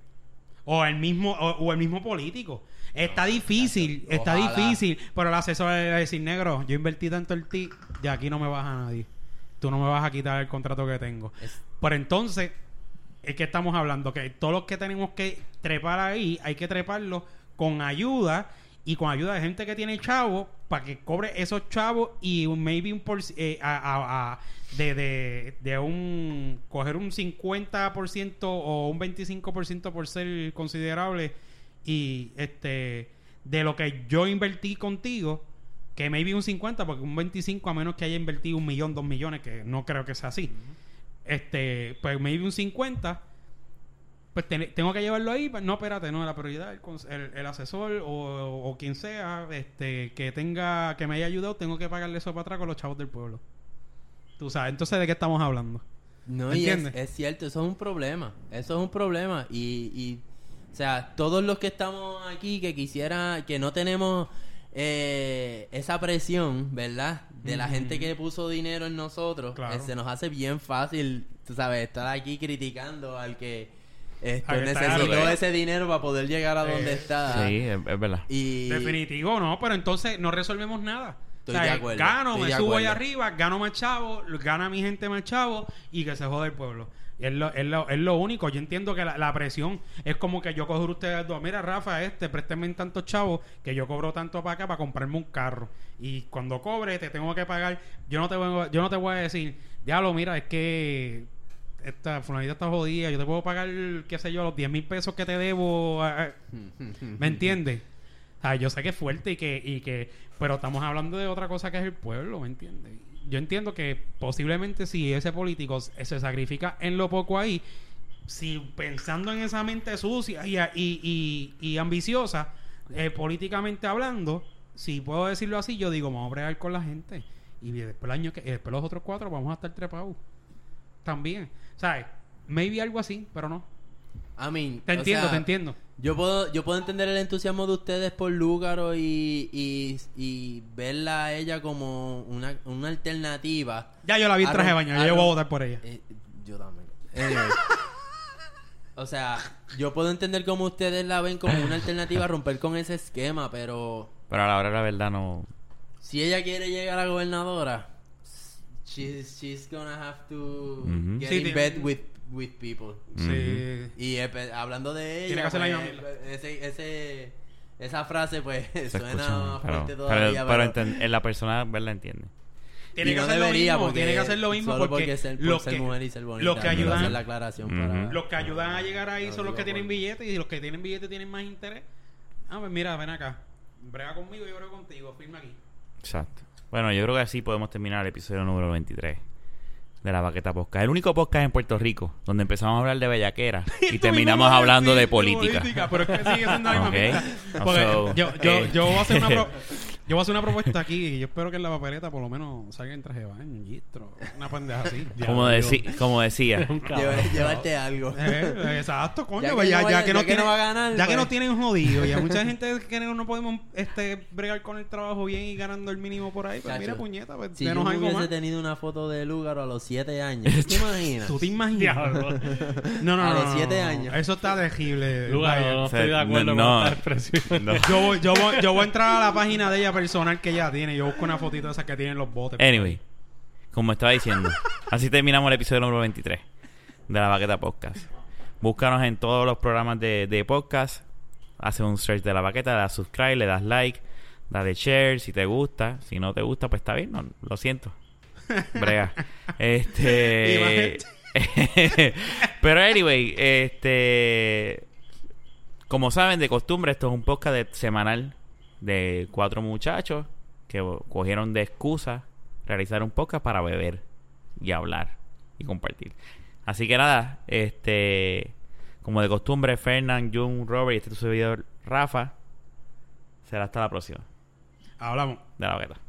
S5: O el mismo, o, o el mismo político. Está difícil,
S6: chacho,
S5: está
S6: ojalá.
S5: difícil. Pero el asesor le va a decir, negro, yo invertí tanto en ti, de aquí no me baja nadie. Tú no me vas a quitar el contrato que tengo.
S6: es-
S5: Pero entonces, es que estamos hablando que todos los que tenemos que trepar ahí, hay que treparlos con ayuda y con ayuda de gente que tiene chavos para que cobre esos chavos y un- maybe un por, eh, a- a- a- de, de, de un coger un 50% o un 25% por ser considerable y este de lo que yo invertí contigo que maybe un 50 porque un 25 a menos que haya invertido un millón dos millones que no creo que sea así este, pues maybe un 50, pues ten- tengo que llevarlo ahí. pa- No, espérate, no, la prioridad, el, cons- el- el asesor o, o quien sea, este, que tenga, que me haya ayudado, tengo que pagarle eso para atrás con los chavos del pueblo. Tú sabes, entonces, ¿de qué estamos hablando?
S6: No, y es,
S5: ¿Entiendes?
S6: es cierto, eso es un problema. Eso es un problema. Y, y, o sea, todos los que estamos aquí que quisiera, que no tenemos eh, esa presión, ¿verdad? De la gente que puso dinero en nosotros,
S5: Claro.
S6: eh, se nos hace bien fácil, tú sabes, estar aquí criticando al que esto,
S5: Al que está Eh,
S6: necesitó
S4: arriba.
S6: ese dinero para poder llegar a donde está.
S4: Sí, es, es verdad.
S6: Ah. Y,
S5: Definitivo, no, pero entonces no resolvemos nada.
S6: Estoy de acuerdo,
S5: Gano,
S6: estoy
S5: me
S6: de
S5: subo
S6: acuerdo.
S5: allá arriba, gano más chavo, lo- gana mi gente más chavo y que se joda el pueblo. Es lo, es, lo, es lo único. Yo entiendo que la, la presión es como que yo cobro ustedes dos. Mira, Rafa, este, présteme tantos chavos que yo cobro tanto para acá para comprarme un carro. Y cuando cobre, te tengo que pagar. Yo no te, vengo- yo no te voy a decir, diablo, mira, es que esta fulanita está jodida. Yo te puedo pagar, qué sé yo, los 10 mil pesos que te debo. a- a- ¿Me entiendes? O sea, yo sé que es fuerte y que, y que... Pero estamos hablando de otra cosa que es el pueblo, ¿me entiendes? Yo entiendo que posiblemente si ese político se se sacrifica en lo poco ahí, si pensando en esa mente sucia y, y, y, y ambiciosa, eh, políticamente hablando, si puedo decirlo así, yo digo, vamos a bregar con la gente. Y después, el año que, después los otros cuatro vamos a estar trepados. También. ¿Sabes? Maybe algo así, pero no.
S6: I mean,
S5: Te
S6: o
S5: entiendo,
S6: sea,
S5: te entiendo.
S6: Yo puedo, yo puedo entender el entusiasmo de ustedes por Lúgaro y, y, y verla a ella como una, una alternativa.
S5: Ya yo la vi en traje de
S6: Aaron-
S5: baño, yo
S6: Aaron-
S5: voy a votar por ella.
S6: Eh, yo también. Anyway. o sea, yo puedo entender cómo ustedes la ven como una alternativa a romper con ese esquema, pero
S4: Pero a la hora de la verdad no...
S6: si ella quiere llegar a gobernadora, she's, she's gonna have to
S4: Ujú.
S6: get
S5: Sí,
S6: in
S5: te-
S6: bed with, with people.
S5: Sí.
S6: Y eh, pe- hablando de ella,
S5: Tiene que hacer la
S6: pues,
S5: misma
S6: ese, ese- esa frase pues
S4: Se
S6: suena
S4: escucha,
S6: más
S4: pero-
S6: fuerte
S4: pero,
S6: todavía.
S4: pero enten- eh, la persona ¿verdad? entiende.
S5: Tiene
S6: Y
S5: que
S6: no
S5: hacer lo
S6: debería,
S5: mismo,
S6: porque
S5: tiene que hacer lo mismo
S6: solo
S5: porque,
S6: ser, por
S5: los,
S6: ser
S5: que,
S6: mujer y ser
S5: los
S6: bonita,
S5: que
S6: quiero
S5: ayudan-
S6: hacer la aclaración para-
S4: Ujú.
S5: los que ayudan a llegar ahí
S6: Lo
S5: son los
S6: digo
S5: que tienen
S6: por-
S5: billetes y los que tienen billetes tienen más interés. Ah, pues mira, ven acá. Brega conmigo, yo brego contigo, firma aquí.
S4: Exacto. Bueno, yo creo que así podemos terminar el episodio número 23 de La Baqueta Podcast. El único podcast en Puerto Rico donde empezamos a hablar de bellaquera y terminamos hablando de política.
S5: Pero es que sigue siendo la misma
S4: Ok.
S5: mierda. Porque
S4: So,
S5: yo, yo,
S4: eh.
S5: yo voy a hacer una pro- yo voy a hacer una propuesta aquí y yo espero que en la papeleta por lo menos salga en traje de baño, un gistro, una pendeja así.
S4: Como, decí- como decía,
S6: Lleva- Llevarte algo.
S5: Eh, exacto, coño,
S6: Ya que
S5: pues ya,
S6: no
S5: ya
S6: vaya-
S5: que, nos
S6: ya que no
S5: tienen-
S6: va a ganar,
S5: ya que
S6: pues.
S5: nos tienen jodidos, ya mucha gente que no, no podemos este bregar con el trabajo bien y ganando el mínimo por ahí, pues
S6: Chacho,
S5: mira puñeta, pues
S6: Si yo
S5: denos algo
S6: hubiese
S5: más.
S6: tenido una foto de Lúgaro a los 7 años, ¿te imaginas?
S5: ¿Tú te imaginas?
S2: Diablo.
S5: No, no,
S6: A
S5: no,
S6: los
S5: no,
S6: siete
S5: no.
S6: años.
S5: Eso está terrible.
S2: Lugar,
S5: vaya.
S2: no, no
S4: O sea,
S2: estoy de acuerdo
S4: no-
S2: con
S4: no.
S2: esta expresión.
S4: No.
S5: Yo, voy, yo, voy, yo voy a entrar a la página de ella personal que ella tiene. Yo busco una fotito de esas que tienen los botes.
S2: Eh.
S4: Anyway, como estaba diciendo, así terminamos el episodio número 23 de La Baqueta Podcast. Búscanos en todos los programas de, de podcast. Haces un search de La Baqueta, le das subscribe, le das like, dale share si te gusta. Si no te gusta, pues está bien, no, lo siento. Brega. Este... Pero anyway, este... Como saben, de costumbre, esto es un podcast de- semanal de cuatro muchachos que cogieron de excusa realizar un podcast para beber y hablar y compartir. Así que nada, este, como de costumbre, Fernand, Jun, Robert y este tu servidor
S5: Rafa, será hasta la próxima.
S4: Hablamos.
S5: De la vaqueta.